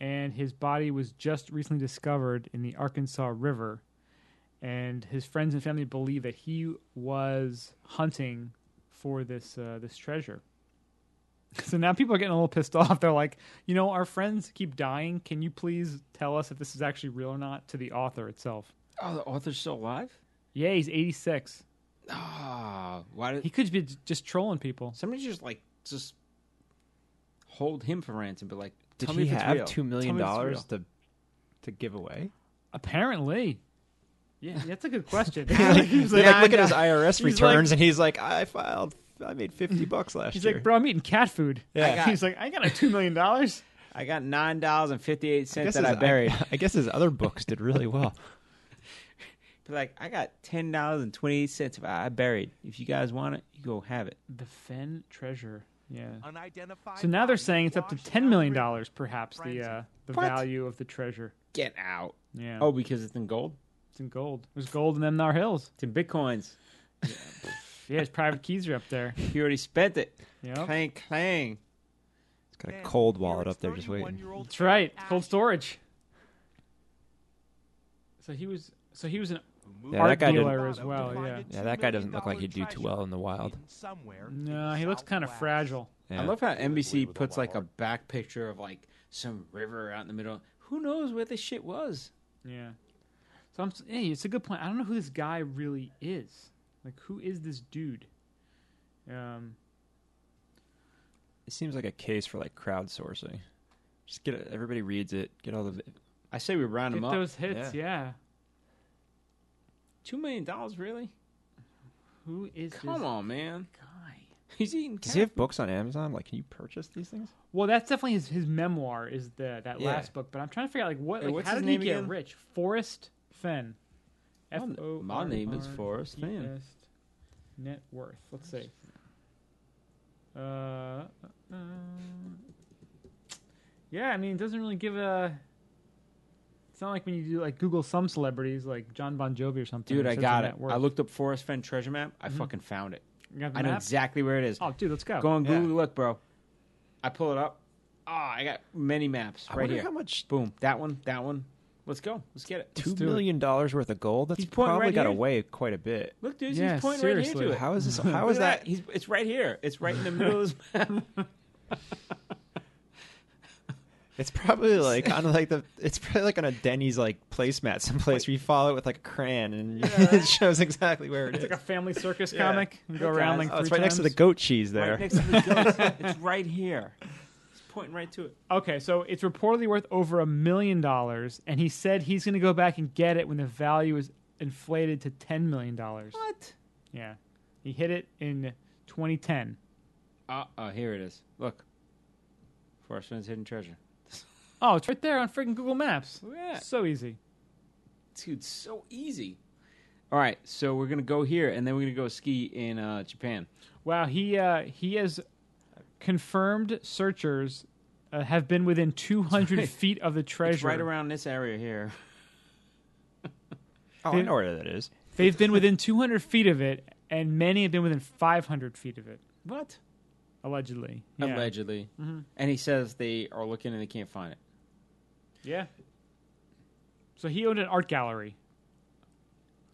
and his body was just recently discovered in the Arkansas River. And his friends and family believe that he was hunting for this uh, this treasure. So now people are getting a little pissed off. They're like, you know, our friends keep dying. Can you please tell us if this is actually real or not to the author itself? Oh, the author's still alive? Yeah, he's 86. Oh, why did He could be j- just trolling people. somebody just like just hold him for ransom but like Did tell he me if it's have real. two million Tell me if dollars it's to to give away? Apparently. Yeah, that's a good question. He's like, look at his IRS He's returns, like- and he's like, I filed, I made fifty bucks last He's year. like, bro, I'm eating cat food. Yeah. I got- He's like, I got a $2 million. dollars." I got nine dollars and fifty eight I cents guess, that his, I buried. I, guess his other books did really well. But like I got ten dollars and twenty eight cents I buried. If you guys want it, you go have it. the Fenn treasure. Yeah. So now they're saying it's up to $10 million, dollars, perhaps, the, uh, the value of the treasure. Get out. Yeah. Oh, because it's in gold? It's in gold. There's gold in them Nar Hills. It's in bitcoins. Yeah, his private keys are up there. You already spent it. Yep. Clang clang. He's got a cold wallet up there just waiting. That's right. Cold storage. So he was so he was an Yeah, art that guy dealer didn't. as well, yeah. Yeah, that guy doesn't look like he'd do too well in the wild. Somewhere. No, he looks kind of fragile. Yeah. I love how NBC puts like a back picture of like some river out in the middle. Who knows where this shit was? Yeah. So I'm. s- Hey, it's a good point. I don't know who this guy really is. Like, who is this dude? Um. It seems like a case for like crowdsourcing. Just get it, everybody reads it. Get all the. I say we round Get them up. those hits, yeah. Yeah. Two million dollars, really? Who is Come this on, man. guy? He's eating. Does he have books on Amazon? Like, can you purchase these things? Well, that's definitely his, his memoir is the that Yeah. last book. But I'm trying to figure out like what Wait, like, what's how his did he name get again? rich? Forrest Fenn. F My- O my name is R R Forrest E Fenn. S. Net worth. Let's see. Uh, uh, yeah. I mean, it doesn't really give a. It's not like when you do like Google some celebrities like John Bon Jovi or something. Dude, it I says got the it. net worth. I looked up Forest Fenn treasure map. I fucking found it. You got the I know map? exactly where it is. Oh, dude, let's go. Go on Yeah. Google, look, bro. I pull it up. Ah, I got many maps I right wonder here. how much Boom. That one. That one. Let's go. Let's get it. two million dollars worth of gold. That's He's pointing probably right got here. away quite a bit. Look, dude, Yeah, he's pointing right seriously. here to it. How is this? How Look is at that? He's, it's right here. It's right in the middle of his map. It's probably like on like the. It's probably like on a Denny's like placemat someplace where you follow it with like a crayon and it shows exactly where it is. It's like a family circus comic. You go Hey, around guys. like oh, it's three right next to the times. goat cheese there. right next to the ghost. It's right here. He's pointing right to it. Okay, so it's reportedly worth over a million dollars, and he said he's going to go back and get it when the value is inflated to ten million dollars. What? Yeah, he hit it in 2010. Uh oh, here it is. Look. Forest Fenn's hidden treasure. Oh, it's right there on freaking Google Maps. Look at that. So easy. Dude, so easy. All right, so we're gonna go here, and then we're gonna go ski in uh, Japan. Wow, he uh, he has confirmed searchers uh, have been within 200 feet of the treasure. It's right around this area here. Oh, I know where that is. They've been within 200 feet of it and many have been within 500 feet of it, What? allegedly. Yeah. Allegedly. And he says they are looking and they can't find it. Yeah. So he owned an art gallery,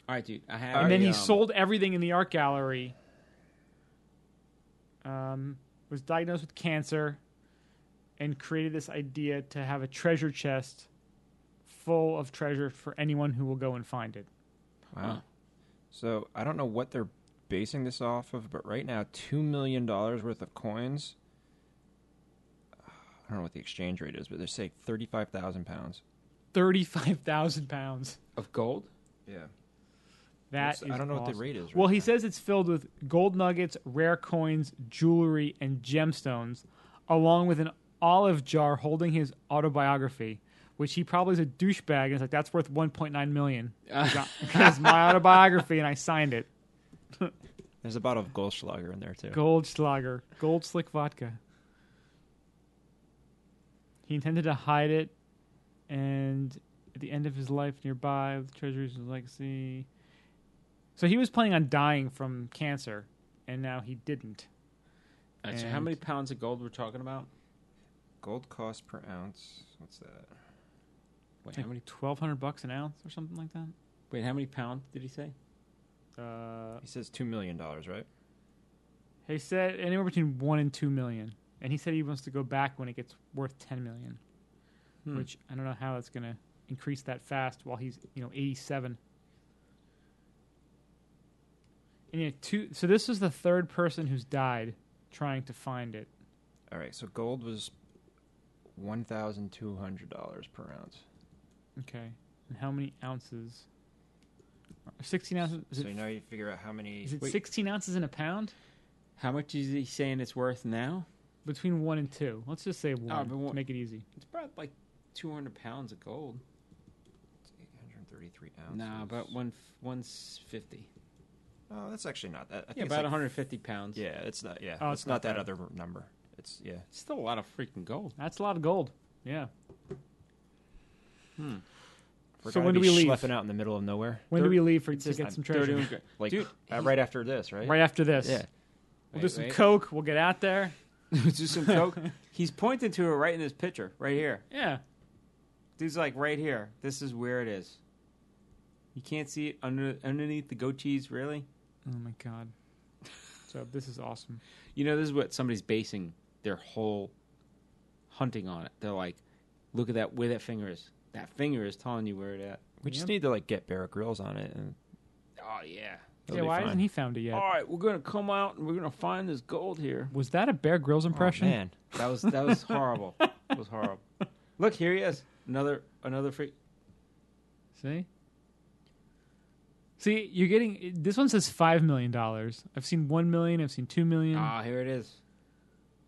All right, dude. I have. and then a, he um, sold everything in the art gallery. Um, was diagnosed with cancer, and created this idea to have a treasure chest full of treasure for anyone who will go and find it. Wow. So I don't know what they're basing this off of, but right now, two million dollars worth of coins. I don't know what the exchange rate is, but they're saying thirty-five thousand pounds. Thirty-five thousand pounds. of gold. Yeah, That I is don't know what the awesome. rate is. Well, right he now. says it's filled with gold nuggets, rare coins, jewelry, and gemstones, along with an olive jar holding his autobiography, which he probably is a douchebag and is like, "That's worth 1.9 million. Because my autobiography, and I signed it. there's a bottle of Goldschlager in there too. Goldschlager, gold slick vodka." He intended to hide it, and at the end of his life, nearby with treasures and legacy. So he was planning on dying from cancer, and now he didn't. All right, Uh, so how And- many pounds of gold we're talking about? Gold cost per ounce. What's that? like Wait, how many? twelve hundred bucks an ounce or something like that. Wait, how many pounds did he say? Uh, He says two million dollars, right? he said anywhere between one and two million, and he said he wants to go back when it gets worth ten million, which I don't know how it's going to increase that fast while he's you know eighty-seven. And yeah, two. So this is the third person who's died trying to find it. All right. So gold was one thousand two hundred dollars per ounce. Okay, and how many ounces? Sixteen ounces. Is So it, now you figure out how many. is it wait. sixteen ounces in a pound? How much is he saying it's worth now? Between one and two. Let's just say one but one- to make it easy. It's about like 200 pounds of gold. Eight hundred thirty-three ounces. Nah, about one, 150. Oh, that's actually not that. I think Yeah, it's about like 150 pounds. Yeah, it's not. Yeah, Oh, it's, it's not, not that bad. other number. It's yeah. It's still a lot of freaking gold. That's a lot of gold. Yeah. We're So gonna when do be we leave? schlepping out in the middle of nowhere, When do Thir- we leave for to says get I'm some Thirty treasure? one gra- like Dude, uh, right after this, right? Right after this. Yeah. We'll do Wait, some wait. coke. We'll get out there. do some coke. He's pointing to it right in this picture, right here. Yeah. Dude's like right here. This is where it is. You can't see it under underneath the goat cheese, really. Oh my god. So this is awesome. You know, this is what somebody's basing their whole hunting on. It. They're like, look at that where that finger is. That finger is telling you where it at. We just Yep. need to like get Barrett Grills on it, and Oh yeah. it'll yeah. be Why fine. hasn't he found it yet? All right, we're gonna come out and we're gonna find this gold here. Was that a Bear Grylls impression? Oh, Man, That was that was horrible. That was horrible. Look, here he is. Another another freak. See. See, you're getting this one says five million dollars. I've seen one million. I've seen two million. Ah, here it is.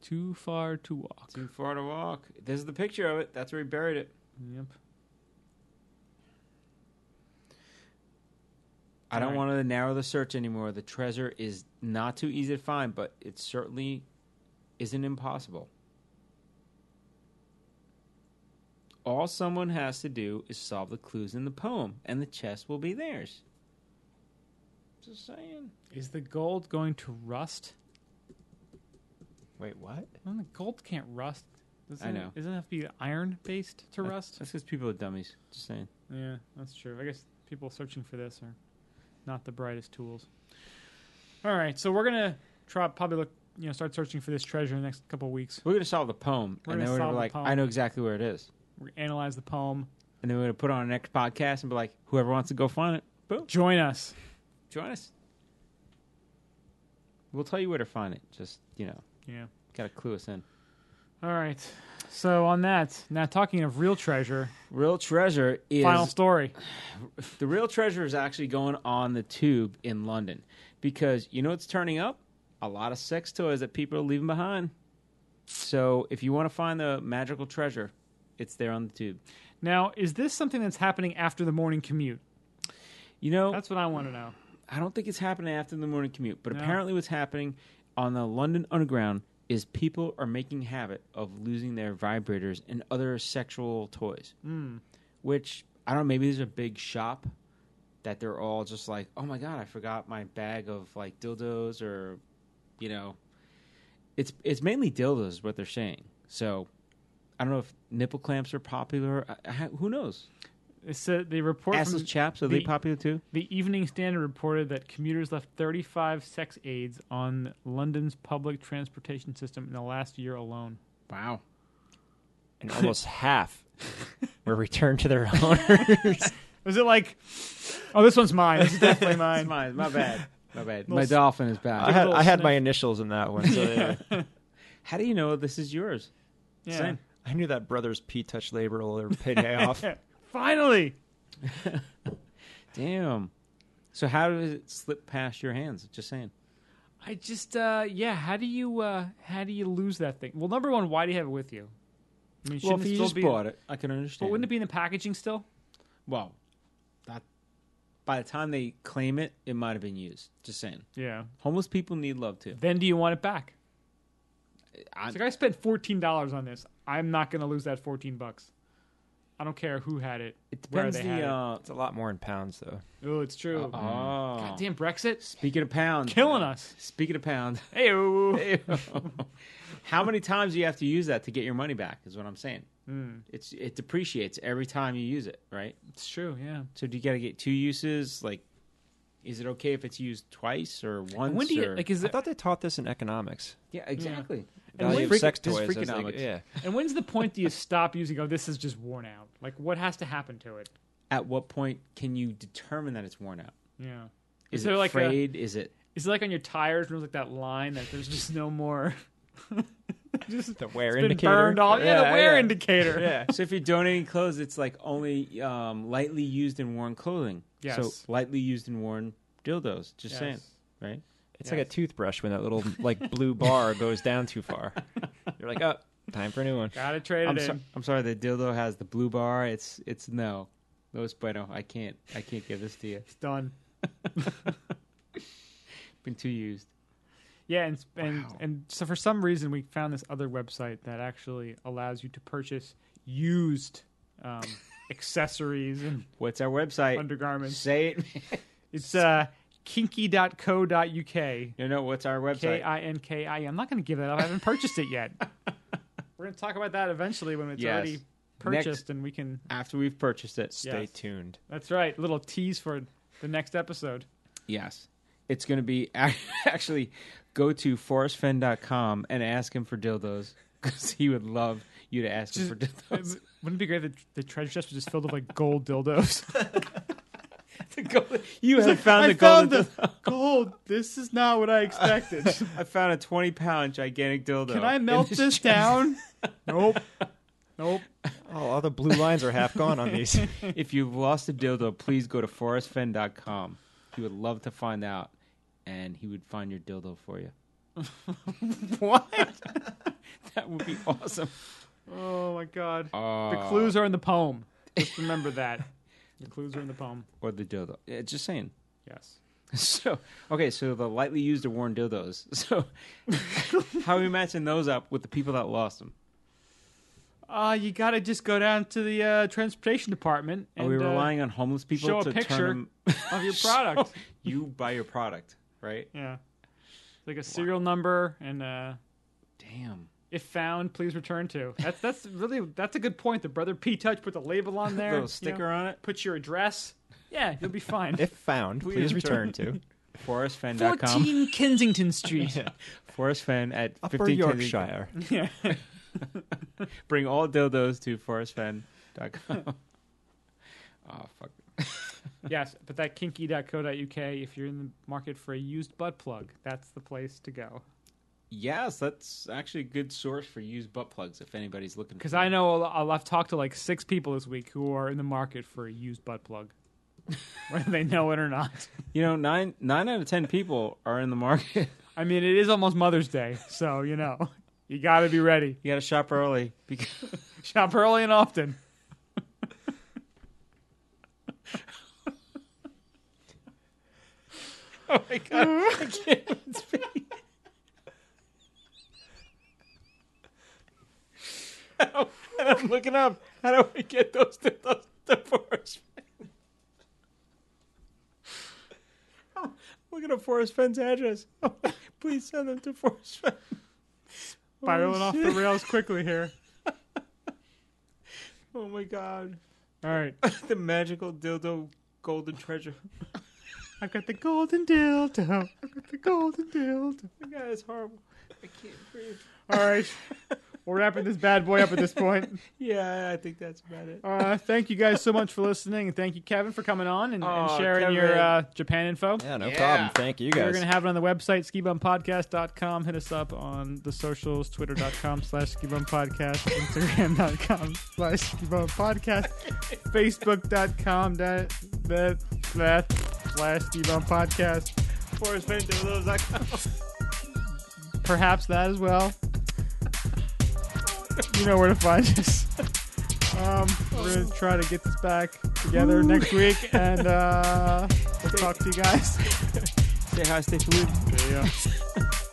Too far to walk. Too far to walk. This is the picture of it. That's where he buried it. Yep. I don't Alright. want to narrow the search anymore. The treasure is not too easy to find, but it certainly isn't impossible. All someone has to do is solve the clues in the poem, and the chest will be theirs. Just saying. Is the gold going to rust? wait, what? Well, the gold can't rust. Doesn't I it- know. Uh, Doesn't it have to be iron based to rust? That's because people are dummies. Just saying. Yeah, that's true. I guess people searching for this are not the brightest tools. All right, so we're gonna try probably look, you know, start searching for this treasure in the next couple of weeks. We're gonna solve the poem, We're and gonna then we're gonna solve be the like, poem. I know exactly where it is, We're gonna analyze the poem. and then we're gonna put on our next podcast and be like, whoever wants to go find it, boom, Join us. join us. We'll tell you where to find it. Just you know, Yeah. gotta clue us in. All right. So on that, now talking of real treasure, Real treasure is final story. the real treasure is actually going on the tube in London because you know what's turning up? A lot of sex toys that people are leaving behind. So if you want to find the magical treasure, it's there on the tube. Now, is this something that's happening after the morning commute? You know, That's what I want to know. I don't think it's happening after the morning commute, but No. apparently what's happening on the London Underground is people are making habit of losing their vibrators and Hmm. other sexual toys. Mm. Which I don't know, maybe there's a big shop that they're all just like, oh my god, I forgot my bag of like dildos or, you know, it's it's mainly dildos is what they're saying. So I don't know if nipple clamps are popular. I, I, who knows? It's uh, the report from Assless chaps are they the- popular too? The Evening Standard reported that commuters left 35 sex aids on London's public transportation system in the last year alone. Wow. and almost half were returned to their owners. Was it like, oh, this one's mine. This is definitely mine. My, my bad. My bad. Little My s- dolphin is I back. had I had my initials in that one. So yeah. How do you know this is yours? Yeah. Same. I knew that brother's P touch labor will ever pay off. Finally. Damn. So how does it slip past your hands? Just saying. I just, uh, yeah. How do you, uh, how do you lose that thing? Well, number one, why do you have it with you? I mean, shouldn't it still be, it, I can understand. But wouldn't it be in the packaging still? Well, that by the time they claim it, it might have been used. Just saying. Yeah. Homeless people need love too. Then do you want it back? I, It's like I spent fourteen dollars on this. I'm not going to lose that fourteen bucks. I don't care who had it. it where depends they had the. Uh, It's a lot more in pounds though. Oh, it's true. oh, Goddamn Brexit, speaking of pounds, killing us. Speaking of pounds, Hey, how many times do you have to use that to get your money back? Is what I'm saying. It's it depreciates every time you use it, right? it's true. Yeah. So do you got to get two uses? Like, is it okay if it's used twice or once? When do you or- like? Is I it, thought they taught this in economics. yeah, exactly. And Value when- of Freak- sex this is toys. as they- freakonomics. yeah. and when's the point do you stop using? Oh, this is just worn out. Like, what has to happen to it? At what point can you determine that it's worn out? Yeah. Is, Is there it like a- frayed? Is it Is it like on your tires? There's like that line that there's just no more. just The wear been indicator. burned off. Yeah, the wear indicator. Yeah. so? If you're donating clothes, it's like only um, lightly used and worn clothing. So Yes. lightly used and worn dildos. Just Yes. saying, right? It's like a toothbrush when that little like blue bar goes down too far. You're like, oh, time for a new one. Gotta trade it I'm, in. so- I'm sorry. The dildo has the blue bar. It's it's no, Los Bueno. I can't I can't give this to you. It's done. Been too used. Yeah, and and, and so for some reason we found this other website that actually allows you to purchase used um, accessories and What's our website? undergarments. Say it. It's uh, kinky.co.uk. K no, no. What's our website? I N K I. E. I'm not going to give that up. I haven't purchased it yet. We're going to talk about that eventually when it's Yes. already purchased and we can. After we've purchased it. Stay Yes. tuned. That's right. Little tease for the next episode. Yes. It's going to be actually go to forestfen.com and ask him for dildos because he would love you to ask him for dildos. Wouldn't it be great if the, the treasure chest was just filled with like gold dildos? The gold- you have found I the found golden the gold. This is not what I expected. dildo. I found a 20 pound gigantic dildo. Can I melt this down? nope. Nope. Oh, all the blue lines are half gone on these. If you've lost a dildo, please go to forestfen.com. He would love to find out and he would find your dildo for you. What? That would be awesome. Oh my god. the Uh, clues are in the poem. Just remember that. The clues are in the poem. Or the dildo. Yeah, just saying. Yes. So okay, so the lightly used or worn dildos. So how are we matching those up with the people that lost them? Uh, you gotta just go down to the uh, transportation department Are and Oh, we uh, relying on homeless people show a to picture turn them? of your product. you buy your product, right? yeah. Like a serial number and uh, Damn. if found, please return to. That's that's really that's a good point. The brother P touch put the label on there, Little you know, sticker on it. put your address. Yeah, you'll be fine. if found, please return to Forestfen.com. 14 Kensington Street. Forestfen at Upper 15 Yorkshire. Bring all dildos to forestfen.com. oh fuck. yes, but that kinky.co.uk, if you're in the market for a used butt plug, that's the place to go. Yes, that's actually a good source for used butt plugs if anybody's looking. Because for I them. know I'll, I've talked to like six people this week who are in the market for a used butt plug, whether they know it or not. you know nine nine out of ten people are in the market. I mean, it is almost Mother's Day, so you know, you got to be ready. You got to shop early because Shop early and often. oh my god, I can't even speak. How- and I'm looking up. How do I get those to those divorce? Look at Forest Fence address. Please send them to Forest Fence. Spiraling off the rails quickly here. Oh my god. All right. the magical dildo golden treasure. I've got the golden dildo. I've got the golden dildo. That guy is horrible. I can't breathe. All right. We're wrapping this bad boy up at this point. Yeah, I think that's about it. Uh, thank you guys so much for listening. And thank you, Kevin, for coming on and, and Aw, sharing Kevin. your uh, Japan info. Yeah, no problem. Thank you We're guys. going to have it on the website, skibumpodcast.com. Hit us up on the socials, twitter.com slash skibumpodcast, instagram.com slash skibumpodcast, facebook.com that, that, that, slash skibumpodcast, perhaps that as well. You know where to find us. Um, we're going to try to get this back together next week, and uh, we'll talk to you guys. Stay high, stay fluid. See ya.